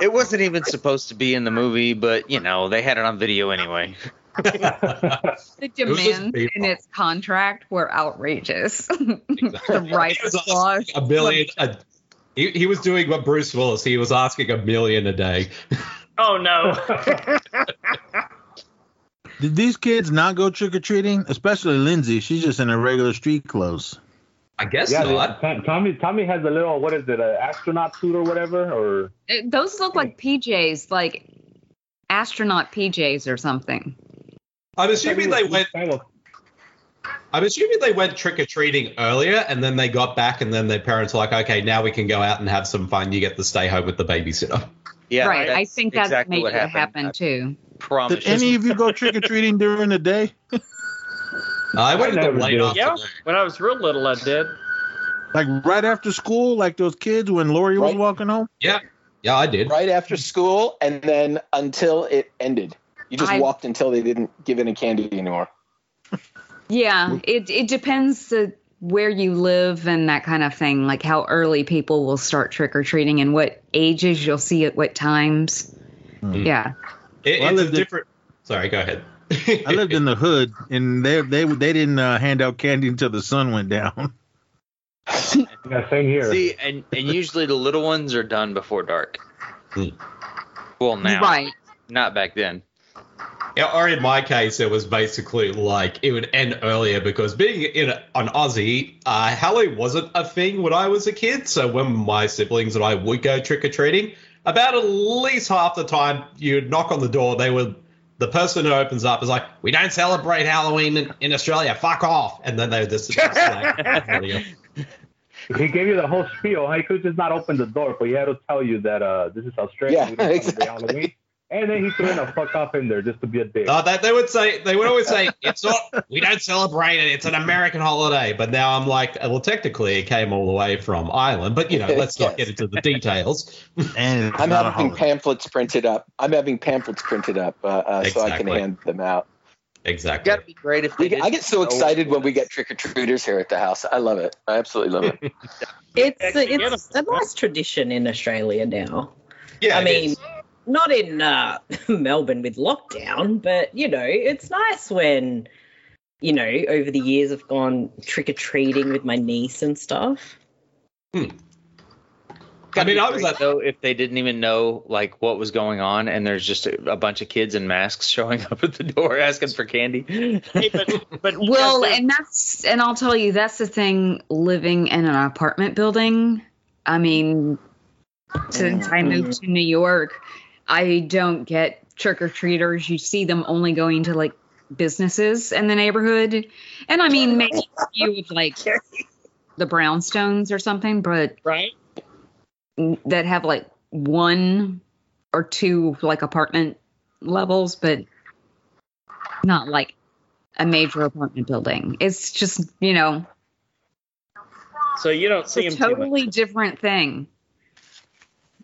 [SPEAKER 5] It wasn't even supposed to be in the movie, but you know they had it on video anyway.
[SPEAKER 6] The
[SPEAKER 8] was just
[SPEAKER 6] demands
[SPEAKER 8] people.
[SPEAKER 6] in its contract were outrageous. the right
[SPEAKER 8] He was
[SPEAKER 6] clause.
[SPEAKER 8] asking a million. A, he, he was doing what Bruce Willis. He was asking a million a day.
[SPEAKER 2] Oh, no.
[SPEAKER 13] Did these kids not go trick or treating? Especially Lindsay. She's just in her regular street clothes.
[SPEAKER 8] I guess
[SPEAKER 3] yeah,
[SPEAKER 8] not.
[SPEAKER 3] they- Tommy. Tommy has a little. What is it? An astronaut suit or whatever? Or
[SPEAKER 6] Uh, Those look like PJs, like astronaut PJs or something.
[SPEAKER 8] I'm assuming they went. I'm assuming they went trick or treating earlier, and then they got back, and then their parents were like, "Okay, now we can go out and have some fun. You get to stay home with the babysitter."
[SPEAKER 5] Yeah,
[SPEAKER 6] right. I think that's
[SPEAKER 5] exactly
[SPEAKER 6] maybe
[SPEAKER 5] what
[SPEAKER 6] what
[SPEAKER 5] happened. I
[SPEAKER 6] happened too.
[SPEAKER 5] promise.
[SPEAKER 13] Did any of you go trick or treating during the day? Uh,
[SPEAKER 8] I went
[SPEAKER 3] I
[SPEAKER 8] to
[SPEAKER 3] never
[SPEAKER 8] late
[SPEAKER 3] do.
[SPEAKER 8] afternoon.
[SPEAKER 2] yeah. When I was real little, I did.
[SPEAKER 13] Like right after school, like those kids when Lori was
[SPEAKER 1] Right.
[SPEAKER 13] walking home?
[SPEAKER 8] Yeah, I did.
[SPEAKER 1] Right after school and then until it ended. You just
[SPEAKER 6] I-
[SPEAKER 1] walked until they didn't give any candy anymore.
[SPEAKER 6] Yeah, it it depends uh where you live and that kind of thing, like how early people will start trick or treating and what ages you'll see at what times.
[SPEAKER 1] Mm.
[SPEAKER 13] Mm.
[SPEAKER 6] Yeah.
[SPEAKER 8] It,
[SPEAKER 13] Well, I
[SPEAKER 8] it's a
[SPEAKER 13] lived in-
[SPEAKER 8] different. Sorry, go ahead.
[SPEAKER 13] I lived in the hood, and they they they didn't uh, hand out candy until the sun went down.
[SPEAKER 3] Yeah, same here.
[SPEAKER 5] See, and, and usually the little ones are done before dark.
[SPEAKER 13] Hmm.
[SPEAKER 5] Well, now,
[SPEAKER 6] Right.
[SPEAKER 5] not back then.
[SPEAKER 8] Yeah, or in my case, it was basically like it would end earlier because being in an Aussie, uh, Halloween wasn't a thing when I was a kid. So when my siblings and I would go trick or treating, about at least half the time you'd knock on the door, they would. The person who opens up is like, "We don't celebrate Halloween in, in Australia. Fuck off!" And then they would just, just like,
[SPEAKER 3] He gave you the whole spiel. He could just not open the door, but he had to tell you that uh, this is Australia.
[SPEAKER 1] Yeah,
[SPEAKER 3] we don't celebrate
[SPEAKER 1] exactly.
[SPEAKER 3] Halloween. And then he threw in a fuck off in there just to be a dick.
[SPEAKER 8] Uh, they, they would say they would always say it's not we don't celebrate it. It's an American holiday. But now I'm like, uh, well, technically it came all the way from Ireland. But you know, let's not get into the details.
[SPEAKER 13] And
[SPEAKER 1] I'm having pamphlets printed up. I'm having pamphlets printed up uh, uh, so I can
[SPEAKER 8] Exactly.
[SPEAKER 1] hand them out.
[SPEAKER 8] Exactly.
[SPEAKER 5] That'd be great if
[SPEAKER 1] We
[SPEAKER 5] they
[SPEAKER 1] get, I
[SPEAKER 5] did
[SPEAKER 1] get so
[SPEAKER 5] know
[SPEAKER 1] excited when we get trick or treaters here at the house. I love it. I absolutely love it.
[SPEAKER 7] It's
[SPEAKER 2] Actually,
[SPEAKER 7] a, it's a nice tradition in Australia now.
[SPEAKER 8] Yeah,
[SPEAKER 7] I
[SPEAKER 8] it
[SPEAKER 7] mean,
[SPEAKER 8] is.
[SPEAKER 7] not in uh, Melbourne with lockdown, but you know, it's nice when you know over the years I've gone trick or treating with my niece and stuff.
[SPEAKER 8] I
[SPEAKER 5] That'd
[SPEAKER 8] mean,
[SPEAKER 5] be
[SPEAKER 8] I was
[SPEAKER 5] great,
[SPEAKER 8] at-
[SPEAKER 5] though if they didn't even know like what was going on, and there's just a, a bunch of kids in masks showing up at the door asking for candy.
[SPEAKER 2] Hey, but but
[SPEAKER 6] Well, and that's and I'll tell you that's the thing living in an apartment building. I mean, since I moved to New York, I don't get trick or treaters. You see them only going to like businesses in the neighborhood, and I mean maybe a few with like the brownstones or something, but
[SPEAKER 2] right?
[SPEAKER 6] that have like one or two like apartment levels, but not like a major apartment building. It's just you know
[SPEAKER 2] So you don't see
[SPEAKER 6] a
[SPEAKER 2] him too much.
[SPEAKER 6] totally different thing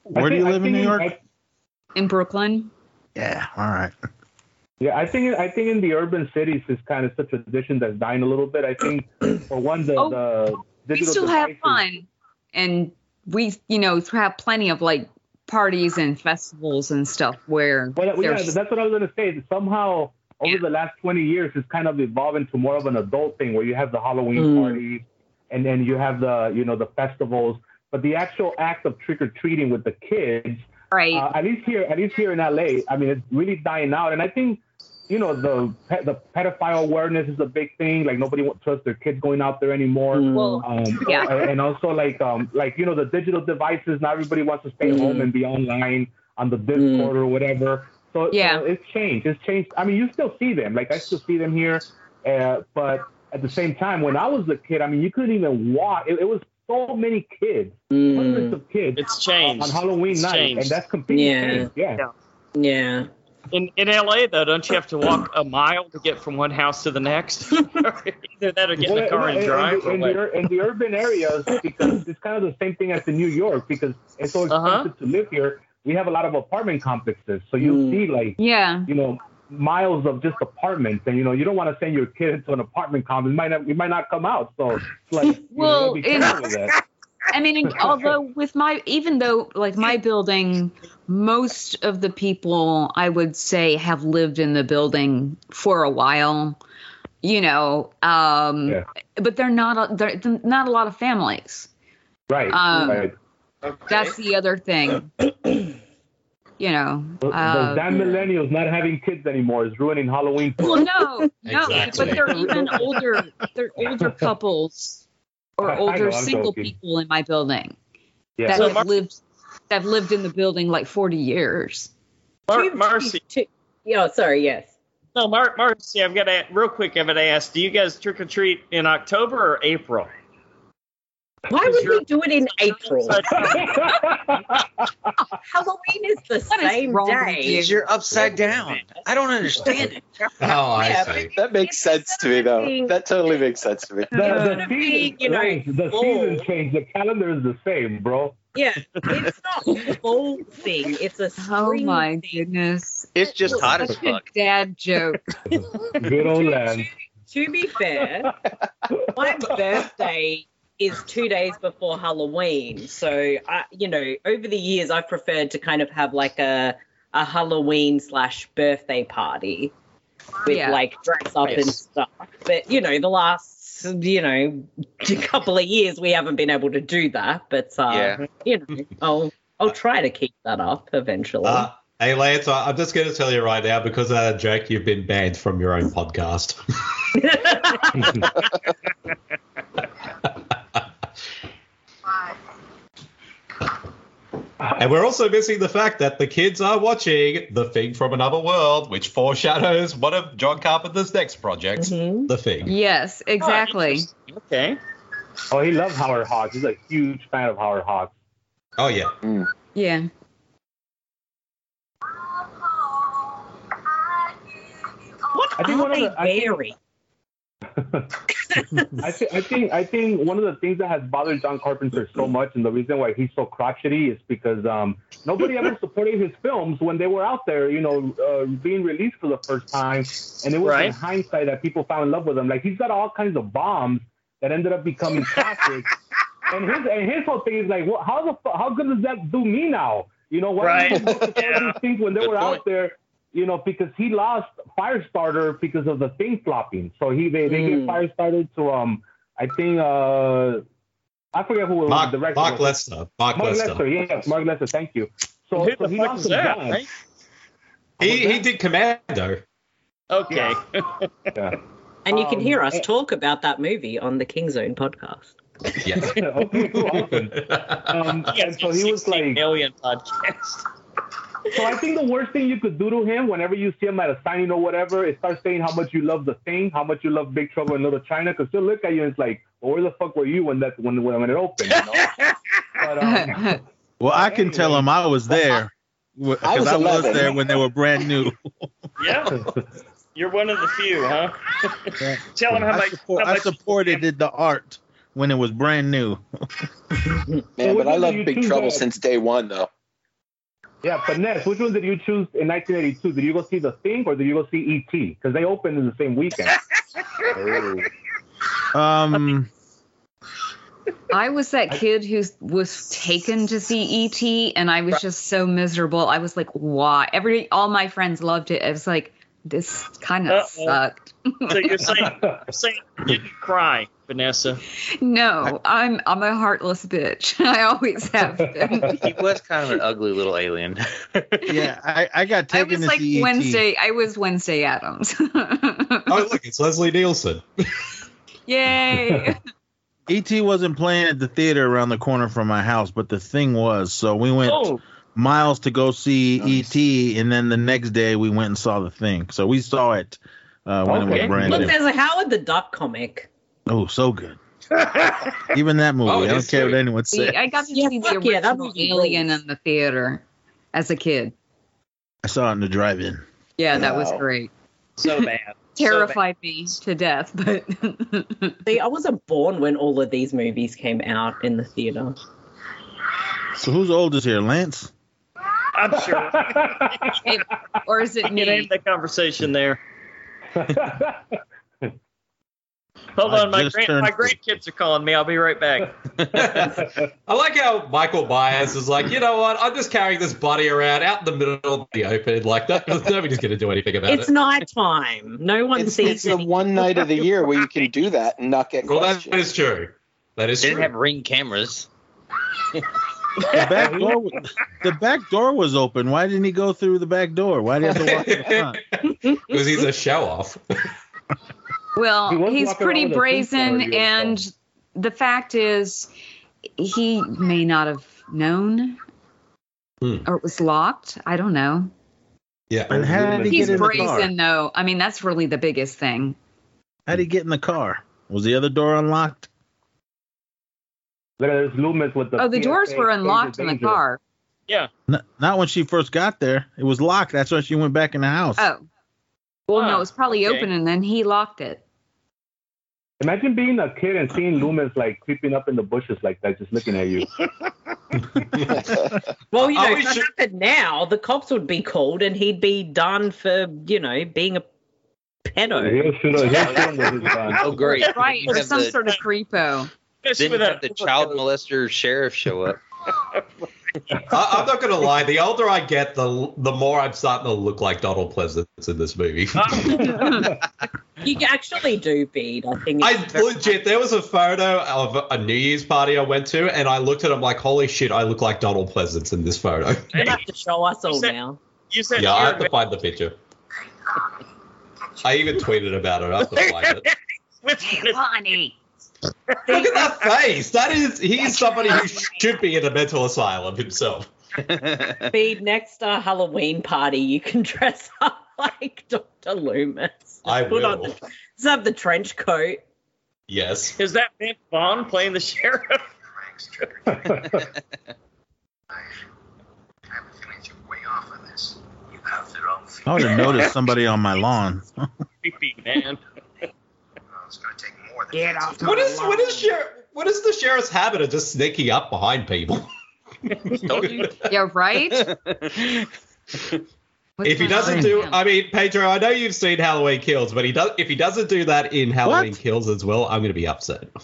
[SPEAKER 13] Where do you live in New York?
[SPEAKER 3] I,
[SPEAKER 6] in Brooklyn.
[SPEAKER 13] yeah, all right.
[SPEAKER 3] yeah, I think I think in the urban cities is kind of such a tradition that's dying a little bit. I think for one, the,
[SPEAKER 6] Oh,
[SPEAKER 3] the
[SPEAKER 6] We
[SPEAKER 3] digital
[SPEAKER 6] still have
[SPEAKER 3] devices-
[SPEAKER 6] fun, and we you know have plenty of like parties and festivals and stuff where
[SPEAKER 3] But yeah,
[SPEAKER 6] there's
[SPEAKER 3] that's what I was gonna say. that Somehow over the last 20 years, it's kind of evolved into more of an adult thing where you have the Halloween
[SPEAKER 7] Mm.
[SPEAKER 3] parties and then you have the you know the festivals. But the actual act of trick or treating with the kids,
[SPEAKER 6] right.
[SPEAKER 3] uh, at least here, at least here in LA, I mean, it's really dying out. And I think you know the pe- the pedophile awareness is a big thing. Like nobody wants trust their kids going out there anymore.
[SPEAKER 6] Mm. well,
[SPEAKER 3] Um,
[SPEAKER 6] Yeah.
[SPEAKER 3] a- And also like um, like you know the digital devices. Not everybody wants to stay
[SPEAKER 7] Mm.
[SPEAKER 3] home and be online on the Discord
[SPEAKER 7] Mm.
[SPEAKER 3] or whatever. So
[SPEAKER 6] Yeah.
[SPEAKER 3] so it's changed. It's changed. I mean, you still see them. Like I still see them here, uh, but at the same time, when I was a kid, I mean, you couldn't even walk. It, it was so many kids,
[SPEAKER 7] Mm.
[SPEAKER 3] hundreds of kids
[SPEAKER 2] It's changed
[SPEAKER 3] on Halloween
[SPEAKER 2] It's
[SPEAKER 3] night,
[SPEAKER 2] changed.
[SPEAKER 3] and that's completely
[SPEAKER 7] Yeah.
[SPEAKER 3] changed. Yeah.
[SPEAKER 7] Yeah.
[SPEAKER 2] in in LA though. Don't you have to walk a mile to get from one house to the next? Either that or get in
[SPEAKER 3] Well,
[SPEAKER 2] a car and
[SPEAKER 3] no,
[SPEAKER 2] drive.
[SPEAKER 3] In,
[SPEAKER 2] or
[SPEAKER 3] in, the,
[SPEAKER 2] what?
[SPEAKER 3] ur- in the urban areas, because it's kind of the same thing as in New York, because it's so expensive
[SPEAKER 2] Uh-huh.
[SPEAKER 3] to live here. We have a lot of apartment complexes, so you
[SPEAKER 7] Mm.
[SPEAKER 3] see like
[SPEAKER 6] yeah.
[SPEAKER 3] you know miles of just apartments, and you know you don't want to send your kid to an apartment complex. It might not, it might not come out, so it's like you
[SPEAKER 6] Well,
[SPEAKER 3] know, be
[SPEAKER 6] it-
[SPEAKER 3] careful with that.
[SPEAKER 6] I mean, and although with my, even though like my building, most of the people I would say have lived in the building for a while, you know, um,
[SPEAKER 3] Yeah.
[SPEAKER 6] but they're not, a- they're they're not a lot of families.
[SPEAKER 3] Right,
[SPEAKER 6] Um,
[SPEAKER 3] right.
[SPEAKER 6] That's the other thing, you know.
[SPEAKER 3] Those
[SPEAKER 6] uh,
[SPEAKER 3] those damn millennials not having kids anymore is ruining Halloween. for
[SPEAKER 6] Well,
[SPEAKER 3] us.
[SPEAKER 6] no, no,
[SPEAKER 8] Exactly.
[SPEAKER 6] but they're even older. They're older couples or
[SPEAKER 3] I know,
[SPEAKER 6] older
[SPEAKER 3] I'm
[SPEAKER 6] single
[SPEAKER 3] joking.
[SPEAKER 6] people in my building
[SPEAKER 3] Yeah.
[SPEAKER 6] that
[SPEAKER 2] So
[SPEAKER 6] have
[SPEAKER 2] Mar-
[SPEAKER 6] lived that have lived in the building like 40 years.
[SPEAKER 2] Mar-
[SPEAKER 7] Two-
[SPEAKER 2] Marcy,
[SPEAKER 7] two- Yeah, sorry, yes.
[SPEAKER 2] no, Mar- Marcy, I've got to real quick. I've got to ask: Do you guys trick or treat in October or April?
[SPEAKER 7] Why would we do it in April?
[SPEAKER 2] But-
[SPEAKER 7] Halloween is the
[SPEAKER 6] What is
[SPEAKER 7] same
[SPEAKER 6] wrong with
[SPEAKER 7] day.
[SPEAKER 6] you?
[SPEAKER 5] You're upside down. I don't understand it.
[SPEAKER 8] Oh, I
[SPEAKER 7] Yeah,
[SPEAKER 8] see.
[SPEAKER 1] That makes sense to me, though. That totally makes sense to me.
[SPEAKER 3] the,
[SPEAKER 7] It's
[SPEAKER 3] the
[SPEAKER 7] gonna
[SPEAKER 3] season,
[SPEAKER 7] be, you know,
[SPEAKER 3] right, the
[SPEAKER 7] full.
[SPEAKER 3] season changed. The calendar is the same, bro.
[SPEAKER 7] Yeah, it's not a whole thing. It's a
[SPEAKER 6] Oh
[SPEAKER 7] string.
[SPEAKER 6] my goodness.
[SPEAKER 5] It's just hot as
[SPEAKER 6] Such a
[SPEAKER 5] fuck.
[SPEAKER 6] dad joke.
[SPEAKER 3] Good old land.
[SPEAKER 7] To be fair, my birthday is two days before Halloween, so I, you know, over the years I've preferred to kind of have like a a Halloween slash birthday party with
[SPEAKER 6] Yeah.
[SPEAKER 7] like dress up and
[SPEAKER 5] Nice.
[SPEAKER 7] stuff. But you know, the last you know couple of years we haven't been able to do that. But uh,
[SPEAKER 5] Yeah.
[SPEAKER 7] you know, I'll I'll try to keep that up eventually.
[SPEAKER 8] Uh, hey, Lance, I- I'm just going to tell you right now because of that joke, you've been banned from your own podcast. And we're also missing the fact that the kids are watching The Thing from Another World, which foreshadows one of John Carpenter's next projects,
[SPEAKER 7] Mhm.
[SPEAKER 8] The Thing.
[SPEAKER 5] Oh,
[SPEAKER 6] Yes, exactly.
[SPEAKER 2] Mm-hmm. Okay.
[SPEAKER 3] Oh, he loves Howard Hawks. He's a huge fan of Howard Hawks.
[SPEAKER 8] Oh yeah.
[SPEAKER 3] Mm.
[SPEAKER 6] Yeah.
[SPEAKER 7] what
[SPEAKER 3] I think
[SPEAKER 7] are
[SPEAKER 3] one of
[SPEAKER 7] they
[SPEAKER 3] the- I think-
[SPEAKER 7] wearing?
[SPEAKER 3] I, th- I think I think one of the things that has bothered John Carpenter so much, and the reason why he's so crotchety, is because um, nobody ever supported his films when they were out there, you know, uh, being released for the first time, and it was
[SPEAKER 2] Right.
[SPEAKER 3] in hindsight that people fell in love with him. Like he's got all kinds of bombs that ended up becoming classics, and his and his whole thing is like, well, how the fu- how good does that do me now? You know, why
[SPEAKER 2] Right.
[SPEAKER 3] didn't people support
[SPEAKER 2] Yeah.
[SPEAKER 3] these things when they
[SPEAKER 5] Good
[SPEAKER 3] were
[SPEAKER 5] point.
[SPEAKER 3] out there? you know, because he lost Firestarter because of the thing flopping. So he they, they gave
[SPEAKER 7] Mm.
[SPEAKER 3] Firestarter to um I think uh I forget who
[SPEAKER 8] Mark,
[SPEAKER 3] was the director.
[SPEAKER 8] Mark
[SPEAKER 3] was.
[SPEAKER 8] Lester. Mark,
[SPEAKER 3] Mark
[SPEAKER 8] Lester.
[SPEAKER 3] Lester, yeah, Mark Lester, thank you. So,
[SPEAKER 2] Who
[SPEAKER 3] so
[SPEAKER 2] the
[SPEAKER 3] he
[SPEAKER 2] fuck
[SPEAKER 3] lost
[SPEAKER 2] is
[SPEAKER 3] some
[SPEAKER 2] that?
[SPEAKER 3] jobs.
[SPEAKER 2] right?
[SPEAKER 8] He, he did Commando.
[SPEAKER 2] Okay.
[SPEAKER 3] Yeah.
[SPEAKER 7] And you can
[SPEAKER 3] Um,
[SPEAKER 7] hear us
[SPEAKER 3] eh.
[SPEAKER 7] talk about that movie on the King Zone podcast.
[SPEAKER 8] Yes.
[SPEAKER 3] okay, cool. awesome. Um, and so he was
[SPEAKER 2] 16
[SPEAKER 3] like,
[SPEAKER 2] alien podcast.
[SPEAKER 3] so I think the worst thing you could do to him, whenever you see him at a signing or whatever, is start saying how much you love the thing, how much you love Big Trouble in Little China, because he'll look at you and it's like, well, where the fuck were you when that when when it opened? You know? but, um,
[SPEAKER 13] Well, I can tell them I was there because
[SPEAKER 1] I was
[SPEAKER 13] I, was
[SPEAKER 1] 11.
[SPEAKER 13] there when they were brand new.
[SPEAKER 2] Yeah. You're one of the few, huh? Tell him how
[SPEAKER 13] I,
[SPEAKER 2] much.
[SPEAKER 13] support,
[SPEAKER 2] how
[SPEAKER 13] I
[SPEAKER 2] much-
[SPEAKER 13] supported it- the art when it was brand new.
[SPEAKER 1] Man,
[SPEAKER 3] Well,
[SPEAKER 1] but I
[SPEAKER 3] what
[SPEAKER 1] love
[SPEAKER 3] do you
[SPEAKER 1] Big
[SPEAKER 3] do
[SPEAKER 1] Trouble
[SPEAKER 3] that-
[SPEAKER 1] since day one, though.
[SPEAKER 3] Yeah, but Ness, which one did you choose in 1982? Did you go see The Thing or did you go see E.T.? Because they opened in the same weekend.
[SPEAKER 13] Um,
[SPEAKER 6] I was that kid who was taken to see ET and I was just so miserable. I was like, why? Every all my friends loved it. I was like, this kind of
[SPEAKER 2] Uh-oh.
[SPEAKER 6] sucked.
[SPEAKER 2] So you're saying, you're saying you didn't cry, Vanessa.
[SPEAKER 6] No, I'm I'm a heartless bitch. I always have been.
[SPEAKER 5] He was kind of an ugly little alien.
[SPEAKER 13] yeah, I, I got
[SPEAKER 6] I
[SPEAKER 13] taken
[SPEAKER 6] was
[SPEAKER 13] to E
[SPEAKER 5] E
[SPEAKER 6] like
[SPEAKER 13] see ET.
[SPEAKER 6] Wednesday. I was Wednesday Adams.
[SPEAKER 8] Oh, look, it's Leslie Nielsen.
[SPEAKER 6] Yay!
[SPEAKER 13] ET E wasn't playing at the theater around the corner from my house, but the thing was, so we went
[SPEAKER 2] Oh,
[SPEAKER 13] miles to go see
[SPEAKER 1] Nice.
[SPEAKER 13] ET, and then the next day we went and saw the thing. So we saw it uh, when it
[SPEAKER 2] Okay.
[SPEAKER 13] was brand
[SPEAKER 7] Look,
[SPEAKER 13] new.
[SPEAKER 7] there's a Howard the Duck comic.
[SPEAKER 13] Oh, so good. Even that movie,
[SPEAKER 5] Oh, it
[SPEAKER 13] I don't
[SPEAKER 5] is
[SPEAKER 13] care what
[SPEAKER 5] good.
[SPEAKER 13] anyone says.
[SPEAKER 6] I got to
[SPEAKER 7] Yeah,
[SPEAKER 6] see the
[SPEAKER 7] fuck yeah, that
[SPEAKER 6] original
[SPEAKER 7] movie
[SPEAKER 6] Alien
[SPEAKER 7] rules.
[SPEAKER 6] in the theater as a kid.
[SPEAKER 13] I saw it in the drive-in.
[SPEAKER 6] Yeah, that was
[SPEAKER 1] Wow.
[SPEAKER 6] great.
[SPEAKER 2] so bad.
[SPEAKER 6] Terrified me to death, but
[SPEAKER 7] See, I wasn't born when all of these movies came out in the theater.
[SPEAKER 13] So who's oldest here, Lance?
[SPEAKER 2] I'm sure.
[SPEAKER 6] or is it
[SPEAKER 2] Get
[SPEAKER 6] me?
[SPEAKER 2] end the conversation there.
[SPEAKER 3] That's
[SPEAKER 2] Hold
[SPEAKER 13] I
[SPEAKER 2] on, my
[SPEAKER 13] just
[SPEAKER 2] grand,
[SPEAKER 13] turned
[SPEAKER 2] my
[SPEAKER 13] fifty.
[SPEAKER 2] grandkids are calling me. I'll be right back.
[SPEAKER 8] I like how Michael Myers is like, you know what? I'm just carrying this body around out in the middle of the open. Like, that, nobody's going to do anything about
[SPEAKER 7] It's
[SPEAKER 8] it.
[SPEAKER 7] night time. No one
[SPEAKER 1] It's,
[SPEAKER 7] sees
[SPEAKER 1] it's the
[SPEAKER 7] it.
[SPEAKER 1] one night of the year where you can do that and not get
[SPEAKER 8] well, that
[SPEAKER 1] questioned.
[SPEAKER 8] is true. That is
[SPEAKER 5] They
[SPEAKER 8] true.
[SPEAKER 5] didn't have ring cameras.
[SPEAKER 13] The back door, wa- the back door was open. Why didn't he go through the back door? Why did he have to walk in the front?
[SPEAKER 8] Because he's a show off.
[SPEAKER 3] He
[SPEAKER 6] Well,
[SPEAKER 3] was
[SPEAKER 6] he's
[SPEAKER 3] walking around
[SPEAKER 6] pretty
[SPEAKER 3] with a police car
[SPEAKER 6] brazen,
[SPEAKER 3] earlier,
[SPEAKER 6] and
[SPEAKER 3] so-
[SPEAKER 6] the fact is, he may not have known,
[SPEAKER 8] Hmm.
[SPEAKER 6] or it was locked. I don't know.
[SPEAKER 8] Yeah.
[SPEAKER 13] And how did he
[SPEAKER 6] He's
[SPEAKER 13] get in the car?
[SPEAKER 6] brazen, though. I mean, that's really the biggest thing.
[SPEAKER 13] How did he get in the car? Was the other door unlocked?
[SPEAKER 3] There's Loomis with the
[SPEAKER 6] Oh, the doors
[SPEAKER 3] PSA,
[SPEAKER 6] were
[SPEAKER 3] Danger,
[SPEAKER 6] unlocked in the
[SPEAKER 3] Danger.
[SPEAKER 6] car.
[SPEAKER 13] N- not when she first got there. It was locked. That's why she went
[SPEAKER 6] Uh,
[SPEAKER 13] back in the house.
[SPEAKER 6] Oh, well, no,
[SPEAKER 2] Huh,
[SPEAKER 6] it was probably
[SPEAKER 2] okay.
[SPEAKER 6] open, and then he locked it.
[SPEAKER 3] Imagine being a kid and seeing Loomis like creeping up in the bushes like that, just looking at you.
[SPEAKER 7] Well, you know, if
[SPEAKER 3] I always
[SPEAKER 7] that
[SPEAKER 3] should-
[SPEAKER 7] happened now, the cops would be called and he'd be done for, you know, being a pedo.
[SPEAKER 3] He'll shoot him- he'll shoot him with his gun.
[SPEAKER 5] Oh, great.
[SPEAKER 6] Right,
[SPEAKER 5] You
[SPEAKER 6] or
[SPEAKER 5] have
[SPEAKER 6] some
[SPEAKER 5] the-
[SPEAKER 6] sort of creepo.
[SPEAKER 5] Then you have the child molester sheriff show up.
[SPEAKER 8] I, I'm not gonna lie. The older I get, the the more I'm starting to look like Donald Pleasance in this movie.
[SPEAKER 2] Ah.
[SPEAKER 7] You actually do bead, I think.
[SPEAKER 8] I legit. There was a photo of a New Year's party I went to, and I looked at him like, "Holy shit! I look like Donald Pleasance in this photo."
[SPEAKER 7] You have to show us all now.
[SPEAKER 2] You said
[SPEAKER 8] yeah, I have to find the picture. I even tweeted about it. I have to find it. Look at that face. That is. He's somebody who should be in a mental asylum himself.
[SPEAKER 7] Bead next uh, Halloween party, you can dress up like Dr. Loomis.
[SPEAKER 8] I
[SPEAKER 7] Put on
[SPEAKER 8] will.
[SPEAKER 7] the- Just have the trench coat.
[SPEAKER 8] Yes.
[SPEAKER 2] Is that Vince Vaughn playing the sheriff?
[SPEAKER 13] I would have noticed somebody on my lawn.
[SPEAKER 2] Creepy man.
[SPEAKER 10] Get off
[SPEAKER 8] What is what is sheriff? What is the sheriff's habit of just sneaking up behind people?
[SPEAKER 6] Yeah, right?
[SPEAKER 8] if he doesn't do, I mean, Pedro, I know you've seen Halloween Kills, but he does. If he doesn't do that in Halloween Kills as well, I'm going to be upset.
[SPEAKER 3] Yeah,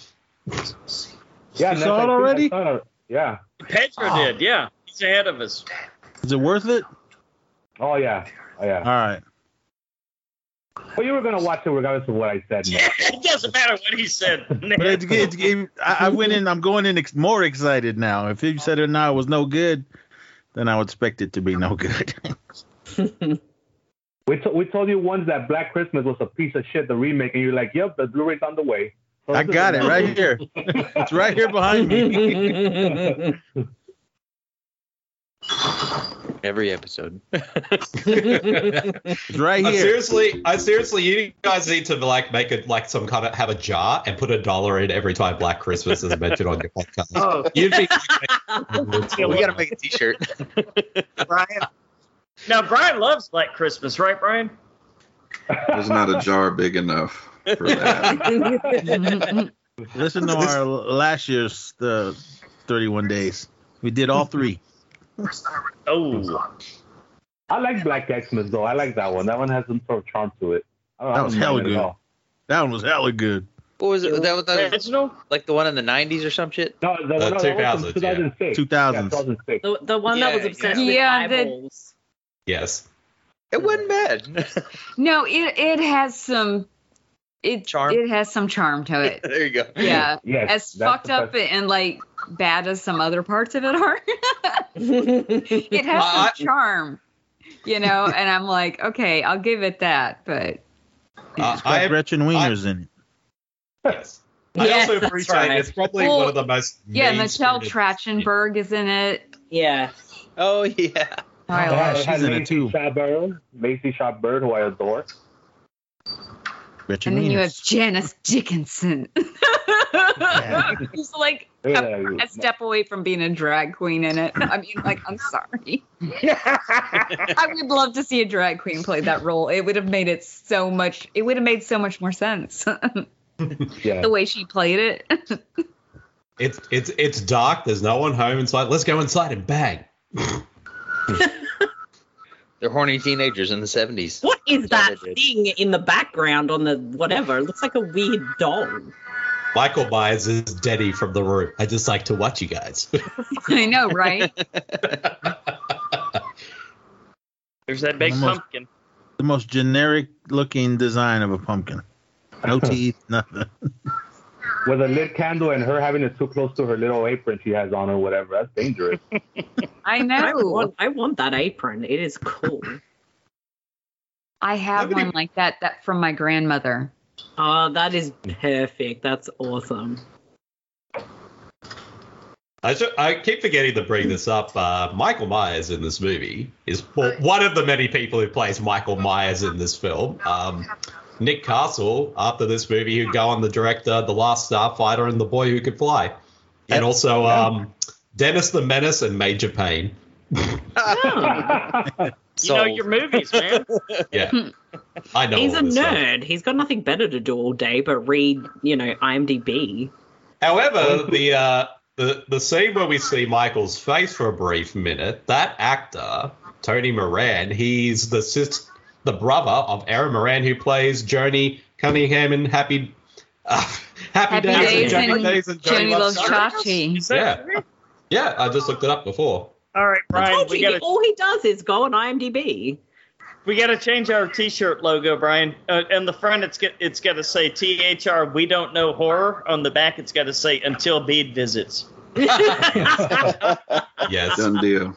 [SPEAKER 13] You
[SPEAKER 3] and
[SPEAKER 13] saw
[SPEAKER 3] that's
[SPEAKER 13] it
[SPEAKER 3] like-
[SPEAKER 13] already?
[SPEAKER 3] Yeah.
[SPEAKER 2] Pedro did, yeah. He's ahead of us.
[SPEAKER 13] Is it worth it?
[SPEAKER 3] Oh yeah. Oh yeah. All
[SPEAKER 13] right.
[SPEAKER 3] Well, you were gonna watch it regardless of what I said. Nick.
[SPEAKER 2] it doesn't matter what he said.
[SPEAKER 13] But it's, it's, it, I, I went in. I'm going in ex- more excited now. If you said it now it was no good, then I would expect it to be no good.
[SPEAKER 3] We, to- we told you once that Black Christmas was a piece of shit, the remake, and you're like, yep, the Blu-ray's on the way. So
[SPEAKER 13] I
[SPEAKER 3] this
[SPEAKER 13] got
[SPEAKER 3] is-
[SPEAKER 13] it right here. It's right here behind me.
[SPEAKER 5] Every episode.
[SPEAKER 13] it's right
[SPEAKER 8] I
[SPEAKER 13] here.
[SPEAKER 8] seriously, I seriously, you guys need to like make it like some kind of have a jar and put a dollar in every time Black Christmas is mentioned on your podcast.
[SPEAKER 2] Oh.
[SPEAKER 8] You'd be
[SPEAKER 5] we got to make a T-shirt.
[SPEAKER 2] Brian. Now Brian loves Black Christmas, right, Brian?
[SPEAKER 4] There's not a jar big enough.
[SPEAKER 13] Listen to our last year's uh, 31 days. We did all three.
[SPEAKER 2] oh.
[SPEAKER 3] I like Black Xmas though. I like that one. That one has some sort of charm to it. I don't- I
[SPEAKER 13] That
[SPEAKER 3] don't
[SPEAKER 13] was
[SPEAKER 3] mind
[SPEAKER 13] hella
[SPEAKER 3] it at
[SPEAKER 13] good.
[SPEAKER 3] all.
[SPEAKER 13] That one was hella good.
[SPEAKER 5] What was it? That was that was
[SPEAKER 2] original?
[SPEAKER 5] like the one in the '90s or some shit.
[SPEAKER 3] No, the,
[SPEAKER 13] Uh,
[SPEAKER 3] no, that was from
[SPEAKER 13] 2000s, yeah.
[SPEAKER 3] 2006.
[SPEAKER 13] 2000s.
[SPEAKER 3] Yeah, 2006.
[SPEAKER 7] The, the one that was
[SPEAKER 5] Yeah,
[SPEAKER 7] obsessed
[SPEAKER 6] yeah. Yeah,
[SPEAKER 7] with
[SPEAKER 6] the-
[SPEAKER 7] eyeballs.
[SPEAKER 8] yes.
[SPEAKER 5] It wasn't bad.
[SPEAKER 6] No, it it has some it
[SPEAKER 5] Charm.
[SPEAKER 6] it has some charm to it.
[SPEAKER 5] there you go.
[SPEAKER 6] Yeah.
[SPEAKER 5] Yes,
[SPEAKER 6] as
[SPEAKER 5] that's
[SPEAKER 6] fucked
[SPEAKER 5] the
[SPEAKER 6] up and like bad as some other parts of it are. it has
[SPEAKER 5] I-
[SPEAKER 6] some charm. You know, and I'm like, okay, I'll give it that, but
[SPEAKER 8] Uh,
[SPEAKER 13] It's got
[SPEAKER 8] I-
[SPEAKER 13] Gretchen Wieners in it.
[SPEAKER 8] Yes. I
[SPEAKER 6] Yes,
[SPEAKER 8] also
[SPEAKER 6] that's
[SPEAKER 8] appreciate
[SPEAKER 6] right.
[SPEAKER 8] it's probably
[SPEAKER 6] Well,
[SPEAKER 8] one of the most
[SPEAKER 6] yeah, Michelle
[SPEAKER 8] mean-spirited-
[SPEAKER 6] Trachtenberg is in it.
[SPEAKER 7] Yeah.
[SPEAKER 5] Oh yeah.
[SPEAKER 6] I
[SPEAKER 3] It had-
[SPEAKER 6] like
[SPEAKER 3] it had Lacey Chabert, Lacey Chabert, who I adore.
[SPEAKER 13] Gretchen
[SPEAKER 6] And then you
[SPEAKER 13] Wieners.
[SPEAKER 6] have Janice Dickinson. Who's like
[SPEAKER 13] Yeah,
[SPEAKER 6] a, a step away from being a drag queen in it. I mean, like, I'm sorry. I would love to see a drag queen play that role. It would have made it so much. It would have made so much more sense
[SPEAKER 3] Yeah.
[SPEAKER 6] the way she played it.
[SPEAKER 8] It's it's it's dark. There's no one home inside. Let's go inside and bang.
[SPEAKER 5] They're horny teenagers in the '70s.
[SPEAKER 7] What is that
[SPEAKER 5] did.
[SPEAKER 7] thing in the background on the whatever? It looks like a weird doll.
[SPEAKER 8] Michael Myers is Denny from the room. I just like to watch you guys.
[SPEAKER 6] I know, right?
[SPEAKER 2] There's that big
[SPEAKER 13] Almost.
[SPEAKER 2] pumpkin.
[SPEAKER 13] The most generic looking design of a pumpkin. No teeth, nothing.
[SPEAKER 3] With a lit candle and her having it too close to her little apron she has on or whatever. That's dangerous.
[SPEAKER 6] I
[SPEAKER 7] I
[SPEAKER 6] know.
[SPEAKER 7] want, I want that apron. It is cool.
[SPEAKER 6] I have one like that. That from my grandmother.
[SPEAKER 7] Oh, that is perfect. That's awesome.
[SPEAKER 8] I, should, I keep forgetting to bring this up. Uh, Michael Myers in this movie is well, one of the many people who plays Michael Myers in this film. Um, Nick Castle, after this movie, who'd go on the director, The Last Starfighter, and The Boy Who Could Fly, and also
[SPEAKER 2] Oh.
[SPEAKER 8] um, Dennis the Menace and Major Payne.
[SPEAKER 2] You know your movies, man.
[SPEAKER 8] yeah. I know.
[SPEAKER 7] He's
[SPEAKER 8] all
[SPEAKER 7] a
[SPEAKER 8] this stuff.
[SPEAKER 7] nerd. He's got nothing better to do all day but read, you know, IMDb.
[SPEAKER 8] However, the uh, the the scene where we see Michael's face for a brief minute, that actor Tony Moran, he's the sis, the brother of Aaron Moran, who plays Joni Cunningham in Happy uh,
[SPEAKER 6] Happy
[SPEAKER 8] Happy, Days,
[SPEAKER 6] Days
[SPEAKER 8] and Johnny
[SPEAKER 6] and
[SPEAKER 8] Days and
[SPEAKER 6] Johnny
[SPEAKER 8] Joni Loves,
[SPEAKER 6] Loves
[SPEAKER 8] Chuck.
[SPEAKER 6] Chachi. Is
[SPEAKER 8] Yeah, yeah. I just looked it up before.
[SPEAKER 2] All right,
[SPEAKER 7] I
[SPEAKER 2] Brian,
[SPEAKER 7] told
[SPEAKER 2] we
[SPEAKER 7] you,
[SPEAKER 2] gotta
[SPEAKER 7] all he does is go on IMDb.
[SPEAKER 2] we gotta change our T-shirt logo, Brian. Uh, and the front, it's got it's got to say THR. We don't know horror. On the back, it's got to say until Bede visits.
[SPEAKER 8] Yes,
[SPEAKER 4] Done deal.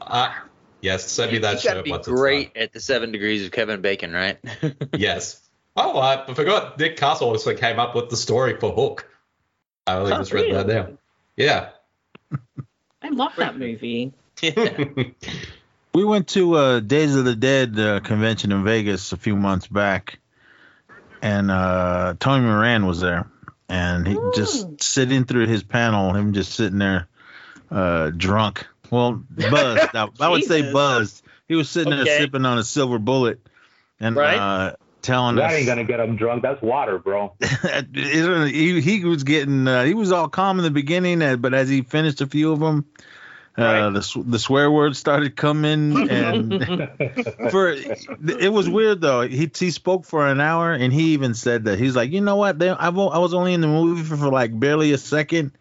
[SPEAKER 8] uh, yes. Send me that
[SPEAKER 5] He's got to
[SPEAKER 8] shirt.
[SPEAKER 5] be
[SPEAKER 8] Once
[SPEAKER 5] great at the seven degrees of Kevin Bacon, right?
[SPEAKER 8] it's done. yes. Oh, I forgot. Nick Castle also came up with the story for Hook. I only
[SPEAKER 7] Oh,
[SPEAKER 8] just read that
[SPEAKER 7] really?
[SPEAKER 8] down. Yeah.
[SPEAKER 7] I love that movie.
[SPEAKER 13] We went to uh, Days of the Dead uh, convention in Vegas a few months back, and uh, Tony Moran was there, and he just sitting through his panel, him just sitting there, uh, drunk. Well, buzzed. I, I would say
[SPEAKER 7] Jesus.
[SPEAKER 13] buzzed. He was sitting
[SPEAKER 2] Okay.
[SPEAKER 13] there sipping on a silver bullet, and
[SPEAKER 2] Right.
[SPEAKER 13] uh, telling
[SPEAKER 3] That
[SPEAKER 13] us
[SPEAKER 3] ain't gonna get him drunk. That's water, bro.
[SPEAKER 13] he, he was getting uh, he was all calm in the beginning, uh, but as he finished a few of them, uh, the sw- the swear words started coming, and for it was weird though. He he spoke for an hour, and he even said that he's like, you know what? They, I've, o- I was only in the movie for, for like barely a second,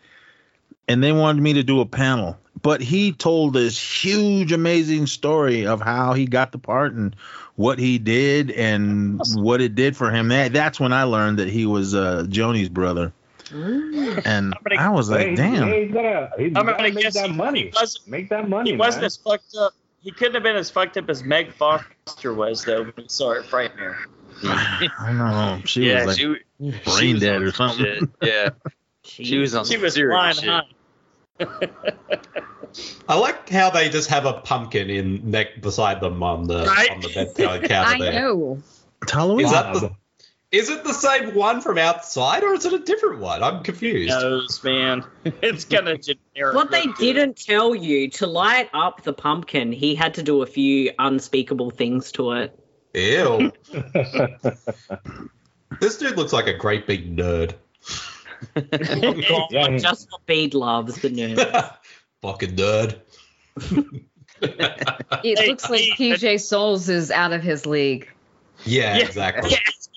[SPEAKER 13] and they wanted me to do a panel. But he told this huge, amazing story of how he got the part and what he did and what it did for him. That that's when I learned that he was uh, Joni's brother,
[SPEAKER 6] Mm.
[SPEAKER 13] and I was like,
[SPEAKER 3] Hey,
[SPEAKER 13] damn.
[SPEAKER 3] He's gonna,
[SPEAKER 2] I'm
[SPEAKER 3] he's gotta
[SPEAKER 2] gonna
[SPEAKER 3] make
[SPEAKER 2] guess
[SPEAKER 3] that money.
[SPEAKER 2] wasn't-
[SPEAKER 3] Make that money,
[SPEAKER 2] He wasn't
[SPEAKER 3] man.
[SPEAKER 2] as fucked up. He couldn't have been as fucked up as Meg Foster was, though. When we saw her at Frightmare.
[SPEAKER 13] I don't know. She was
[SPEAKER 5] yeah,
[SPEAKER 13] like
[SPEAKER 5] she, w-
[SPEAKER 13] brain
[SPEAKER 5] was
[SPEAKER 13] dead
[SPEAKER 5] on
[SPEAKER 13] or
[SPEAKER 5] some
[SPEAKER 13] something.
[SPEAKER 5] shit. Yeah, she was on
[SPEAKER 2] She
[SPEAKER 5] some
[SPEAKER 2] was
[SPEAKER 5] serious
[SPEAKER 2] blind
[SPEAKER 5] shit.
[SPEAKER 2] high.
[SPEAKER 8] I like how they just have a pumpkin in neck beside them on the
[SPEAKER 2] Right?
[SPEAKER 8] on the bed counter
[SPEAKER 6] I
[SPEAKER 8] there.
[SPEAKER 6] know.
[SPEAKER 13] It's Halloween.
[SPEAKER 8] Is that the, is it the same one from outside or is it a different one? I'm confused.
[SPEAKER 2] Knows, man. It's kind of generic.
[SPEAKER 7] What they
[SPEAKER 2] look to it.
[SPEAKER 7] didn't tell you to light up the pumpkin, he had to do a few unspeakable things to it.
[SPEAKER 8] Ew. this dude looks like a great big nerd.
[SPEAKER 3] Yeah, he-
[SPEAKER 7] Just what Bede loves, the nerd.
[SPEAKER 8] Fucking nerd.
[SPEAKER 6] It
[SPEAKER 2] Hey,
[SPEAKER 6] looks like
[SPEAKER 2] hey,
[SPEAKER 6] PJ Souls is out of his league.
[SPEAKER 8] Yeah,
[SPEAKER 2] Yeah.
[SPEAKER 8] exactly.
[SPEAKER 2] Yes.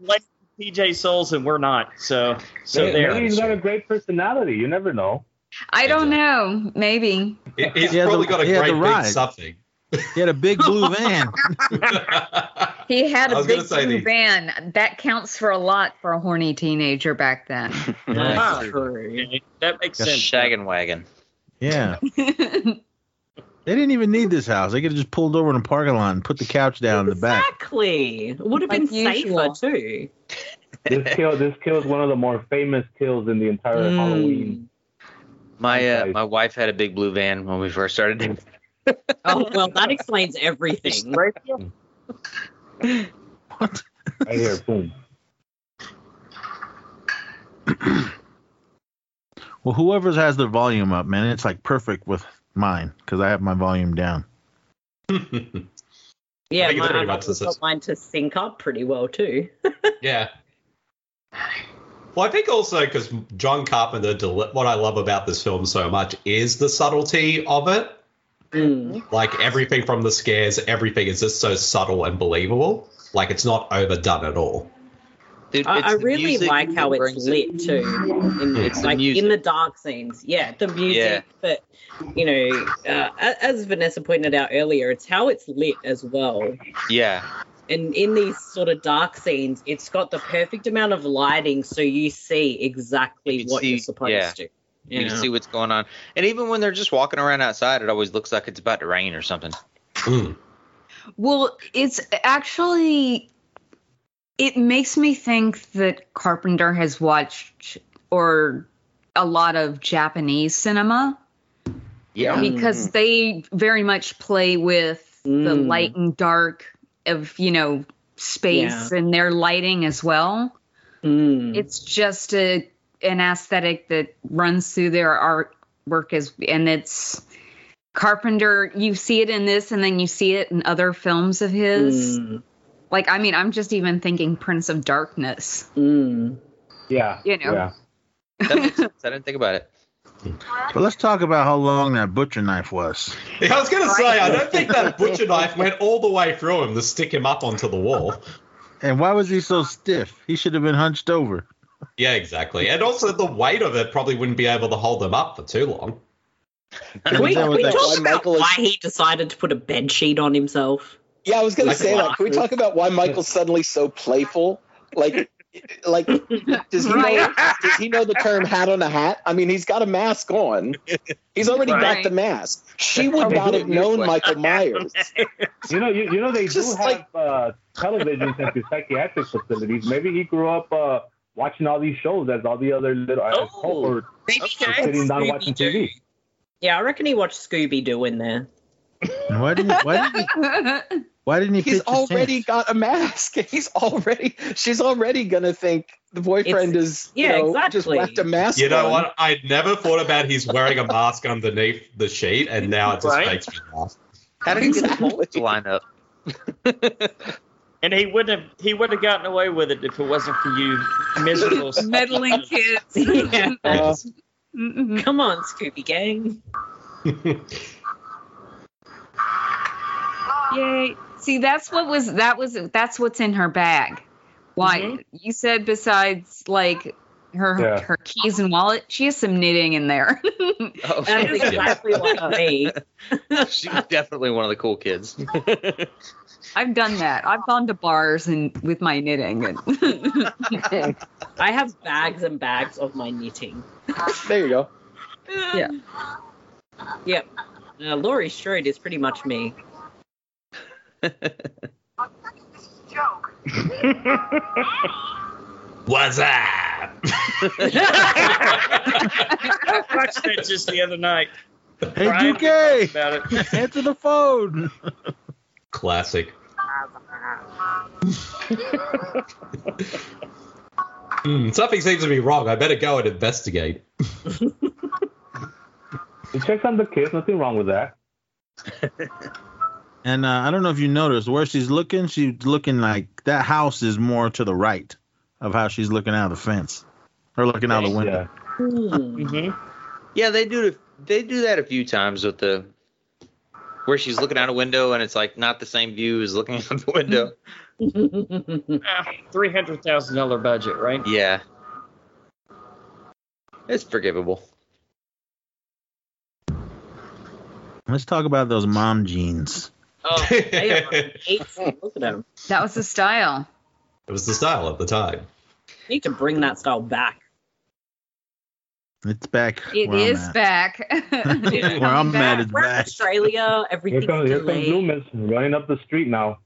[SPEAKER 2] like PJ Souls, and we're not. So, so
[SPEAKER 3] Maybe
[SPEAKER 2] there.
[SPEAKER 3] he's got a great personality. You never know.
[SPEAKER 6] I don't know. Maybe.
[SPEAKER 8] He- He's
[SPEAKER 13] He had
[SPEAKER 8] probably
[SPEAKER 13] the-
[SPEAKER 8] got a
[SPEAKER 13] he had the
[SPEAKER 8] great big
[SPEAKER 13] ride.
[SPEAKER 8] something.
[SPEAKER 13] He had a big blue van.
[SPEAKER 6] He had
[SPEAKER 8] I
[SPEAKER 6] a
[SPEAKER 8] was gonna
[SPEAKER 6] big
[SPEAKER 8] say
[SPEAKER 6] blue
[SPEAKER 8] the-
[SPEAKER 6] van. That counts for a lot for a horny teenager back then.
[SPEAKER 7] That's true.
[SPEAKER 2] Okay, That makes
[SPEAKER 13] Yes.
[SPEAKER 2] sense.
[SPEAKER 5] Shaggin' wagon.
[SPEAKER 13] Yeah. They didn't even need this house. They could have just pulled over in a parking lot and put the couch down in the back.
[SPEAKER 7] Exactly. It would have
[SPEAKER 6] Like
[SPEAKER 7] been safer
[SPEAKER 6] usual.
[SPEAKER 7] too.
[SPEAKER 3] This kill, this kill is one of the more famous kills in the entire
[SPEAKER 7] Mm.
[SPEAKER 3] Halloween.
[SPEAKER 5] My uh,
[SPEAKER 3] Okay.
[SPEAKER 5] my wife had a big blue van when we first started. dating.
[SPEAKER 7] Oh well, that explains everything.
[SPEAKER 13] What?
[SPEAKER 3] Right here, boom.
[SPEAKER 13] Well, whoever has their volume up, man, it's like perfect with mine because I have my volume down.
[SPEAKER 7] Yeah,
[SPEAKER 8] I think it's
[SPEAKER 7] mine,
[SPEAKER 8] pretty
[SPEAKER 7] I
[SPEAKER 8] much the same.
[SPEAKER 7] got mine to sync up pretty well too.
[SPEAKER 8] Yeah. Well, I think also because John Carpenter, deli- what I love about this film so much is the subtlety of it.
[SPEAKER 7] Mm.
[SPEAKER 8] Like everything from the scares, everything is just so subtle and believable. Like it's not overdone at all.
[SPEAKER 5] Dude,
[SPEAKER 7] I,
[SPEAKER 5] it's
[SPEAKER 7] I
[SPEAKER 5] the
[SPEAKER 7] really
[SPEAKER 5] music
[SPEAKER 7] like how
[SPEAKER 5] that
[SPEAKER 7] it's
[SPEAKER 5] brings it.
[SPEAKER 7] lit too. In,
[SPEAKER 5] It's the
[SPEAKER 7] like
[SPEAKER 5] music.
[SPEAKER 7] in the dark scenes. Yeah, the music. But you know, uh, a- as Vanessa pointed out earlier, it's how it's lit as well.
[SPEAKER 5] Yeah,
[SPEAKER 7] And in these sort of dark scenes, it's got the perfect amount of lighting, so you see exactly
[SPEAKER 5] You can
[SPEAKER 7] what you're
[SPEAKER 5] see-
[SPEAKER 7] supposed
[SPEAKER 5] yeah.
[SPEAKER 7] to.
[SPEAKER 5] you
[SPEAKER 7] Yeah.
[SPEAKER 5] can see what's going on. And even when they're just walking around outside, it always looks like it's about to rain or something.
[SPEAKER 8] Mm.
[SPEAKER 6] Well, it's actually it makes me think that Carpenter has watched or a lot of Japanese cinema
[SPEAKER 5] Yeah.
[SPEAKER 6] Mm-hmm.
[SPEAKER 5] Mm-hmm.
[SPEAKER 6] because they very much play with the
[SPEAKER 7] Mm.
[SPEAKER 6] light and dark of, you know, space and their lighting as well.
[SPEAKER 7] Mm.
[SPEAKER 6] It's just a an aesthetic that runs through their artwork as and it's Carpenter, you see it in this, and then you see it in other films of
[SPEAKER 13] Mm.
[SPEAKER 6] his. Like, I mean, I'm just even thinking Prince of Darkness.
[SPEAKER 3] Yeah.
[SPEAKER 6] You know.
[SPEAKER 13] Yeah.
[SPEAKER 5] That makes sense. I didn't think about it.
[SPEAKER 13] But let's talk about how long that butcher knife was.
[SPEAKER 8] Yeah, I was going to say, I don't think that butcher knife went all the way through him to stick him up onto the wall.
[SPEAKER 13] And why was he so stiff? He should have been hunched over.
[SPEAKER 8] Yeah, exactly. And also, the weight of it probably wouldn't be able to hold him up for too long.
[SPEAKER 7] Can we,
[SPEAKER 8] That
[SPEAKER 7] can we
[SPEAKER 8] was-
[SPEAKER 7] talk
[SPEAKER 8] why
[SPEAKER 7] about
[SPEAKER 8] Michael is-
[SPEAKER 7] why he decided to put a bed sheet on himself?
[SPEAKER 1] Yeah, I was going to
[SPEAKER 7] Like,
[SPEAKER 1] say that.
[SPEAKER 7] wow.
[SPEAKER 1] Can we talk about why Michael's suddenly so playful? Like, like does he know? Does he know the term "hat on a hat"? I mean, he's got a mask on. He's already got
[SPEAKER 3] Right.
[SPEAKER 1] the mask. She would not have known Michael Myers.
[SPEAKER 3] You know, you, you know they do
[SPEAKER 1] Just
[SPEAKER 3] have uh, televisions at the psychiatric facilities. Maybe he grew up uh, watching all these shows as all the other little uh,
[SPEAKER 1] Oh,
[SPEAKER 3] as Hulk were sitting down watching TV.
[SPEAKER 7] Yeah, I reckon he watched Scooby Doo in there.
[SPEAKER 13] And why didn't why didn't
[SPEAKER 6] he,
[SPEAKER 13] why didn't he
[SPEAKER 1] He's
[SPEAKER 13] pitch his tent?
[SPEAKER 1] already got a mask. He's already. She's already going to think the boyfriend is.
[SPEAKER 7] yeah,
[SPEAKER 1] you know, Just whacked a mask.
[SPEAKER 8] You know
[SPEAKER 1] on.
[SPEAKER 8] what? I never thought about he's wearing a mask underneath the sheet, and now it just
[SPEAKER 2] Right?
[SPEAKER 8] makes me laugh.
[SPEAKER 5] How did he get the whole to line up?
[SPEAKER 2] And he wouldn't have he would have gotten away with it if it wasn't for you miserable
[SPEAKER 6] meddling kids.
[SPEAKER 2] Uh,
[SPEAKER 7] Come on, Scooby Gang.
[SPEAKER 6] Yay! See, that's what was that was that's what's in her bag. Why you said besides like her
[SPEAKER 7] Yeah.
[SPEAKER 6] her keys and wallet, she has some knitting in there.
[SPEAKER 5] Oh,
[SPEAKER 7] That is
[SPEAKER 5] yeah.
[SPEAKER 7] exactly like me.
[SPEAKER 5] She was definitely one of the cool kids.
[SPEAKER 6] I've done that. I've gone to bars and with my knitting. And
[SPEAKER 7] I have bags and bags of my knitting.
[SPEAKER 1] There you go.
[SPEAKER 6] yeah.
[SPEAKER 7] Yep. Uh, Laurie Strode is pretty much me.
[SPEAKER 8] What's up?
[SPEAKER 2] I watched that just the other night.
[SPEAKER 13] Hey,
[SPEAKER 2] Brian
[SPEAKER 13] DK!
[SPEAKER 2] about it.
[SPEAKER 13] Answer the phone.
[SPEAKER 8] Classic. Hmm, something seems to be wrong. I better go and investigate.
[SPEAKER 3] He checks on the kids. Nothing wrong with that.
[SPEAKER 13] And uh, I don't know if you noticed where she's looking. She's looking like that house is more to the right of how she's looking out of the fence or looking out the window.
[SPEAKER 7] Mm-hmm.
[SPEAKER 5] Yeah, they do. They do that a few times with the where she's looking out a window and it's like not the same view as looking out the window.
[SPEAKER 2] Ah, Three hundred thousand dollar budget, right?
[SPEAKER 5] Yeah, it's forgivable.
[SPEAKER 13] Let's talk about those mom jeans.
[SPEAKER 7] Oh, they are hateful. Look at them.
[SPEAKER 6] That was the style.
[SPEAKER 8] It was the style at the time.
[SPEAKER 7] Need to bring that style back.
[SPEAKER 13] It's back.
[SPEAKER 6] It
[SPEAKER 13] where I'm
[SPEAKER 6] is
[SPEAKER 13] at.
[SPEAKER 6] back.
[SPEAKER 13] Where I'm at is
[SPEAKER 7] We're in
[SPEAKER 13] back.
[SPEAKER 7] Australia.
[SPEAKER 3] Here
[SPEAKER 7] Everything's
[SPEAKER 3] comes, here comes
[SPEAKER 7] delayed.
[SPEAKER 3] Loomis running up the street now.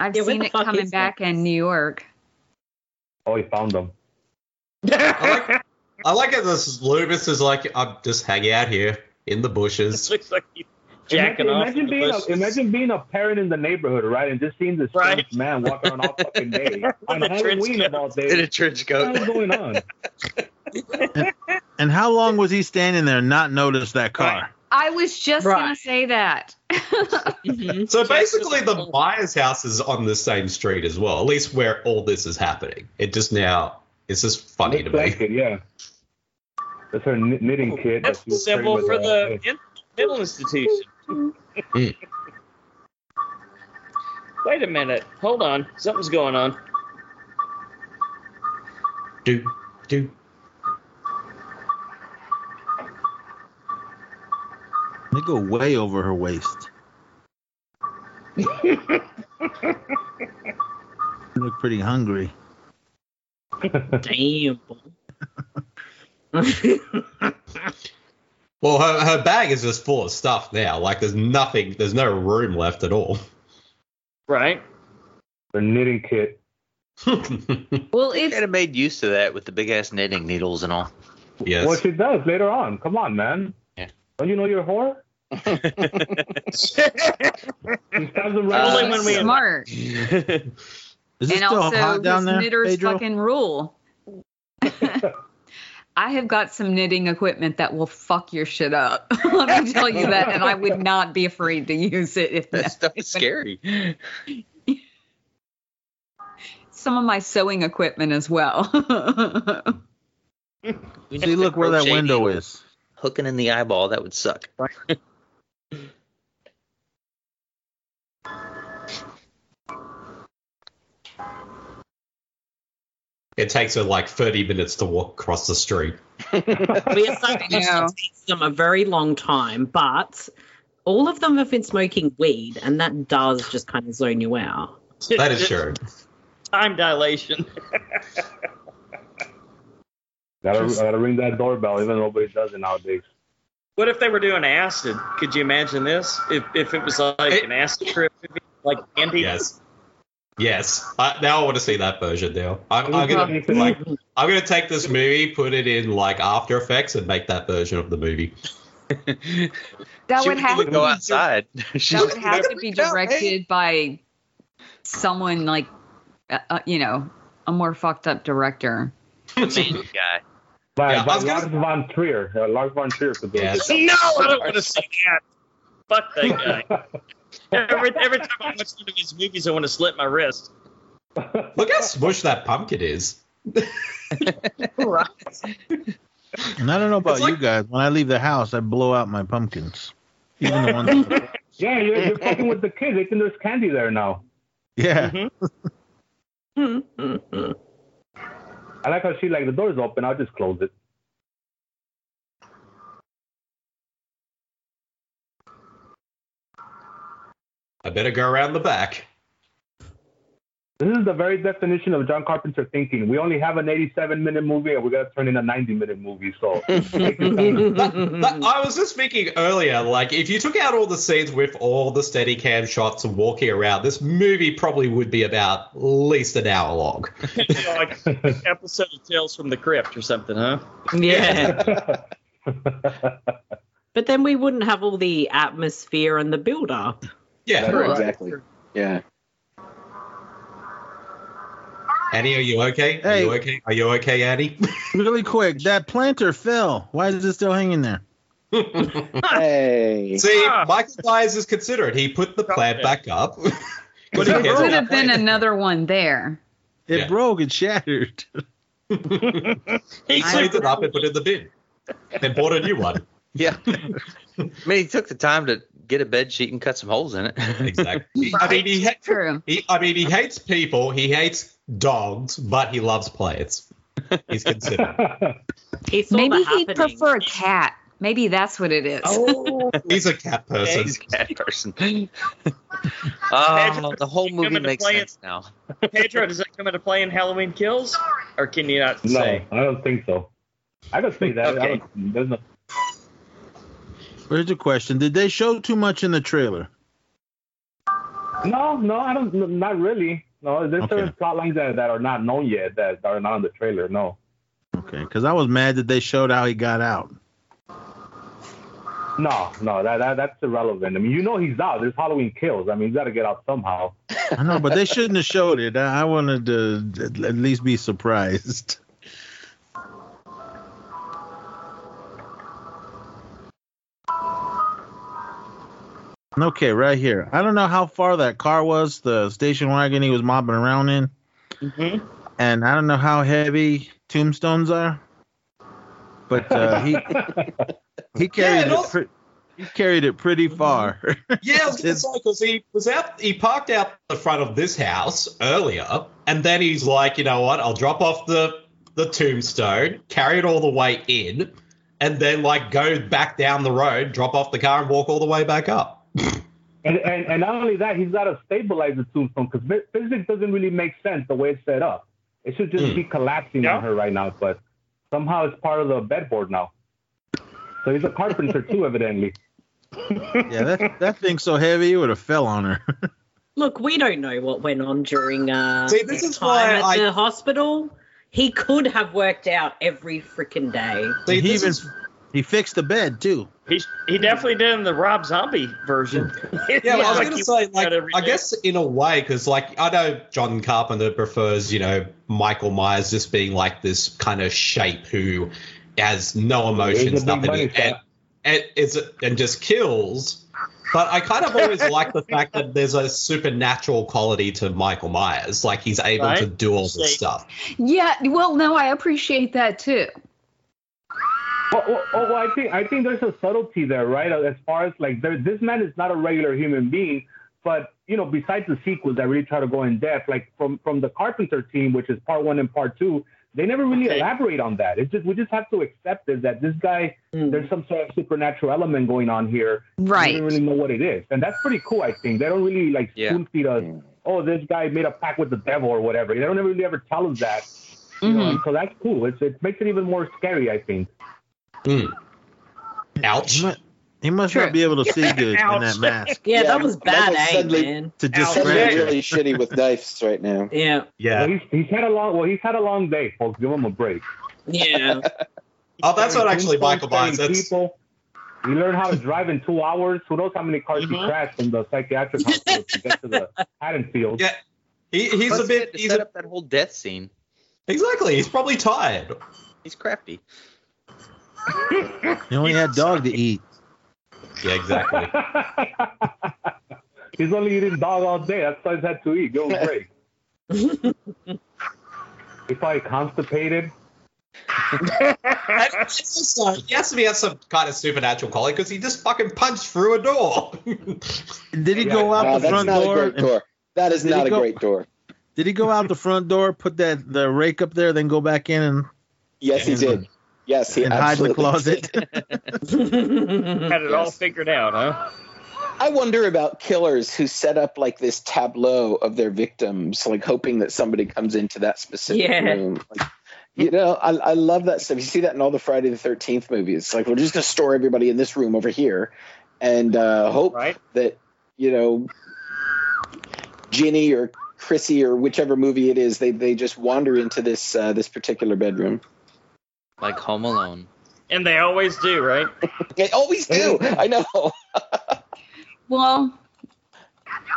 [SPEAKER 6] I've
[SPEAKER 7] Yeah, where
[SPEAKER 6] seen
[SPEAKER 7] the
[SPEAKER 6] it
[SPEAKER 7] fuck
[SPEAKER 6] coming
[SPEAKER 7] is
[SPEAKER 6] back in New York.
[SPEAKER 3] Oh, he found them.
[SPEAKER 8] I like how this Loomis is like, I'm just hanging out here in the bushes.
[SPEAKER 2] looks like he's jacking
[SPEAKER 3] imagine,
[SPEAKER 2] off. in the
[SPEAKER 3] imagine being
[SPEAKER 2] bushes.
[SPEAKER 3] a, imagine being a parent in the neighborhood, right, and just seeing this strange man walking around all fucking day on
[SPEAKER 2] With a trench
[SPEAKER 3] Halloween of all
[SPEAKER 5] In a
[SPEAKER 3] days.
[SPEAKER 5] trench
[SPEAKER 3] What the hell's
[SPEAKER 5] coat.
[SPEAKER 3] going on?
[SPEAKER 13] And how long was he standing there and not notice that car?
[SPEAKER 6] I was just gonna
[SPEAKER 7] Right.
[SPEAKER 6] say that.
[SPEAKER 8] So basically, the buyer's house is on the same street as well, at least where all this is happening. It just now, it's just funny to me.
[SPEAKER 3] Blanket, yeah. That's her kn- knitting kit.
[SPEAKER 2] That's
[SPEAKER 3] she
[SPEAKER 2] the
[SPEAKER 3] was carrying
[SPEAKER 2] symbol
[SPEAKER 3] with
[SPEAKER 2] for
[SPEAKER 3] her.
[SPEAKER 2] the in- mental institution.
[SPEAKER 8] Mm.
[SPEAKER 2] Wait a minute. Hold on. Something's going on.
[SPEAKER 8] Do, do.
[SPEAKER 13] They go way over her waist. You look pretty hungry.
[SPEAKER 7] Damn. Bull.
[SPEAKER 8] Well, her, her bag is just full of stuff now. Like, there's nothing, there's no room left at all.
[SPEAKER 2] Right?
[SPEAKER 3] Her knitting kit.
[SPEAKER 6] Well,
[SPEAKER 5] They
[SPEAKER 6] it's
[SPEAKER 5] Should have made use of that with the big ass knitting needles and all.
[SPEAKER 8] yes.
[SPEAKER 3] Well, she does later on. Come on, man.
[SPEAKER 5] Yeah.
[SPEAKER 3] Don't you know you're a whore? She stabs him right
[SPEAKER 5] Only
[SPEAKER 3] in the
[SPEAKER 2] when we-
[SPEAKER 3] back.
[SPEAKER 6] smart.
[SPEAKER 13] Is it
[SPEAKER 6] and
[SPEAKER 13] still
[SPEAKER 6] also
[SPEAKER 13] hot down
[SPEAKER 6] his
[SPEAKER 13] there,
[SPEAKER 6] knitters
[SPEAKER 13] Pedro?
[SPEAKER 6] fucking rule. I have got some knitting equipment that will fuck your shit up. Let me tell you that, and I would not be afraid to use it if
[SPEAKER 5] That stuff is scary.
[SPEAKER 6] some of my sewing equipment as well.
[SPEAKER 13] See, look where that window is.
[SPEAKER 5] Hooking in the eyeball, that would suck.
[SPEAKER 8] It takes her like 30 minutes to walk across the street.
[SPEAKER 7] we are starting to take them a very long time, but all of them have been smoking weed, and that does just kind of zone you out.
[SPEAKER 8] That is true.
[SPEAKER 2] Time dilation.
[SPEAKER 3] Gotta, gotta ring that doorbell, even though nobody does it nowadays.
[SPEAKER 2] What if they were doing acid? Could you imagine this? If, if it was like an acid trip, movie, like Andy?
[SPEAKER 8] Yes. Yes. I, now I want to see that version now. I'm, I'm gonna like I'm gonna take this movie, put it in like After Effects, and make that version of the movie.
[SPEAKER 6] That
[SPEAKER 5] She
[SPEAKER 6] would
[SPEAKER 5] wouldn't
[SPEAKER 6] have
[SPEAKER 5] even
[SPEAKER 6] to
[SPEAKER 5] go
[SPEAKER 6] be-
[SPEAKER 5] outside. She
[SPEAKER 6] that
[SPEAKER 5] just-
[SPEAKER 6] would have to be directed by someone like, uh, uh, you know, a more fucked up director.
[SPEAKER 5] Main guy.
[SPEAKER 3] By,
[SPEAKER 5] Yeah, I
[SPEAKER 3] by
[SPEAKER 5] was
[SPEAKER 3] Lars von Trier. Uh, Lars von Trier could do
[SPEAKER 8] Yes.
[SPEAKER 3] it.
[SPEAKER 2] No, I don't want to see that. Fuck that guy. every, every time I watch one of his movies, I want to slit my wrist.
[SPEAKER 8] Look how smush that pumpkin is.
[SPEAKER 13] And I don't know about you guys. When I leave the house, I blow out my pumpkins. Even the ones.
[SPEAKER 3] Yeah, you're, you're fucking with the kids. They think there's candy there now.
[SPEAKER 13] Yeah.
[SPEAKER 5] Mm-hmm.
[SPEAKER 6] Mm-hmm.
[SPEAKER 3] I like how she like the door's open. I'll just close it.
[SPEAKER 8] I better go around the back.
[SPEAKER 3] This is the very definition of John Carpenter thinking. We only have an 87 minute movie, and we're gonna turn in a 90 minute movie. So
[SPEAKER 8] But I was just thinking earlier, like if you took out all the scenes with all the steady cam shots and walking around, this movie probably would be about at least an hour long.
[SPEAKER 2] You know, like an episode of Tales from the Crypt or something, huh?
[SPEAKER 7] Yeah. but then we wouldn't have all the atmosphere and the build up.
[SPEAKER 8] Yeah.
[SPEAKER 1] Right, exactly. Yeah.
[SPEAKER 8] Annie, are you okay? Are you okay? Are you okay, Annie?
[SPEAKER 13] Really quick, that planter fell. Why is it still hanging there?
[SPEAKER 1] Hey.
[SPEAKER 8] See,
[SPEAKER 2] Ah.
[SPEAKER 8] Michael Myers is considerate. He put the plant back up. But
[SPEAKER 6] There
[SPEAKER 8] he cares
[SPEAKER 6] could
[SPEAKER 8] about
[SPEAKER 6] have been
[SPEAKER 8] plant.
[SPEAKER 6] another one there.
[SPEAKER 13] It
[SPEAKER 8] Yeah.
[SPEAKER 13] broke. It shattered.
[SPEAKER 8] He
[SPEAKER 6] I-
[SPEAKER 8] cleaned it up and put it in the bin. Then bought a new one.
[SPEAKER 5] Yeah. I mean, he took the time to get a bed sheet and cut some holes in it.
[SPEAKER 8] Exactly. I mean, he, ha-
[SPEAKER 6] True.
[SPEAKER 8] he, I mean, he hates people. He hates dogs, but he loves plants. He's considerate.
[SPEAKER 7] He saw
[SPEAKER 6] Maybe
[SPEAKER 7] the
[SPEAKER 6] he'd
[SPEAKER 7] happening.
[SPEAKER 6] prefer a cat. Maybe that's what it is.
[SPEAKER 3] Oh.
[SPEAKER 8] He's a cat person.
[SPEAKER 5] He's a cat person. oh, the whole movie
[SPEAKER 2] Coming to
[SPEAKER 5] makes
[SPEAKER 2] play
[SPEAKER 5] sense now.
[SPEAKER 2] Pedro, does that come into play in Halloween Kills? Or can you not
[SPEAKER 3] no,
[SPEAKER 2] say?
[SPEAKER 3] I don't think so. I could say that. I
[SPEAKER 2] Okay.
[SPEAKER 3] don't, there's no,
[SPEAKER 13] Here's the question: Did they show too much in the trailer?
[SPEAKER 3] no, no, I don't. n- Not really. No, there's
[SPEAKER 13] Okay.
[SPEAKER 3] certain plot lines that, that are not known yet that, that are not on the trailer. No.
[SPEAKER 13] Okay, because I was mad that they showed how he got out.
[SPEAKER 3] No, no, that, that that's irrelevant. I mean, you know he's out. There's Halloween kills. I mean, he's got to get out somehow.
[SPEAKER 13] I know, but they shouldn't have showed it. I I wanted to at at least be surprised. Okay, right here. I don't know how far that car was, the station wagon he was mobbing around in,
[SPEAKER 2] Mhm.
[SPEAKER 13] and I don't know how heavy tombstones are, but uh, he he carried
[SPEAKER 8] and
[SPEAKER 13] it.
[SPEAKER 8] also- Mm-hmm.
[SPEAKER 13] pre- he carried it pretty far.
[SPEAKER 8] Yeah, I was gonna say because he was out. He parked out the front of this house earlier, and then he's like, you know what? I'll drop off the the tombstone, carry it all the way in, and then like go back down the road, drop off the car, and walk all the way back up.
[SPEAKER 3] And, and and not only that, he's got to stabilize the tombstone because physics doesn't really make sense the way it's set up. It should just
[SPEAKER 8] Hmm.
[SPEAKER 3] be collapsing on her right now, but somehow it's part of the bedboard now. So he's a carpenter too, evidently.
[SPEAKER 13] yeah, that that thing's so heavy it would have fell on her.
[SPEAKER 7] Look, we don't know what went on during uh,
[SPEAKER 8] See, this
[SPEAKER 7] his
[SPEAKER 8] is why
[SPEAKER 7] time at
[SPEAKER 8] I-
[SPEAKER 7] the hospital. He could have worked out every freaking day.
[SPEAKER 8] See,
[SPEAKER 13] he
[SPEAKER 8] this
[SPEAKER 13] even
[SPEAKER 8] is-
[SPEAKER 13] he fixed the bed too.
[SPEAKER 2] He, he definitely did in the Rob Zombie version.
[SPEAKER 8] Yeah, well, I was
[SPEAKER 2] Like
[SPEAKER 8] gonna
[SPEAKER 2] he
[SPEAKER 8] say,
[SPEAKER 2] worked
[SPEAKER 8] like,
[SPEAKER 2] out every
[SPEAKER 8] I
[SPEAKER 2] day.
[SPEAKER 8] guess in a way, because like I know John Carpenter prefers, you know, Michael Myers just being like this kind of shape who has no
[SPEAKER 3] He's
[SPEAKER 8] emotions,
[SPEAKER 3] a big
[SPEAKER 8] nothing,
[SPEAKER 3] money
[SPEAKER 8] and, and, it's and just kills. But I kind of always like the fact that there's a supernatural quality to Michael Myers, like he's able to
[SPEAKER 6] Right.
[SPEAKER 8] do all this stuff.
[SPEAKER 6] Yeah, well, no, I appreciate that too.
[SPEAKER 3] Well, well, oh, well, I think I think there's a subtlety there, right? As far as like, there, this man is not a regular human being, but you know, besides the sequels that really try to go in depth, like from from the Carpenter team, which is part one and part two, they never really elaborate on that. It's just we just have to accept it that this guy,
[SPEAKER 5] Hmm.
[SPEAKER 3] there's some sort of supernatural element going on here.
[SPEAKER 6] Right.
[SPEAKER 3] We don't really know what it is, and that's pretty cool. I think they don't really like
[SPEAKER 5] Yeah.
[SPEAKER 3] spoon feed us. Oh, this guy made a pact with the devil or whatever. They don't really ever tell us that. You know,
[SPEAKER 8] Mhm.
[SPEAKER 5] Mm-hmm.
[SPEAKER 3] and so that's cool. It's, it makes it even more scary, I think.
[SPEAKER 8] Ouch.
[SPEAKER 13] Hmm. He must not be able to see good in that mask.
[SPEAKER 7] Yeah, that was bad,
[SPEAKER 1] Michael's
[SPEAKER 7] eh,
[SPEAKER 1] suddenly-
[SPEAKER 7] man?
[SPEAKER 13] To just
[SPEAKER 1] suddenly
[SPEAKER 13] scratch it.
[SPEAKER 1] really shitty with knives right now.
[SPEAKER 7] Yeah.
[SPEAKER 8] Yeah.
[SPEAKER 3] Well, he's, he's had a long. Well, he's had a long day, folks. Give him a break.
[SPEAKER 7] Yeah.
[SPEAKER 8] Oh, that's not actually Michael Myers.
[SPEAKER 3] Stabbing
[SPEAKER 8] That's
[SPEAKER 3] people. He learned how to drive in two hours. Who knows how many cars he
[SPEAKER 8] Mm-hmm.
[SPEAKER 3] crashed from the psychiatric hospital to get to the Haddonfield?
[SPEAKER 8] Yeah, he, he's
[SPEAKER 5] Plus he
[SPEAKER 8] a bit.
[SPEAKER 5] had to
[SPEAKER 8] he's
[SPEAKER 5] set
[SPEAKER 8] a-
[SPEAKER 5] up that whole death scene.
[SPEAKER 8] exactly. He's probably tired.
[SPEAKER 5] He's crafty.
[SPEAKER 13] He only had dog to eat.
[SPEAKER 8] Yeah, exactly.
[SPEAKER 3] He's only eating dog all day. That's why he's had to eat. Give him a break. he's probably constipated.
[SPEAKER 8] And it's just, uh, he has to be at some kind of supernatural quality because he just fucking punched through a door.
[SPEAKER 13] Did he go out
[SPEAKER 1] Wow,
[SPEAKER 13] the
[SPEAKER 1] that's
[SPEAKER 13] front
[SPEAKER 1] not
[SPEAKER 13] door?
[SPEAKER 1] a great
[SPEAKER 13] and-
[SPEAKER 1] door. That is
[SPEAKER 13] Did he
[SPEAKER 1] not a
[SPEAKER 13] go-
[SPEAKER 1] great door.
[SPEAKER 13] did he go out the front door, put that the rake up there, then go back in and,
[SPEAKER 1] Yes, he
[SPEAKER 13] And-
[SPEAKER 1] did. Yes, he
[SPEAKER 13] and hide in the
[SPEAKER 1] absolutely
[SPEAKER 13] closet?
[SPEAKER 1] did.
[SPEAKER 2] Had it all
[SPEAKER 1] Yes.
[SPEAKER 2] figured out, huh?
[SPEAKER 1] I wonder about killers who set up like this tableau of their victims, like hoping that somebody comes into that specific
[SPEAKER 7] Yeah.
[SPEAKER 1] room. Like, you know, I, I love that stuff. You see that in all the Friday the Thirteenth movies. It's Like we're just gonna store everybody in this room over here, and uh, hope
[SPEAKER 2] Right?
[SPEAKER 1] that you know, Ginny or Chrissy or whichever movie it is, they they just wander into this uh, this particular bedroom.
[SPEAKER 5] Like Home Alone.
[SPEAKER 2] And they always do, right?
[SPEAKER 1] They always do. I know.
[SPEAKER 6] Well,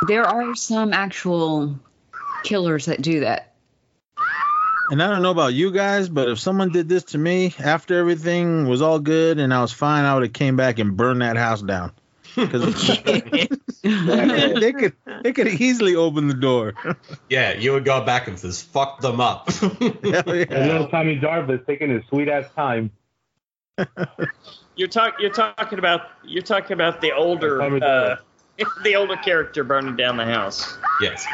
[SPEAKER 6] there are some actual killers that do that.
[SPEAKER 13] And I don't know about you guys, but if someone did this to me after everything was all good and I was fine, I would have came back and burned that house down. 'Cause they could they could easily open the door.
[SPEAKER 8] yeah, you would go back and just fuck them up.
[SPEAKER 13] Hell
[SPEAKER 3] And
[SPEAKER 13] yeah.
[SPEAKER 3] little Tommy Jarvis taking his sweet ass time.
[SPEAKER 2] You're talk you're talking about you're talking about the older
[SPEAKER 3] Tommy
[SPEAKER 2] uh, the older character burning down the house.
[SPEAKER 8] yes.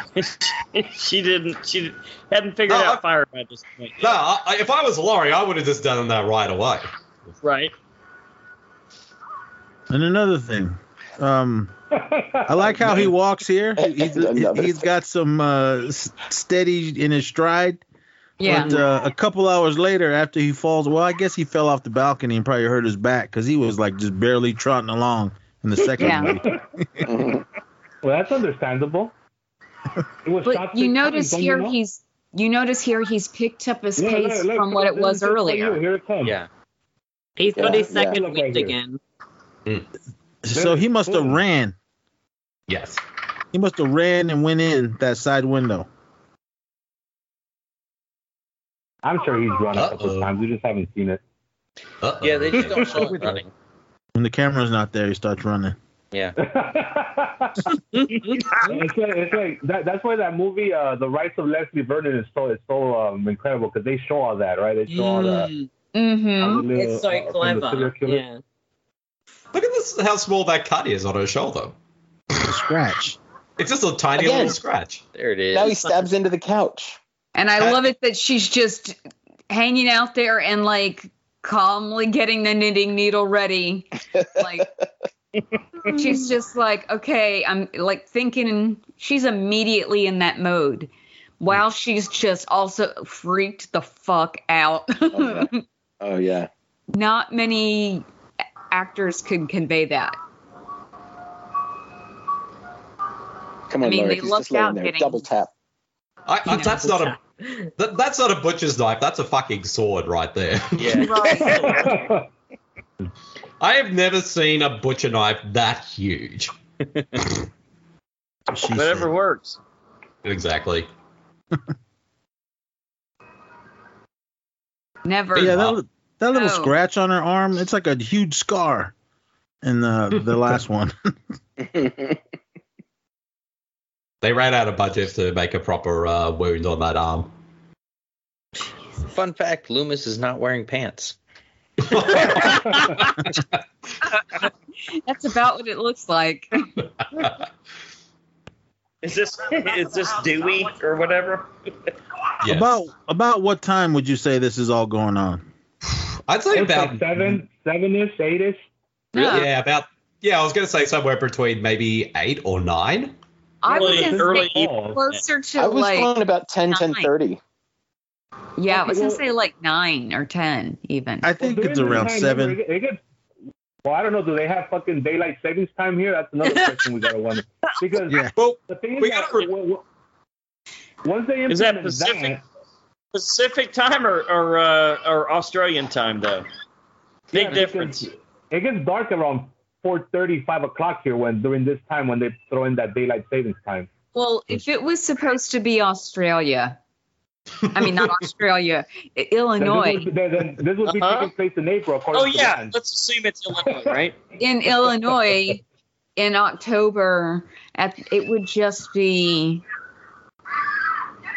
[SPEAKER 2] she didn't she hadn't figured
[SPEAKER 8] No, I-
[SPEAKER 2] out fire by this point.
[SPEAKER 8] No, I, I- if I was Laurie, I would have just done that right away.
[SPEAKER 2] Right.
[SPEAKER 13] And another thing, um, I like how he walks here. He- He's,
[SPEAKER 1] Another
[SPEAKER 13] he's got some uh, s- steady in his stride.
[SPEAKER 6] Yeah.
[SPEAKER 13] But uh, a couple hours later, after he falls, well, I guess he fell off the balcony and probably hurt his back because he was like just barely trotting along in the second
[SPEAKER 6] Yeah.
[SPEAKER 13] movie.
[SPEAKER 1] Mhm.
[SPEAKER 3] Well, that's understandable. It was shot
[SPEAKER 6] But you
[SPEAKER 3] six
[SPEAKER 6] notice
[SPEAKER 3] times, don't
[SPEAKER 6] here
[SPEAKER 3] you know?
[SPEAKER 6] he's you notice here he's picked up his
[SPEAKER 3] Look,
[SPEAKER 6] pace
[SPEAKER 3] look, look,
[SPEAKER 6] from what it
[SPEAKER 3] this
[SPEAKER 6] was
[SPEAKER 3] is for you.
[SPEAKER 6] earlier.
[SPEAKER 3] Here it comes.
[SPEAKER 5] Yeah.
[SPEAKER 7] He's got
[SPEAKER 1] Yeah,
[SPEAKER 7] his second
[SPEAKER 3] yeah.
[SPEAKER 7] wind again.
[SPEAKER 13] So he must have
[SPEAKER 3] Boom.
[SPEAKER 13] ran.
[SPEAKER 8] Yes.
[SPEAKER 13] He must have ran and went in that side window.
[SPEAKER 3] I'm sure he's run a couple
[SPEAKER 8] Uh-oh.
[SPEAKER 3] times. We just haven't seen it.
[SPEAKER 8] Uh-oh.
[SPEAKER 5] Yeah, they just don't show him running.
[SPEAKER 13] When the camera's not there, he starts running.
[SPEAKER 5] Yeah.
[SPEAKER 3] it's like, it's like that, that's why that movie, uh, The Rise of Leslie Vernon, is so it's so um, incredible because they show all that, right? They show all that.
[SPEAKER 7] Mm,
[SPEAKER 6] Mm-hmm.
[SPEAKER 7] it's so clever. Yeah.
[SPEAKER 8] Look at this, how small that cut is on her shoulder.
[SPEAKER 13] The scratch.
[SPEAKER 8] It's just a tiny
[SPEAKER 1] Again.
[SPEAKER 8] little scratch.
[SPEAKER 5] There it is.
[SPEAKER 1] Now he stabs into the couch.
[SPEAKER 6] And I
[SPEAKER 8] That-
[SPEAKER 6] love it that she's just hanging out there and like calmly getting the knitting needle ready. Like she's just like, okay, I'm like thinking and she's immediately in that mode. While she's just also freaked the fuck out.
[SPEAKER 1] Oh, Oh yeah.
[SPEAKER 6] Not many actors could convey that.
[SPEAKER 1] Come
[SPEAKER 6] I
[SPEAKER 1] on,
[SPEAKER 6] mean,
[SPEAKER 1] Laurie.
[SPEAKER 6] they
[SPEAKER 1] He's
[SPEAKER 6] lucked
[SPEAKER 1] just laying
[SPEAKER 6] out
[SPEAKER 1] there.
[SPEAKER 6] getting-
[SPEAKER 1] Double tap.
[SPEAKER 8] I, I,
[SPEAKER 6] Yeah.
[SPEAKER 8] that's not a that, that's not a butcher's knife. That's a fucking sword right there.
[SPEAKER 5] Yeah.
[SPEAKER 6] Right.
[SPEAKER 8] I have never seen a butcher knife that huge.
[SPEAKER 13] She
[SPEAKER 2] Whatever
[SPEAKER 13] said.
[SPEAKER 2] works.
[SPEAKER 8] Exactly.
[SPEAKER 6] Never.
[SPEAKER 13] Yeah,
[SPEAKER 8] Wow.
[SPEAKER 13] that was, That little
[SPEAKER 6] Oh.
[SPEAKER 13] scratch on her arm, it's like a huge scar in the the last one.
[SPEAKER 8] They ran out of budget to make a proper uh, wound on that arm.
[SPEAKER 5] Fun fact: Loomis is not wearing pants.
[SPEAKER 6] That's about what it looks like.
[SPEAKER 2] Is this is this Dewey or whatever?
[SPEAKER 13] About about what time would you say this is all going on?
[SPEAKER 8] I'd say
[SPEAKER 3] It's
[SPEAKER 8] about
[SPEAKER 3] like seven, seven ish, eight ish.
[SPEAKER 8] Really? Yeah, about yeah. I was going to say somewhere between maybe eight or nine.
[SPEAKER 6] I was
[SPEAKER 8] Early-
[SPEAKER 6] gonna
[SPEAKER 8] early
[SPEAKER 6] say
[SPEAKER 8] fall.
[SPEAKER 6] closer to
[SPEAKER 1] I was
[SPEAKER 6] like
[SPEAKER 1] going about 10,
[SPEAKER 6] nine.
[SPEAKER 1] 10 30.
[SPEAKER 6] Yeah, I was gonna
[SPEAKER 3] well-
[SPEAKER 6] say like nine or ten even.
[SPEAKER 13] I think
[SPEAKER 3] During
[SPEAKER 13] it's
[SPEAKER 3] the
[SPEAKER 13] around
[SPEAKER 3] night,
[SPEAKER 13] seven.
[SPEAKER 3] remember, It gets, well, I don't know. Do they have fucking daylight savings time here? That's another question we gotta wonder. Because
[SPEAKER 13] Yeah.
[SPEAKER 8] Well,
[SPEAKER 3] the thing is,
[SPEAKER 8] we
[SPEAKER 3] that,
[SPEAKER 8] gotta re-
[SPEAKER 3] w- w- once they implement
[SPEAKER 2] Is that Pacific Pacific time or or, uh, or Australian time though? Big
[SPEAKER 3] Yeah,
[SPEAKER 2] difference.
[SPEAKER 3] because It gets dark around four thirty, five o'clock here when during this time when they throw in that daylight savings time.
[SPEAKER 6] Well, if it was supposed to be Australia, I mean not Australia, I- Illinois.
[SPEAKER 3] Then this would, then- then this would be
[SPEAKER 2] Uh-huh.
[SPEAKER 3] taking place in April, according
[SPEAKER 2] Oh
[SPEAKER 3] to
[SPEAKER 2] yeah,
[SPEAKER 3] Rand.
[SPEAKER 2] let's assume it's Illinois, right?
[SPEAKER 6] In Illinois, in October, at it would just be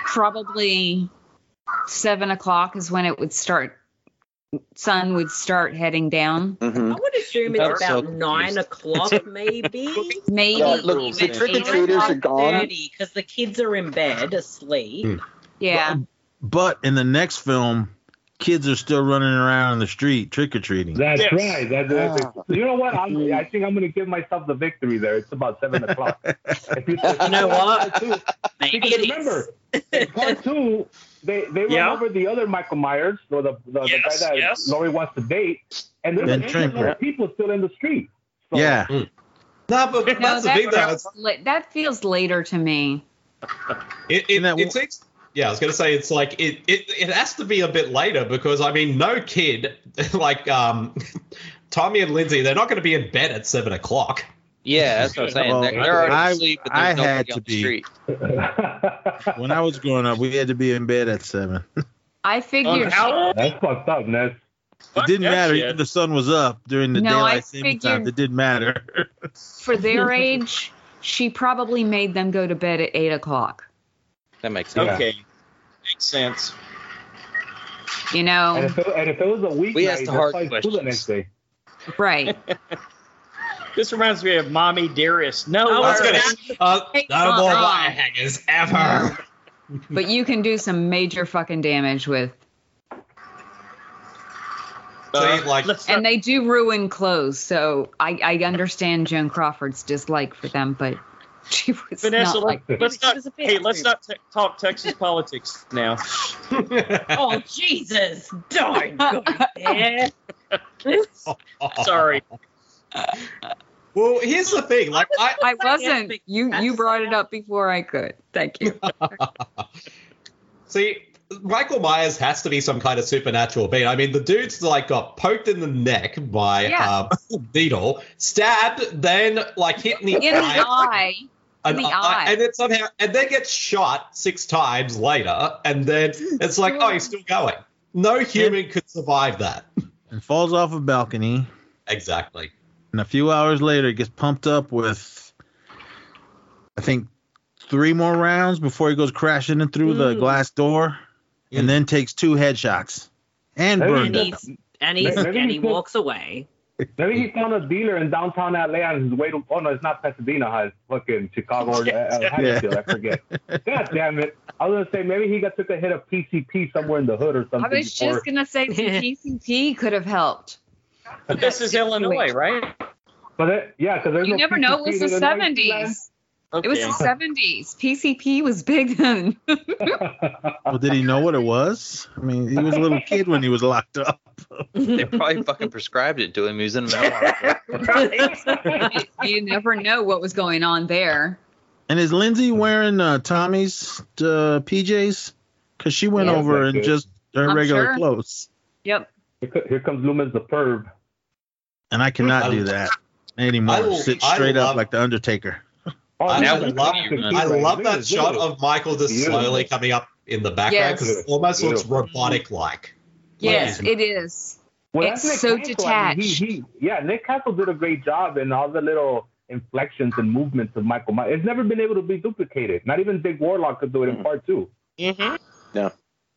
[SPEAKER 6] probably seven o'clock is when it would start. Sun would start heading down.
[SPEAKER 7] I would assume it's
[SPEAKER 5] I'm so
[SPEAKER 7] about nine o'clock, maybe.
[SPEAKER 6] Maybe
[SPEAKER 1] Yeah, look, the
[SPEAKER 6] even
[SPEAKER 1] trick or treaters are gone.
[SPEAKER 7] because the kids are in bed asleep.
[SPEAKER 13] Hmm.
[SPEAKER 6] Yeah.
[SPEAKER 13] But in the next film, kids are still running around in the street trick or treating.
[SPEAKER 3] That's
[SPEAKER 2] Yes.
[SPEAKER 3] right. That, that-
[SPEAKER 5] Ah.
[SPEAKER 8] Ah.
[SPEAKER 3] You know what? I'm, I think I'm going to give myself the victory there. It's about seven o'clock. If you, if you
[SPEAKER 7] know what?
[SPEAKER 3] Cartoon,
[SPEAKER 7] Maybe
[SPEAKER 3] because
[SPEAKER 7] it is.
[SPEAKER 3] remember, in part two, they they run
[SPEAKER 2] Yeah.
[SPEAKER 3] over the other Michael Myers, or the the,
[SPEAKER 2] Yes,
[SPEAKER 3] the guy that
[SPEAKER 2] yes.
[SPEAKER 3] Lori wants to date, and there's
[SPEAKER 13] Then
[SPEAKER 3] a
[SPEAKER 13] Trinket.
[SPEAKER 3] lot of people still in the street. So, hmm.
[SPEAKER 13] Yeah.
[SPEAKER 8] No, but
[SPEAKER 6] No,
[SPEAKER 8] that's the
[SPEAKER 6] that
[SPEAKER 8] thing though.
[SPEAKER 6] feels la- that feels later to me.
[SPEAKER 8] It, it,
[SPEAKER 13] And that
[SPEAKER 8] it
[SPEAKER 13] wa-
[SPEAKER 8] takes. Yeah, I was gonna say it's like it, it it has to be a bit later because I mean no kid like um Tommy and Lindsay they're not gonna be in bed at seven o'clock.
[SPEAKER 5] Yeah, that's what I'm saying.
[SPEAKER 13] Well,
[SPEAKER 5] they're, they're already
[SPEAKER 13] I-
[SPEAKER 5] asleep, but
[SPEAKER 13] I
[SPEAKER 5] there's nobody
[SPEAKER 13] had to
[SPEAKER 5] on the
[SPEAKER 13] be.
[SPEAKER 5] street.
[SPEAKER 13] When I was growing up, we had to be in bed at seven.
[SPEAKER 6] I
[SPEAKER 2] On
[SPEAKER 6] figured.
[SPEAKER 2] how?
[SPEAKER 3] That's fucked up, Ness.
[SPEAKER 13] It
[SPEAKER 2] Fuck
[SPEAKER 13] didn't
[SPEAKER 2] that
[SPEAKER 13] matter
[SPEAKER 2] shit.
[SPEAKER 13] if the sun was up during the
[SPEAKER 6] No, I
[SPEAKER 13] daylight saving time.
[SPEAKER 6] figured-
[SPEAKER 13] It didn't matter.
[SPEAKER 6] for their age, she probably made them go to bed at eight o'clock.
[SPEAKER 5] That makes sense.
[SPEAKER 2] Okay, makes sense.
[SPEAKER 6] You
[SPEAKER 3] And
[SPEAKER 6] know,
[SPEAKER 3] if, it, and if it was a weeknight,
[SPEAKER 5] We asked the
[SPEAKER 3] that's
[SPEAKER 5] hard
[SPEAKER 3] probably school the
[SPEAKER 5] questions.
[SPEAKER 3] next day.
[SPEAKER 6] right?
[SPEAKER 2] This reminds me of Mommy Dearest. No,
[SPEAKER 7] Oh,
[SPEAKER 2] I was gonna.
[SPEAKER 8] Uh,
[SPEAKER 6] Hey,
[SPEAKER 8] no more
[SPEAKER 6] uh-uh.
[SPEAKER 8] wire hangers ever.
[SPEAKER 6] But you can do some major fucking damage with,
[SPEAKER 2] Uh,
[SPEAKER 8] So you, like
[SPEAKER 2] Let's
[SPEAKER 6] and
[SPEAKER 2] not-
[SPEAKER 6] they do ruin clothes. So I, I understand Joan Crawford's dislike for them, but she was
[SPEAKER 2] Vanessa,
[SPEAKER 6] not like.
[SPEAKER 2] let- let's
[SPEAKER 7] She
[SPEAKER 2] not.
[SPEAKER 7] was a bitch
[SPEAKER 2] Hey, let's
[SPEAKER 7] too.
[SPEAKER 2] not te- talk Texas politics now.
[SPEAKER 7] Oh Jesus! Don't go there.
[SPEAKER 2] Sorry.
[SPEAKER 8] Well, here's the thing. Like I,
[SPEAKER 6] I wasn't. You you
[SPEAKER 7] That's-
[SPEAKER 6] brought it up before I could. Thank you.
[SPEAKER 8] See, Michael Myers has to be some kind of supernatural being. I mean, the dude's like got poked in the neck by
[SPEAKER 6] Yeah.
[SPEAKER 8] um, needle, stabbed, then like hit in the
[SPEAKER 6] In the eye,
[SPEAKER 8] an
[SPEAKER 6] in the
[SPEAKER 8] eye,
[SPEAKER 6] eye.
[SPEAKER 8] and then somehow, and then gets shot six times later, and then it's like, oh, he's still going. No human could survive that.
[SPEAKER 13] And falls off a balcony,
[SPEAKER 8] Exactly.
[SPEAKER 13] and a few hours later, it gets pumped up with, I think, three more rounds before he goes crashing in through the
[SPEAKER 6] Hmm.
[SPEAKER 7] Mm.
[SPEAKER 13] glass door,
[SPEAKER 8] Mm.
[SPEAKER 13] and then takes two headshots and
[SPEAKER 3] Hey.
[SPEAKER 7] And
[SPEAKER 13] burned up.
[SPEAKER 7] he's and he's
[SPEAKER 3] Maybe
[SPEAKER 7] and he
[SPEAKER 3] he could-
[SPEAKER 7] walks away.
[SPEAKER 3] Maybe he found a dealer in downtown LA on his way to. Oh no, it's not Pasadena. huh? It's fucking Chicago or uh, uh, Haddonfield. I forget. God damn it! I was gonna say maybe he got took a hit of PCP somewhere in the hood or
[SPEAKER 6] I
[SPEAKER 3] something.
[SPEAKER 6] was
[SPEAKER 3] before.
[SPEAKER 6] just gonna say some PCP could have helped.
[SPEAKER 2] But this is Illinois, right?
[SPEAKER 3] But it, yeah, because there's
[SPEAKER 6] You
[SPEAKER 3] no
[SPEAKER 6] never know. It
[SPEAKER 3] PCP
[SPEAKER 6] was the
[SPEAKER 3] in Illinois,
[SPEAKER 6] seventies. It was
[SPEAKER 2] Okay.
[SPEAKER 6] the seventies. PCP was big then.
[SPEAKER 13] Well, did he know what it was? I mean, he was a little kid when he was locked up.
[SPEAKER 5] They probably fucking prescribed it to him. He was in a
[SPEAKER 6] you never know what was going on there.
[SPEAKER 13] And is Lindsay wearing uh, Tommy's uh, PJs? Because she went
[SPEAKER 6] Yeah.
[SPEAKER 13] over in
[SPEAKER 3] Good.
[SPEAKER 13] just her
[SPEAKER 6] I'm
[SPEAKER 13] regular
[SPEAKER 6] sure.
[SPEAKER 13] clothes.
[SPEAKER 6] Yep.
[SPEAKER 3] Here co- Here comes Loomis the perv.
[SPEAKER 13] And I cannot
[SPEAKER 8] I-
[SPEAKER 13] do that anymore.
[SPEAKER 8] I-
[SPEAKER 13] Sit
[SPEAKER 8] I
[SPEAKER 13] straight up
[SPEAKER 8] love-
[SPEAKER 13] like the Undertaker.
[SPEAKER 3] Oh,
[SPEAKER 8] I
[SPEAKER 3] this is
[SPEAKER 5] love
[SPEAKER 3] a classic
[SPEAKER 5] you, man.
[SPEAKER 3] too,
[SPEAKER 8] I
[SPEAKER 3] right?
[SPEAKER 8] love
[SPEAKER 3] This
[SPEAKER 8] that
[SPEAKER 3] is
[SPEAKER 8] shot
[SPEAKER 3] beautiful.
[SPEAKER 8] of Michael just
[SPEAKER 3] Beautiful.
[SPEAKER 8] slowly coming up in the background
[SPEAKER 6] Yes.
[SPEAKER 8] because it almost looks
[SPEAKER 3] Beautiful.
[SPEAKER 8] robotic like.
[SPEAKER 6] Yes, it is.
[SPEAKER 3] Well,
[SPEAKER 6] It's
[SPEAKER 3] that's Nick
[SPEAKER 6] so
[SPEAKER 3] Castle. I mean, he- he- yeah, Nick Castle did a great job in all the little inflections and movements of Michael Myers. It's never been able to be duplicated. Not even Dick Warlock could do it in part two.
[SPEAKER 2] Mm-hmm.
[SPEAKER 1] Yeah.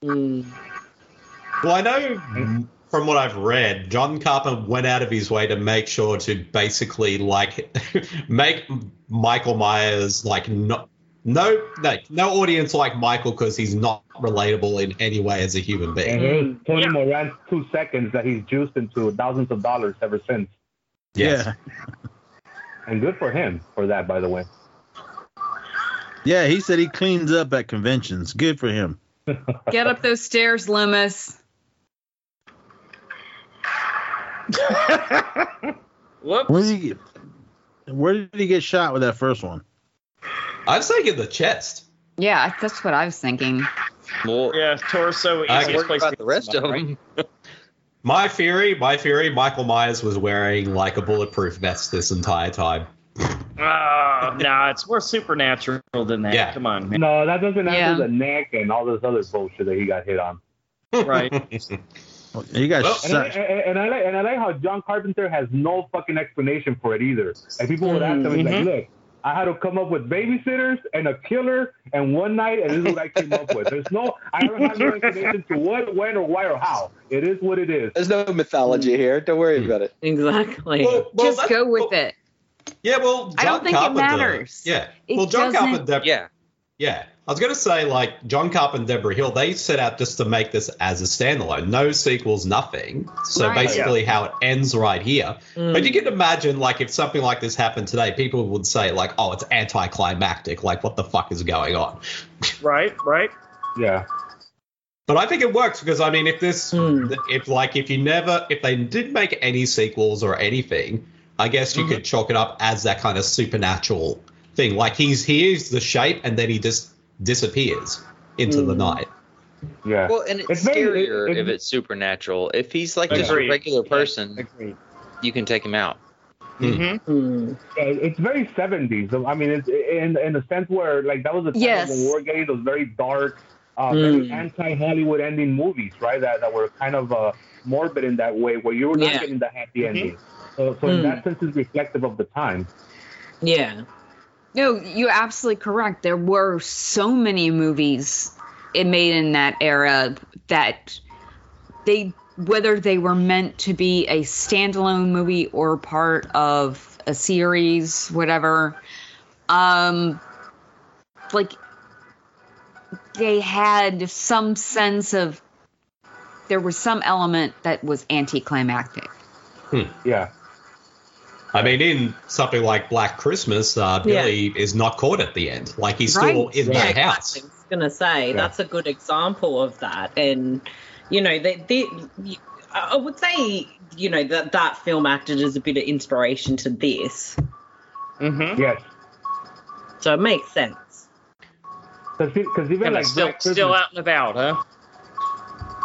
[SPEAKER 8] Well, I know from what I've read, John Carpenter went out of his way to make sure to basically like make Michael Myers like no no like no audience like Michael because he's not relatable in any way as a human
[SPEAKER 3] And
[SPEAKER 8] being.
[SPEAKER 3] here's Tony Moran's two seconds that he's juiced into thousands of dollars ever since.
[SPEAKER 8] Yes.
[SPEAKER 3] And good for him for that, by the way.
[SPEAKER 13] Yeah, he said he cleans up at conventions. Good for him.
[SPEAKER 6] Get up those stairs, Loomis.
[SPEAKER 2] Whoops.
[SPEAKER 13] Where did he get, where did he get shot with that first one?
[SPEAKER 8] I'd say in the chest.
[SPEAKER 6] Yeah, that's what I was thinking.
[SPEAKER 2] yeah, torso.
[SPEAKER 8] I
[SPEAKER 2] easiest
[SPEAKER 8] guess-
[SPEAKER 2] place to get somebody, right?
[SPEAKER 8] My theory, my theory, Michael Myers was wearing like a bulletproof vest this entire time.
[SPEAKER 2] Oh, nah, it's more supernatural than that.
[SPEAKER 8] Yeah.
[SPEAKER 2] Come on, man.
[SPEAKER 3] No, that doesn't answer
[SPEAKER 6] Yeah.
[SPEAKER 3] the neck and all this other bullshit that he got hit on.
[SPEAKER 2] Right.
[SPEAKER 13] He got
[SPEAKER 3] And I,
[SPEAKER 13] shot.
[SPEAKER 3] and, and I like, and I like how John Carpenter has no fucking explanation for it either. Like people would ask him, he's
[SPEAKER 2] Mhm.
[SPEAKER 3] like, "Look, I had to come up with babysitters and a killer and one night, and this is what I came up with. There's no, I don't have no explanation to what, when, or why, or how. It is what it is."
[SPEAKER 1] There's no mythology here. Don't
[SPEAKER 5] Hmm.
[SPEAKER 1] worry about it.
[SPEAKER 7] Exactly.
[SPEAKER 8] Well, well,
[SPEAKER 6] Just
[SPEAKER 8] that-
[SPEAKER 6] go with it.
[SPEAKER 8] Yeah, well, John
[SPEAKER 6] I don't think it
[SPEAKER 8] Carpenter-
[SPEAKER 6] matters.
[SPEAKER 8] Yeah,
[SPEAKER 6] It
[SPEAKER 8] well, John
[SPEAKER 6] doesn't-
[SPEAKER 8] Carpenter.
[SPEAKER 5] Yeah.
[SPEAKER 8] Yeah, I was gonna say like John Carpenter and Deborah Hill. They set out just to make this as a standalone, no sequels, nothing. So
[SPEAKER 6] Right.
[SPEAKER 8] basically, how it ends right here. But you can imagine like if something like this happened today, people would say like, "Oh, it's anticlimactic. Like, what the fuck is going on?"
[SPEAKER 2] Right, right.
[SPEAKER 3] Yeah.
[SPEAKER 8] But I think it works because I mean, if this, if like, if you never, if they didn't make any sequels or anything, I guess you could chalk it up as that kind of supernatural thing. Like he's he is the shape, and then he just disappears into the night.
[SPEAKER 3] Yeah.
[SPEAKER 5] Well, and it's,
[SPEAKER 3] It's very-
[SPEAKER 5] scarier
[SPEAKER 3] it- it-
[SPEAKER 5] if it's supernatural. If he's like just
[SPEAKER 2] Agreed.
[SPEAKER 5] a regular person,
[SPEAKER 2] Agreed.
[SPEAKER 5] you can take him out.
[SPEAKER 2] Mm-hmm.
[SPEAKER 3] Yeah, it's very 70s. So, I mean, it's in in a sense where like that was a time
[SPEAKER 6] Yes.
[SPEAKER 3] when we were getting those very dark, uh,
[SPEAKER 7] Mm.
[SPEAKER 2] Hmm.
[SPEAKER 3] very anti-Hollywood ending movies, right? That that were kind of uh, morbid in that way, where you were not
[SPEAKER 7] Yeah.
[SPEAKER 3] getting the happy
[SPEAKER 2] Mm-hmm.
[SPEAKER 3] ending. So,
[SPEAKER 7] Mm.
[SPEAKER 3] so
[SPEAKER 2] Hmm.
[SPEAKER 3] in that sense, it's reflective of the time.
[SPEAKER 7] Yeah.
[SPEAKER 6] No, you're absolutely correct. There were so many movies it made in that era that they whether they were meant to be a standalone movie or part of a series, whatever. Um like they had some sense of there was some element that was anticlimactic.
[SPEAKER 3] Yeah.
[SPEAKER 8] Hmm. I mean, in something like Black Christmas, uh,
[SPEAKER 7] Yeah.
[SPEAKER 8] Billy is not caught at the end. Like he's still
[SPEAKER 6] Right.
[SPEAKER 8] in
[SPEAKER 7] Yeah,
[SPEAKER 8] that house.
[SPEAKER 7] exactly. I was gonna say
[SPEAKER 3] Yeah.
[SPEAKER 7] that's a good example of that, and you know they, they I I would say you know that that film acted as a bit of inspiration to this,
[SPEAKER 2] Mm-hmm.
[SPEAKER 3] Yes.
[SPEAKER 7] so it makes sense.
[SPEAKER 3] Because e, even
[SPEAKER 2] Kind
[SPEAKER 3] like
[SPEAKER 2] of still,
[SPEAKER 3] Black Christmas-
[SPEAKER 2] still out and about, huh?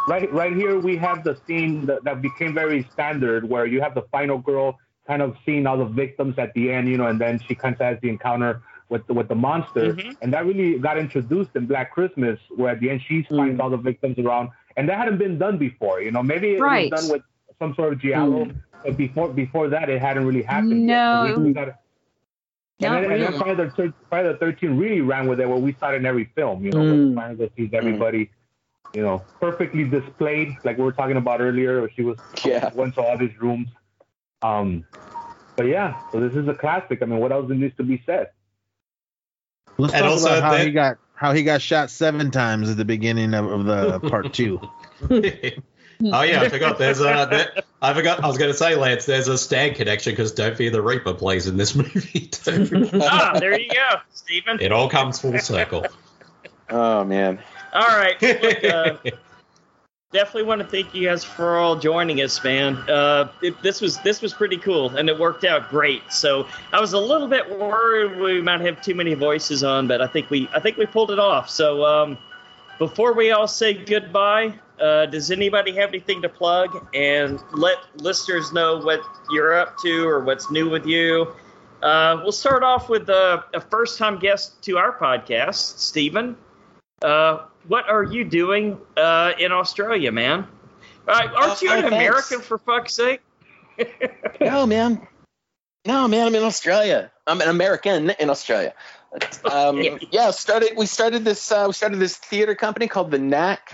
[SPEAKER 3] right right here we have the scene that, that became very standard where you have the final girl kind of seeing all the victims at the end you know and then she kind of has the encounter with the, with the monster
[SPEAKER 6] Mm-hmm.
[SPEAKER 2] Mhm.
[SPEAKER 3] and that really got introduced in black christmas where at the end
[SPEAKER 6] Mm.
[SPEAKER 3] she finds all the victims around and that hadn't been done before you know maybe it
[SPEAKER 6] Right. Mm.
[SPEAKER 3] was done with some sort of giallo but before before that it hadn't really happened yet. So
[SPEAKER 6] No.
[SPEAKER 3] we got and
[SPEAKER 6] Not
[SPEAKER 3] then, and then
[SPEAKER 6] really.
[SPEAKER 3] Friday, the thir- Friday the 13 really ran with it, where we saw it in every film, you know, where
[SPEAKER 7] Mm.
[SPEAKER 3] Friday the sees everybody, you know, perfectly displayed, like we were talking about earlier. Where she was
[SPEAKER 1] Yeah.
[SPEAKER 3] went to all these rooms. Um, but yeah, so this is a classic. I mean, what else needs to be said?
[SPEAKER 13] Let's
[SPEAKER 8] And
[SPEAKER 13] talk
[SPEAKER 8] also
[SPEAKER 13] about how
[SPEAKER 8] that-
[SPEAKER 13] he got how he got shot seven times at the beginning of, of the part two.
[SPEAKER 8] oh yeah, I forgot. There's a. There, I forgot. I was going to say, Lance. There's a Stan connection because Don't Fear the Reaper plays in this movie too.
[SPEAKER 2] ah, there you go, Stephen.
[SPEAKER 8] it all comes full circle.
[SPEAKER 1] Oh man.
[SPEAKER 2] All right. Look, uh, definitely want to thank you guys for all joining us, man. Uh, it, this was this was pretty cool, and it worked out great. So I was a little bit worried we might have too many voices on, but I think we I think we pulled it off. So um, before we all say goodbye, uh, does anybody have anything to plug and let listeners know what you're up to or what's new with you? Uh, we'll start off with uh, a first time guest to our podcast, Stephen. Uh, what are you doing uh, in Australia, man? Uh, aren't you
[SPEAKER 1] Oh,
[SPEAKER 2] an
[SPEAKER 1] thanks.
[SPEAKER 2] American for fuck's sake?
[SPEAKER 1] no, man. No, man. I'm in Australia. I'm an American in Australia. Um, yeah, started. We started this. Uh, we started this theater company called The Knack,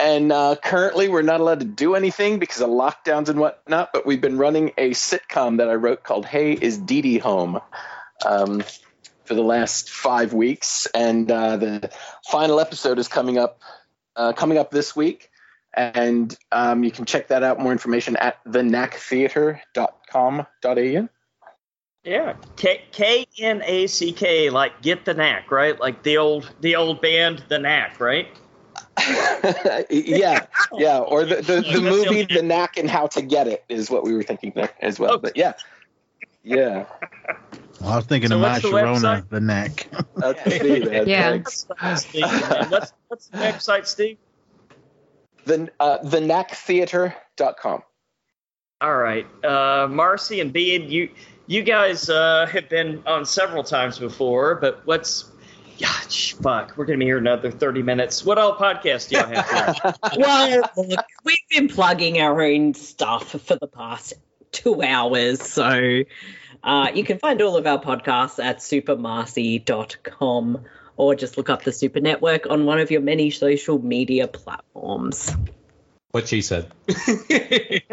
[SPEAKER 1] and uh, currently we're not allowed to do anything because of lockdowns and whatnot. But we've been running a sitcom that I wrote called "Hey Is Dee Dee Home." Um, for the last five weeks, and uh, the final episode is coming up uh, coming up this week. And um, you can check that out. More information at thenacktheater.com.au.
[SPEAKER 2] Yeah, K K N A C K, like get the knack, right? Like the old the old band, the knack, right?
[SPEAKER 1] yeah, yeah. Or the, the, the
[SPEAKER 2] That's
[SPEAKER 1] movie
[SPEAKER 2] okay.
[SPEAKER 1] The Knack and How to Get It is what we were thinking there as well. But yeah, yeah.
[SPEAKER 13] I was thinking
[SPEAKER 1] So
[SPEAKER 13] of my
[SPEAKER 1] what's the
[SPEAKER 13] Sharona, the neck.
[SPEAKER 1] That's the, that,
[SPEAKER 13] Yeah.
[SPEAKER 1] thanks.
[SPEAKER 2] Steve, man. What's, what's the website, Steve?
[SPEAKER 1] The, uh, thenacktheater.com.
[SPEAKER 2] All right, uh, Marcy and Bede, you you guys uh, have been on several times before, but what's yeah, sh- fuck, we're gonna be here another thirty minutes. What all podcast do y'all have?
[SPEAKER 7] well, look, we've been plugging our own stuff for the past two hours. So uh, you can find all of our podcasts at supermarcy.com or just look up the Super Network on one of your many social media platforms.
[SPEAKER 8] What she said.
[SPEAKER 7] Uh,
[SPEAKER 2] That's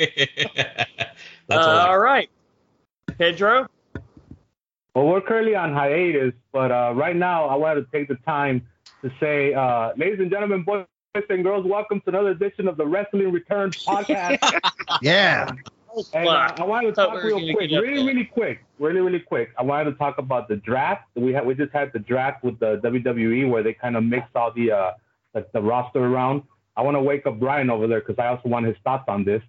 [SPEAKER 2] all. all right, Pedro.
[SPEAKER 3] Well, we're currently on hiatus, but uh, right now I wanted to take the time to say, uh, ladies and gentlemen, boys and girls, welcome to another edition of the Wrestling Returns podcast.
[SPEAKER 13] yeah.
[SPEAKER 3] And uh, I wanted to
[SPEAKER 13] Thought
[SPEAKER 3] talk
[SPEAKER 13] we were
[SPEAKER 3] real
[SPEAKER 13] gonna
[SPEAKER 3] quick,
[SPEAKER 13] get up
[SPEAKER 3] really, really quick, really, really quick. I wanted to talk about the draft. We had we just had the draft with the WWE where they kind of mixed all the uh the, the roster around. I want to wake up Brian over there because I also want his thoughts on this.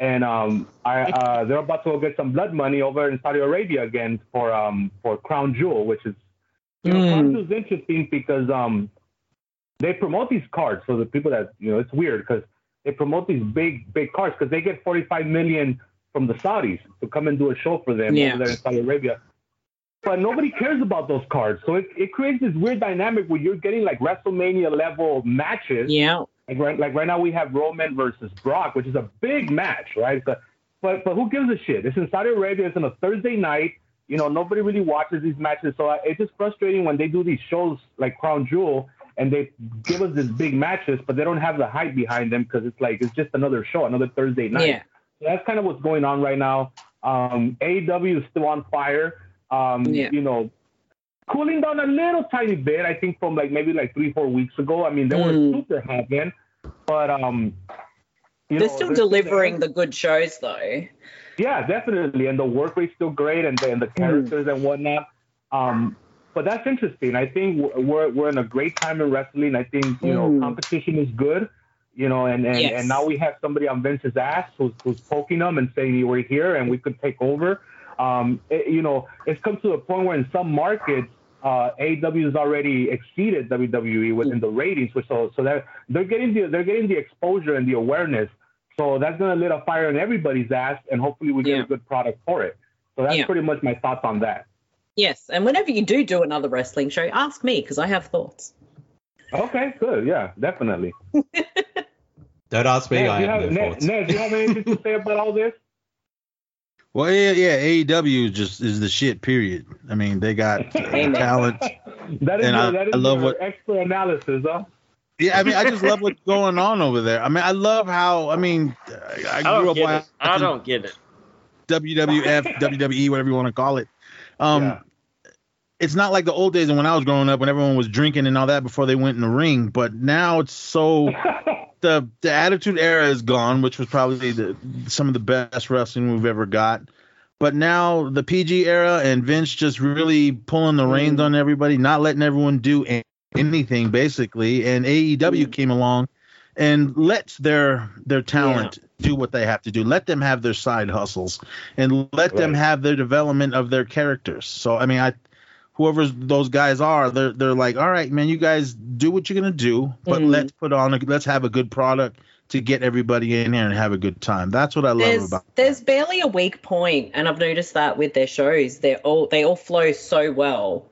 [SPEAKER 3] And um, I uh, they're about to go get some blood money over in Saudi Arabia again for um for Crown Jewel, which is you know, Crown Jewel's interesting because um they promote these cards. So the people that you know, it's weird because they promote these big, big cards because they get 45 million from the Saudis to come and do a show for them
[SPEAKER 14] Yeah.
[SPEAKER 3] over there in Saudi Arabia. But nobody cares about those cards, so it, it creates this weird dynamic where you're getting like WrestleMania level matches.
[SPEAKER 7] Yeah.
[SPEAKER 3] Like right, like right now we have Roman versus Brock, which is a big match, right? But but, but who gives a shit? It's in Saudi Arabia. It's on a Thursday night. You know, nobody really watches these matches, so I, it's just frustrating when they do these shows like Crown Jewel and they give us these big matches, but they don't have the hype behind them because it's like it's just another show, another Thursday night.
[SPEAKER 14] Yeah.
[SPEAKER 3] So that's kind of what's going on right now. Um, AEW is still on fire. Um,
[SPEAKER 14] Yeah.
[SPEAKER 3] You know, cooling down a little tiny bit. I think from like maybe like three, four weeks ago. I mean, they were super hot then, but um, you
[SPEAKER 7] they're
[SPEAKER 3] know,
[SPEAKER 7] still
[SPEAKER 3] there's-
[SPEAKER 7] delivering the good shows, though.
[SPEAKER 3] yeah, definitely. And the work rate's still great, and the, and the characters and whatnot. Um, but that's interesting. I think w- we're we're in a great time in wrestling. I think you know
[SPEAKER 14] Mm.
[SPEAKER 3] competition is good. You know, and and,
[SPEAKER 14] Yes.
[SPEAKER 3] and now we have somebody on Vince's ass who's, who's poking him and saying you were here and we could take over. Um, it- you know, it's come to a point where in some markets, uh, AEW has already exceeded WWE within the ratings, which so so that they're getting the they're getting the exposure and the awareness. So that's gonna lit a fire in everybody's ass, and hopefully we get a good product for it. So that's
[SPEAKER 7] Yeah.
[SPEAKER 3] pretty much my thoughts on that.
[SPEAKER 7] Yes. And whenever you do do another wrestling show, ask me because I have thoughts.
[SPEAKER 3] Okay, good. Yeah, definitely.
[SPEAKER 8] Don't ask me.
[SPEAKER 3] Ned,
[SPEAKER 8] I
[SPEAKER 3] you
[SPEAKER 8] have,
[SPEAKER 3] have-
[SPEAKER 8] no
[SPEAKER 3] Ned-
[SPEAKER 8] thoughts.
[SPEAKER 3] Ned, do you have anything to say about all this?
[SPEAKER 13] Well, yeah, yeah. AEW is just is the shit. Period. I mean, they got uh,
[SPEAKER 3] Amen.
[SPEAKER 13] talent.
[SPEAKER 3] That is
[SPEAKER 13] and
[SPEAKER 3] your,
[SPEAKER 13] I,
[SPEAKER 3] that is
[SPEAKER 13] I love
[SPEAKER 3] your
[SPEAKER 13] what.
[SPEAKER 3] expert analysis, huh?
[SPEAKER 13] Yeah, I mean, I just love what's going on over there. I mean, I love how. I mean, I,
[SPEAKER 2] I
[SPEAKER 13] I grew
[SPEAKER 2] don't
[SPEAKER 13] up
[SPEAKER 2] get it.
[SPEAKER 13] watching
[SPEAKER 2] I don't get it.
[SPEAKER 13] WWF, WWE, E, whatever you want to call it. Um, It's not like the old days and when I was growing up, when everyone was drinking and all that before they went in the ring. But now it's so the the Attitude Era is gone, which was probably the, some of the best wrestling we've ever got. But now the PG era and Vince just really pulling the reins on everybody, not letting everyone do a- anything basically. And AEW came along and lets their their talent do what they have to do. Let them have their side hustles and let them have their development of their characters. So I mean, I whoever those guys are, they're they're like, all right, man, you guys do what you're gonna do, but let's put on, a, let's have a good product to get everybody in here and have a good time. That's what I love
[SPEAKER 7] there's
[SPEAKER 13] about.
[SPEAKER 7] there's barely a weak point, and I've noticed that with their shows. They're all they all flow so well.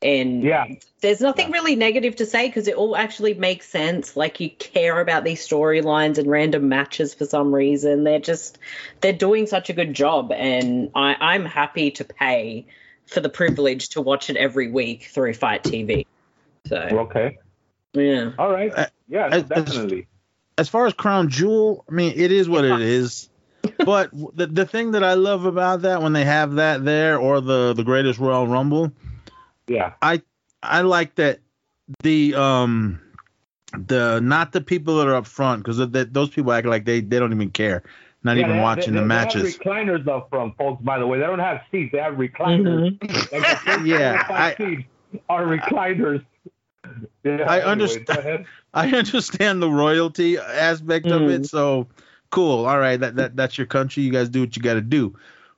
[SPEAKER 7] And yeah. there's nothing really negative to say because it all actually makes sense. Like you care about these storylines and random matches for some reason. They're just they're doing such a good job, and I, I'm happy to pay for the privilege to watch it every week through Fight TV. So
[SPEAKER 3] okay,
[SPEAKER 7] yeah,
[SPEAKER 3] all right,
[SPEAKER 2] Uh,
[SPEAKER 3] yeah, definitely.
[SPEAKER 13] As far as Crown Jewel, I mean, it is what it is. but the the thing that I love about that when they have that there or the the Greatest Royal Rumble,
[SPEAKER 3] yeah,
[SPEAKER 13] I I like that the um the not the people that are up front because those people act like they they don't even care, not
[SPEAKER 3] Yeah,
[SPEAKER 13] even
[SPEAKER 3] they have-
[SPEAKER 13] watching
[SPEAKER 3] they-
[SPEAKER 13] the
[SPEAKER 3] they have
[SPEAKER 13] matches.
[SPEAKER 3] recliners up from folks, by the way. They don't have seats. They have recliners.
[SPEAKER 13] Yeah,
[SPEAKER 3] I, are recliners. Yeah,
[SPEAKER 13] I
[SPEAKER 3] anyway,
[SPEAKER 13] understand.
[SPEAKER 3] go ahead.
[SPEAKER 13] I understand the royalty aspect of it. So cool. All right, that, that that's your country. You guys do what you got to do.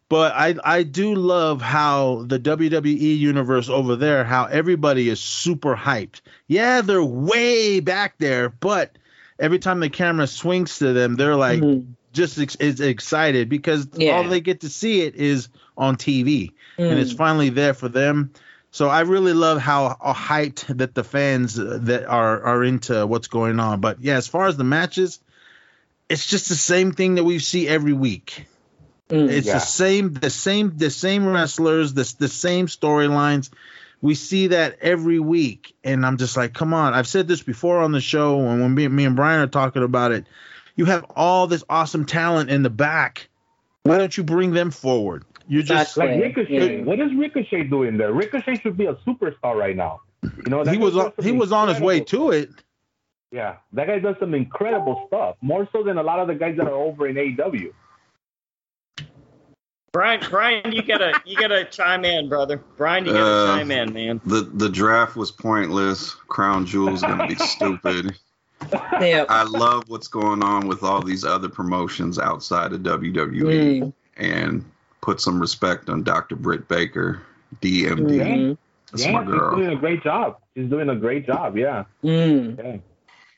[SPEAKER 13] But I I do love how the WWE universe over there, how everybody is super hyped. Yeah, they're way back there, but every time the camera swings to them, they're like just ex- is excited because all they get to see it is on TV, and it's
[SPEAKER 14] Mm.
[SPEAKER 13] finally there for them. So I really love how, how hyped that the fans uh, that are are into what's going on. But yeah, as far as the matches, it's just the same thing that we see every week. it's
[SPEAKER 14] Yeah.
[SPEAKER 13] the same, the same, the same wrestlers, the the same storylines. We see that every week, and I'm just like, come on! I've said this before on the show, and when me, me and Brian are talking about it, you have all this awesome talent in the back. Why don't you bring them forward? You're just
[SPEAKER 3] like Ricochet. What is Ricochet doing there? Ricochet should be a superstar right now. You know, that
[SPEAKER 13] he
[SPEAKER 3] guy
[SPEAKER 13] was
[SPEAKER 3] does
[SPEAKER 13] on,
[SPEAKER 3] some
[SPEAKER 13] he was on his way
[SPEAKER 3] incredible-
[SPEAKER 13] to it.
[SPEAKER 3] Yeah, that guy does some incredible stuff, more so than a lot of the guys that are over in E AEW.
[SPEAKER 2] Brian, Brian, you gotta you gotta chime in, brother. Brian, you gotta
[SPEAKER 4] Uh,
[SPEAKER 2] chime in, man.
[SPEAKER 4] The the draft was pointless. Crown Jewel's gonna be stupid.
[SPEAKER 7] Yeah.
[SPEAKER 4] I love what's going on with all these other promotions outside of WWE, and put some respect on Dr. Britt Baker, DMD.
[SPEAKER 3] Mm-hmm.
[SPEAKER 4] That's
[SPEAKER 3] yeah,
[SPEAKER 4] my girl.
[SPEAKER 3] she's doing a great job. She's doing a great job. Yeah. Yeah.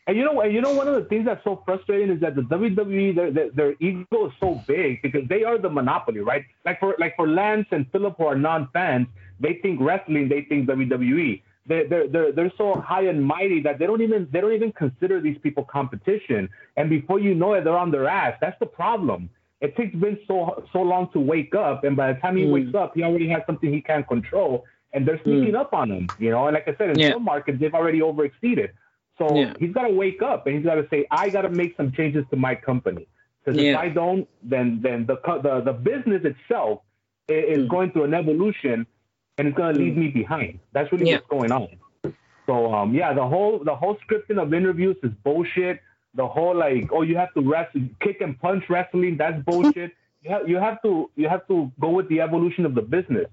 [SPEAKER 3] And you know, and you know, one of the things that's so frustrating is that the WWE, their, their, their ego is so big because they are the monopoly, right? Like for like for Lance and Philip, who are non-fans, they think wrestling, they think WWE. They're, they're, they're, they're so high and mighty that they don't even they don't even consider these people competition. And before you know it, they're on their ass. That's the problem. It takes Vince so so long to wake up, and by the time he
[SPEAKER 14] Mm.
[SPEAKER 3] wakes up, he already has something he can't control, and they're sneaking up on him. You know, and like I said, in
[SPEAKER 14] Yeah.
[SPEAKER 3] some markets they've already overexceeded. So he's got to wake up and he's got to say, I got to make some changes to my company. Because if
[SPEAKER 14] Yeah.
[SPEAKER 3] I don't, then then the co- the, the business itself i- is,
[SPEAKER 14] Hmm.
[SPEAKER 3] going through an evolution, and it's going to leave me behind. That's really what's going on. So um, yeah, the whole the whole scripting of interviews is bullshit. The whole like, oh, you have to wrestle, kick and punch wrestling. That's bullshit. You have, you have to you have to go with the evolution of the business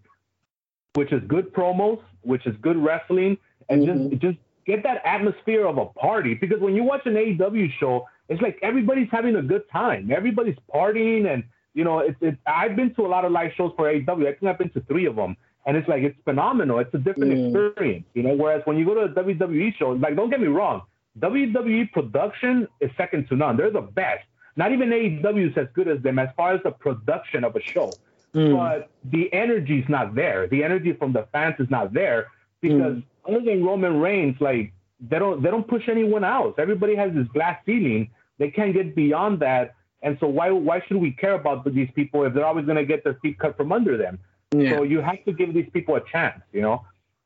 [SPEAKER 3] which is good promos, which is good wrestling, and just just get that atmosphere of a party. Because when you watch an AEW show, it's like everybody's having a good time, everybody's partying, and you know, it's it's. I've been to a lot of live shows for AEW. I think I've been to three of them, and it's like it's phenomenal. It's a different experience, you know. Whereas when you go to a WWE show, like don't get me wrong, WWE production is second to none. They're the best. Not even AEW is as good as them as far as the production of a show but the energy's not there. The energy from the fans is not there because other than Roman Reigns, like they don't they don't push anyone else. Everybody has this glass ceiling. They can't get beyond that. And so why why should we care about these people if they're always going to get their feet cut from under them? So you have to give these people a chance, you know.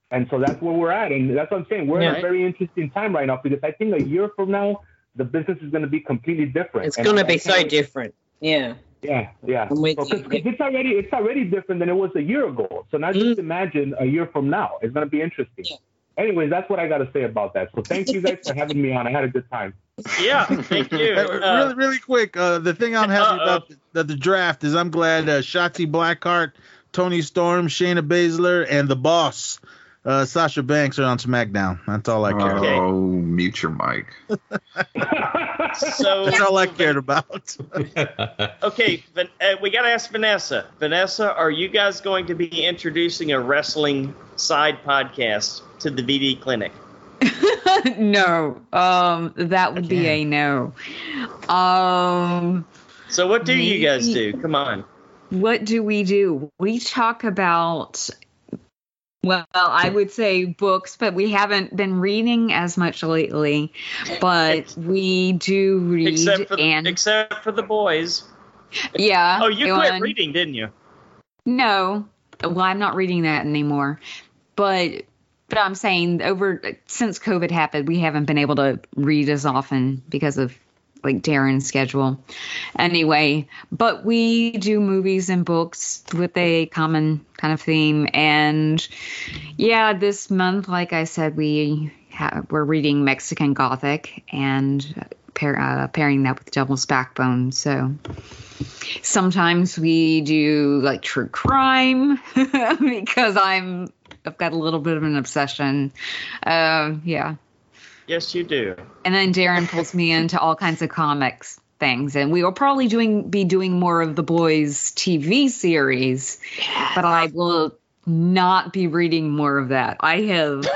[SPEAKER 3] And so that's where we're at, and that's what I'm saying. We're in
[SPEAKER 7] Yeah.
[SPEAKER 3] a very interesting time right now because I think a year from now the business is going to be completely different.
[SPEAKER 7] It's
[SPEAKER 3] And
[SPEAKER 7] gonna
[SPEAKER 3] I- I
[SPEAKER 7] be
[SPEAKER 3] can't
[SPEAKER 7] so
[SPEAKER 3] wait-
[SPEAKER 7] different. Yeah.
[SPEAKER 3] yeah, yeah.
[SPEAKER 7] I'm with
[SPEAKER 3] So, 'cause-
[SPEAKER 7] you.
[SPEAKER 3] 'cause it's already it's already different than it was a year ago. So now
[SPEAKER 7] Mm.
[SPEAKER 3] just imagine a year from now. It's gonna be interesting. Anyways, that's what I gotta say about that. So thank you guys for having me on. I had a good time.
[SPEAKER 2] Yeah, thank you.
[SPEAKER 13] Uh, really, really quick. Uh, the thing I'm happy about the, the, draft is I'm glad uh, Shotzi Blackheart, Tony Storm, Shayna Baszler, and the boss, uh, Sasha Banks, are on SmackDown. That's all I care.
[SPEAKER 2] Okay.
[SPEAKER 13] about.
[SPEAKER 4] Oh, mute your mic.
[SPEAKER 2] So
[SPEAKER 13] That's all I cared about.
[SPEAKER 2] okay, Van- uh, we gotta ask Vanessa. Vanessa, are you guys going to be introducing a wrestling side podcast to the VD Clinic?
[SPEAKER 6] no, um, that would be a no. Um,
[SPEAKER 2] So what do you guys
[SPEAKER 6] Maybe-
[SPEAKER 2] do? Come on.
[SPEAKER 6] what do we do? We talk about Well, I would say books, but we haven't been reading as much lately. But we do read.
[SPEAKER 2] Except for the, except for the boys.
[SPEAKER 6] Yeah.
[SPEAKER 2] Oh, you quit
[SPEAKER 6] and-
[SPEAKER 2] reading, didn't you?
[SPEAKER 6] No. Well, I'm not reading that anymore. But but I'm saying over since COVID happened, we haven't been able to read as often because of like Darren's schedule. Anyway, but we do movies and books with a common kind of theme and yeah, this month like I said we ha- we're reading Mexican Gothic and pair, uh, pairing that with Devil's Backbone. So sometimes we do like true crime because i'm i've got a little bit of an obsession um yeah
[SPEAKER 2] Yes, you do.
[SPEAKER 6] and then darren pulls me into all kinds of comics things and we will probably doing be doing more of the boys tv series but i will not be reading more of that i have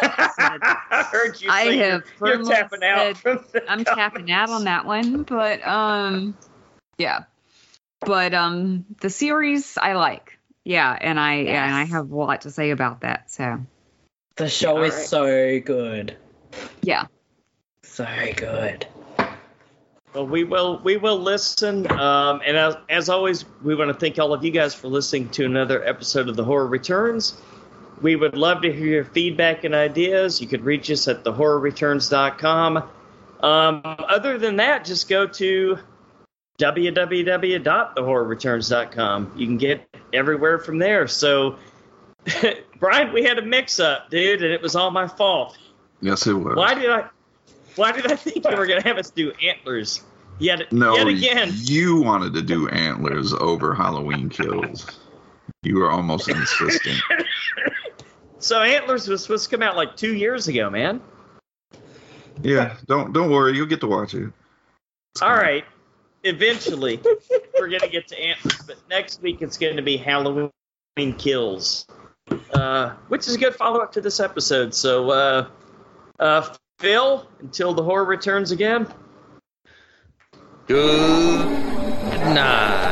[SPEAKER 2] I heard you.
[SPEAKER 6] I
[SPEAKER 2] say
[SPEAKER 6] have
[SPEAKER 2] You're, you're
[SPEAKER 6] firmly
[SPEAKER 2] tapping out. From the
[SPEAKER 6] I'm tapping out on that one, but um, yeah, but um, the series I like, yeah, and I and I have a lot to say about that. So
[SPEAKER 7] The show is
[SPEAKER 6] Alright.
[SPEAKER 7] so good.
[SPEAKER 6] yeah,
[SPEAKER 7] So good.
[SPEAKER 2] Well, we will we will listen, um, and as, as always, we want to thank all of you guys for listening to another episode of the Horror Returns. We would love to hear your feedback and ideas. You could reach us at thehorrorreturns.com. Um, other than that, just go to www.thehorrorreturns.com. You can get everywhere from there. So, Brian, we had a mix-up, dude, and it was all my fault.
[SPEAKER 4] Yes, it was.
[SPEAKER 2] Why did I? Why did I think you were gonna have us do antlers? Yet,
[SPEAKER 4] No,
[SPEAKER 2] yet again.
[SPEAKER 4] you wanted to do antlers over Halloween kills. You were almost insistent.
[SPEAKER 2] So antlers was supposed to come out like two years ago, man.
[SPEAKER 4] Yeah, don't don't worry, you'll get to watch it.
[SPEAKER 2] All right, eventually we're gonna get to antlers, but next week it's gonna be Halloween kills, uh, which is a good follow up to this episode. So, uh, uh, Phil, until the horror returns again.
[SPEAKER 5] Good night.